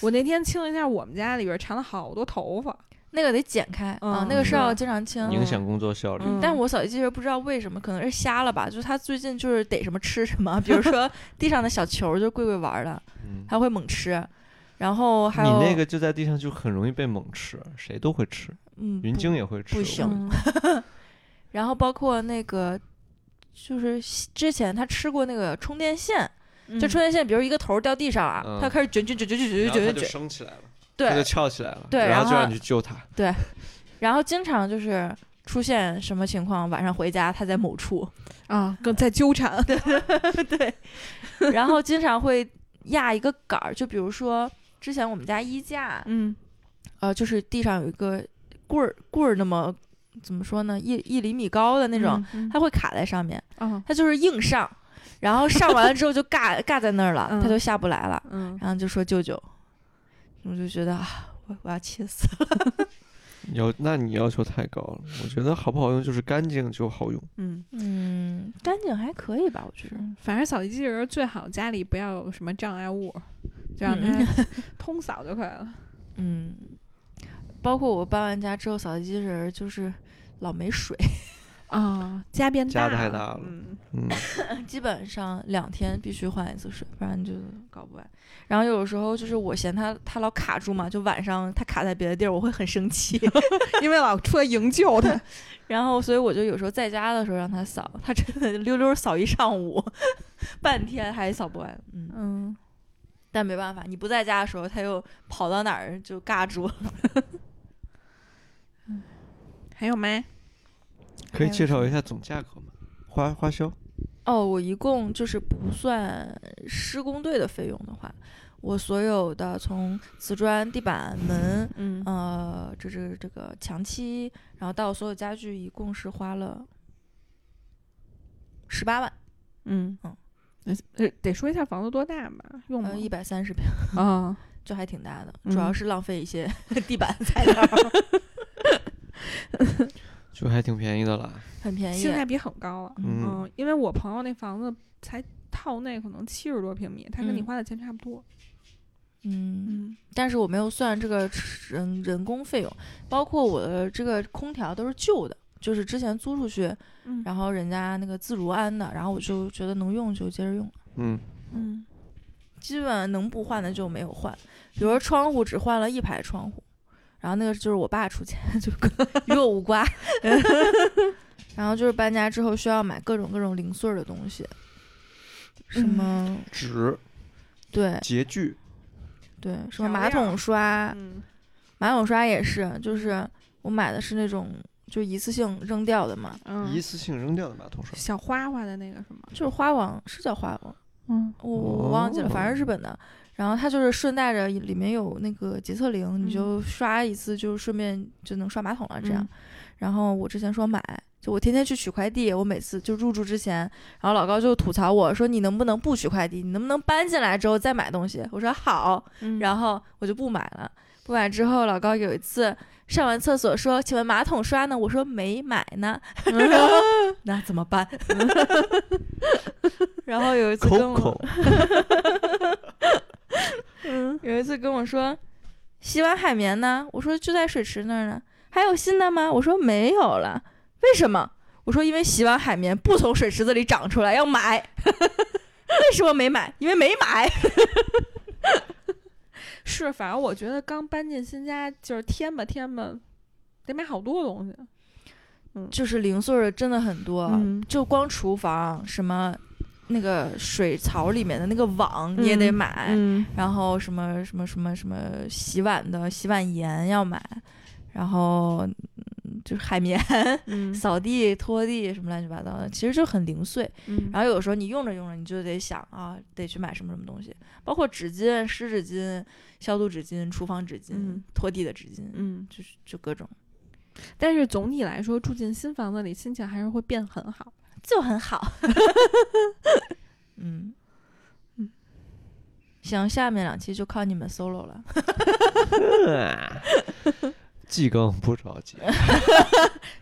S3: 我那天清了一下我们家里边缠了好多头发，
S1: 那个得剪开、啊
S3: 嗯，
S1: 那个是
S3: 是
S1: 要经常清。
S2: 影响工作效率。
S3: 嗯
S1: 但我扫地机器人不知道为什么，可能是瞎了吧，就是它最近就是逮什么吃什么，比如 <laughs> 说地上的小球儿，就是贵贵玩儿的，
S2: 嗯，
S1: 它会猛吃。然后还有
S2: 你那个就在地上就很容易被猛吃，谁都会吃，
S1: 嗯，
S2: 云
S1: 不
S2: 鲸也会吃。
S1: 不行嗯然后包括那个，就是西之前他吃过那个充电线，<laughs>
S3: 嗯
S1: 就充电线，比如一个头儿掉地上啊，
S2: 嗯
S1: 他开始卷卷卷卷卷卷
S2: 然后它
S1: 卷
S2: 就
S1: 卷卷，
S2: 升起来了，它就
S1: 对，
S2: 翘起来了，
S1: 对
S2: 然
S1: 然
S2: 就让
S1: 后
S2: 你去救它。
S1: 然后经常就是出现什么情况，晚上回家他在某处，
S3: 啊，更在纠缠。
S1: <laughs> 然后经常会压一个杆儿，就比如说之前我们家衣架，
S3: 嗯
S1: 呃，就是地上有一个棍儿棍儿那么怎么说呢，一一厘米高的那种，
S3: 嗯
S1: 它会卡在上面，
S3: 嗯
S1: 它就是硬上，然后上完了之后就尬 <laughs> 尬在那儿了，
S3: 嗯
S1: 它就下不来了。
S3: 嗯，
S1: 然后就说舅舅，我就觉得啊，我我要气死了。
S2: 要，那你要求太高了。我觉得好不好用就是干净就好用。
S3: 嗯，
S1: 嗯，干净还可以吧，我觉得。
S3: 反正扫地机器人最好家里不要有什么障碍物，就让
S1: 嗯
S3: <laughs> 它通扫就可以了。
S1: 嗯，包括我搬完家之后，扫地机器人儿就是老没水，
S3: 啊，家变
S2: 家
S3: 大
S2: 太大了
S3: 嗯，
S1: <laughs>
S2: 嗯，
S1: 基本上两天必须换一次水，不然就搞不完。然后有时候就是我嫌它它老卡住嘛，就晚上它卡在别的地儿，我会很生 <laughs> 气。
S3: 因为老出来营救它。
S1: 然后所以我就有时候在家的时候让它扫，它真的溜溜扫一上午， <laughs> 半天还扫不完。嗯。
S3: <laughs> 嗯，
S1: 但没办法，你不在家的时候，他又跑到哪儿就尬住 <laughs> 了。
S3: 还有没？
S2: 可
S1: 还
S2: 以
S1: 有
S2: 介
S1: 什
S2: 绍
S1: 么
S2: 一下总价格吗？花花销？
S1: 哦，我一共就是不算施工队的费用的话，我所有的从瓷砖、地板、门，
S3: 嗯
S1: 呃，这这这个墙漆，然后到所有家具，一共是花了十八万，
S3: 嗯
S1: 嗯
S3: 呃得说一下房子多大吧？用吗
S1: 呃，？一百三十平，
S3: 啊，
S1: 就还挺大的。
S3: 嗯
S1: 主要是浪费一些 <laughs> 地板材料，
S2: 就还挺便宜的啦。
S1: 很便宜
S3: 性。价比很高了。
S2: 嗯，
S3: 嗯，因为我朋友那房子才套内可能七十多平米，他跟你
S1: 嗯
S3: 花的钱差不多。
S1: 嗯，
S3: 嗯
S1: 但是我没有算这个人人工费用，包括我的这个空调都是旧的，就是之前租出去，
S3: 嗯
S1: 然后人家那个自如安的，然后我就觉得能用就接着用，
S2: 嗯，
S3: 嗯
S1: 基本上能不换的就没有换。比如说窗户只换了一排窗户，然后那个就是我爸出钱， <laughs> 就
S3: <laughs>
S1: 跟与我无关。 <laughs> 然后就是搬家之后需要买各种各种零碎儿的东西，什么、
S3: 嗯
S2: 纸、
S1: 对
S2: 洁具，
S1: 对，什么
S3: 调
S1: 马
S3: 料
S1: 桶刷，
S3: 嗯
S1: 马桶刷也是，就是我买的是那种就一次性扔掉的嘛，
S3: 嗯
S2: 一，次性扔掉的马桶刷。
S3: 小花花的那个是吗？
S1: 就是花王，是叫花王，
S3: 嗯
S1: 我我忘记了，反正日
S3: 哦
S1: 本的。然后它就是顺带着里面有那个洁厕灵，你就刷一次，就顺便就能刷马桶了这样。
S3: 嗯
S1: 然后我之前说买，就我天天去取快递，我每次就入住之前，然后老高就吐槽我说你能不能不取快递，你能不能搬进来之后再买东西？我说好，
S3: 嗯
S1: 然后我就不买了。不买之后，老高有一次上完厕所说：“请问马桶刷呢？”我说：“没买呢。” <laughs> 然后
S3: 嗯
S1: 那怎么办？然后有一次跟我
S2: Coco，
S1: 有一次跟我说：“洗碗海绵呢？”我说：“就在水池那儿呢。”还有新的吗？我说：“没有了。”为什么？我说：“因为洗碗海绵不从水池子里长出来，要 <laughs> 买。”为什么没买？因为没买。
S3: 是，反正我觉得刚搬进新家就是添吧添吧，得买好多东西。
S1: 就是零碎儿的真的很多，啊
S3: 嗯
S1: 就光厨房什么那个水槽里面的那个网你也得
S3: 嗯
S1: 买，
S3: 嗯，
S1: 然后什么什么什么什么洗碗的洗碗盐要买，然后嗯就是海绵、
S3: 嗯
S1: 扫地、拖地什么乱七八糟的，其实就很零碎。
S3: 嗯
S1: 然后有时候你用着用着，你就得想啊，得去买什么什么东西，包括纸巾、湿纸巾、消毒纸巾、厨房纸巾、
S3: 嗯
S1: 拖地的纸巾，
S3: 嗯，
S1: 就是就各种
S3: 但是总体来说，住进新房子里，心情还是会变很好。 <laughs>
S1: 就很好。 <laughs> 嗯
S3: 嗯，
S1: 行，下面两期就靠你们 solo 了。
S2: 季更不着
S1: <laughs>
S2: 急，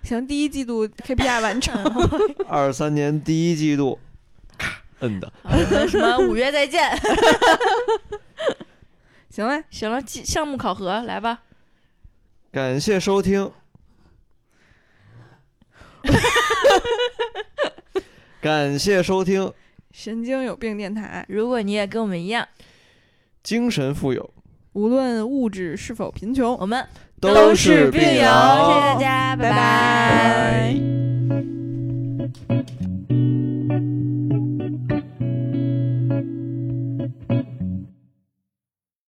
S3: 行，第一季度 KPI 完成， <laughs>
S2: 二三年第一季度，咔摁的。
S1: 好我们什么五月再见。
S3: 行嘞，
S1: 行了，记项目考核来吧。
S2: 感谢收 <laughs> 听，感谢收听，
S3: 神经有病电台，
S1: 如果你也跟我们一样，
S2: 精神富有
S3: 无论物质是否贫穷，
S1: 我们
S2: 都
S1: 是
S2: 病
S1: 友。谢谢
S2: 友
S1: 大。家，拜
S3: 拜拜
S2: 拜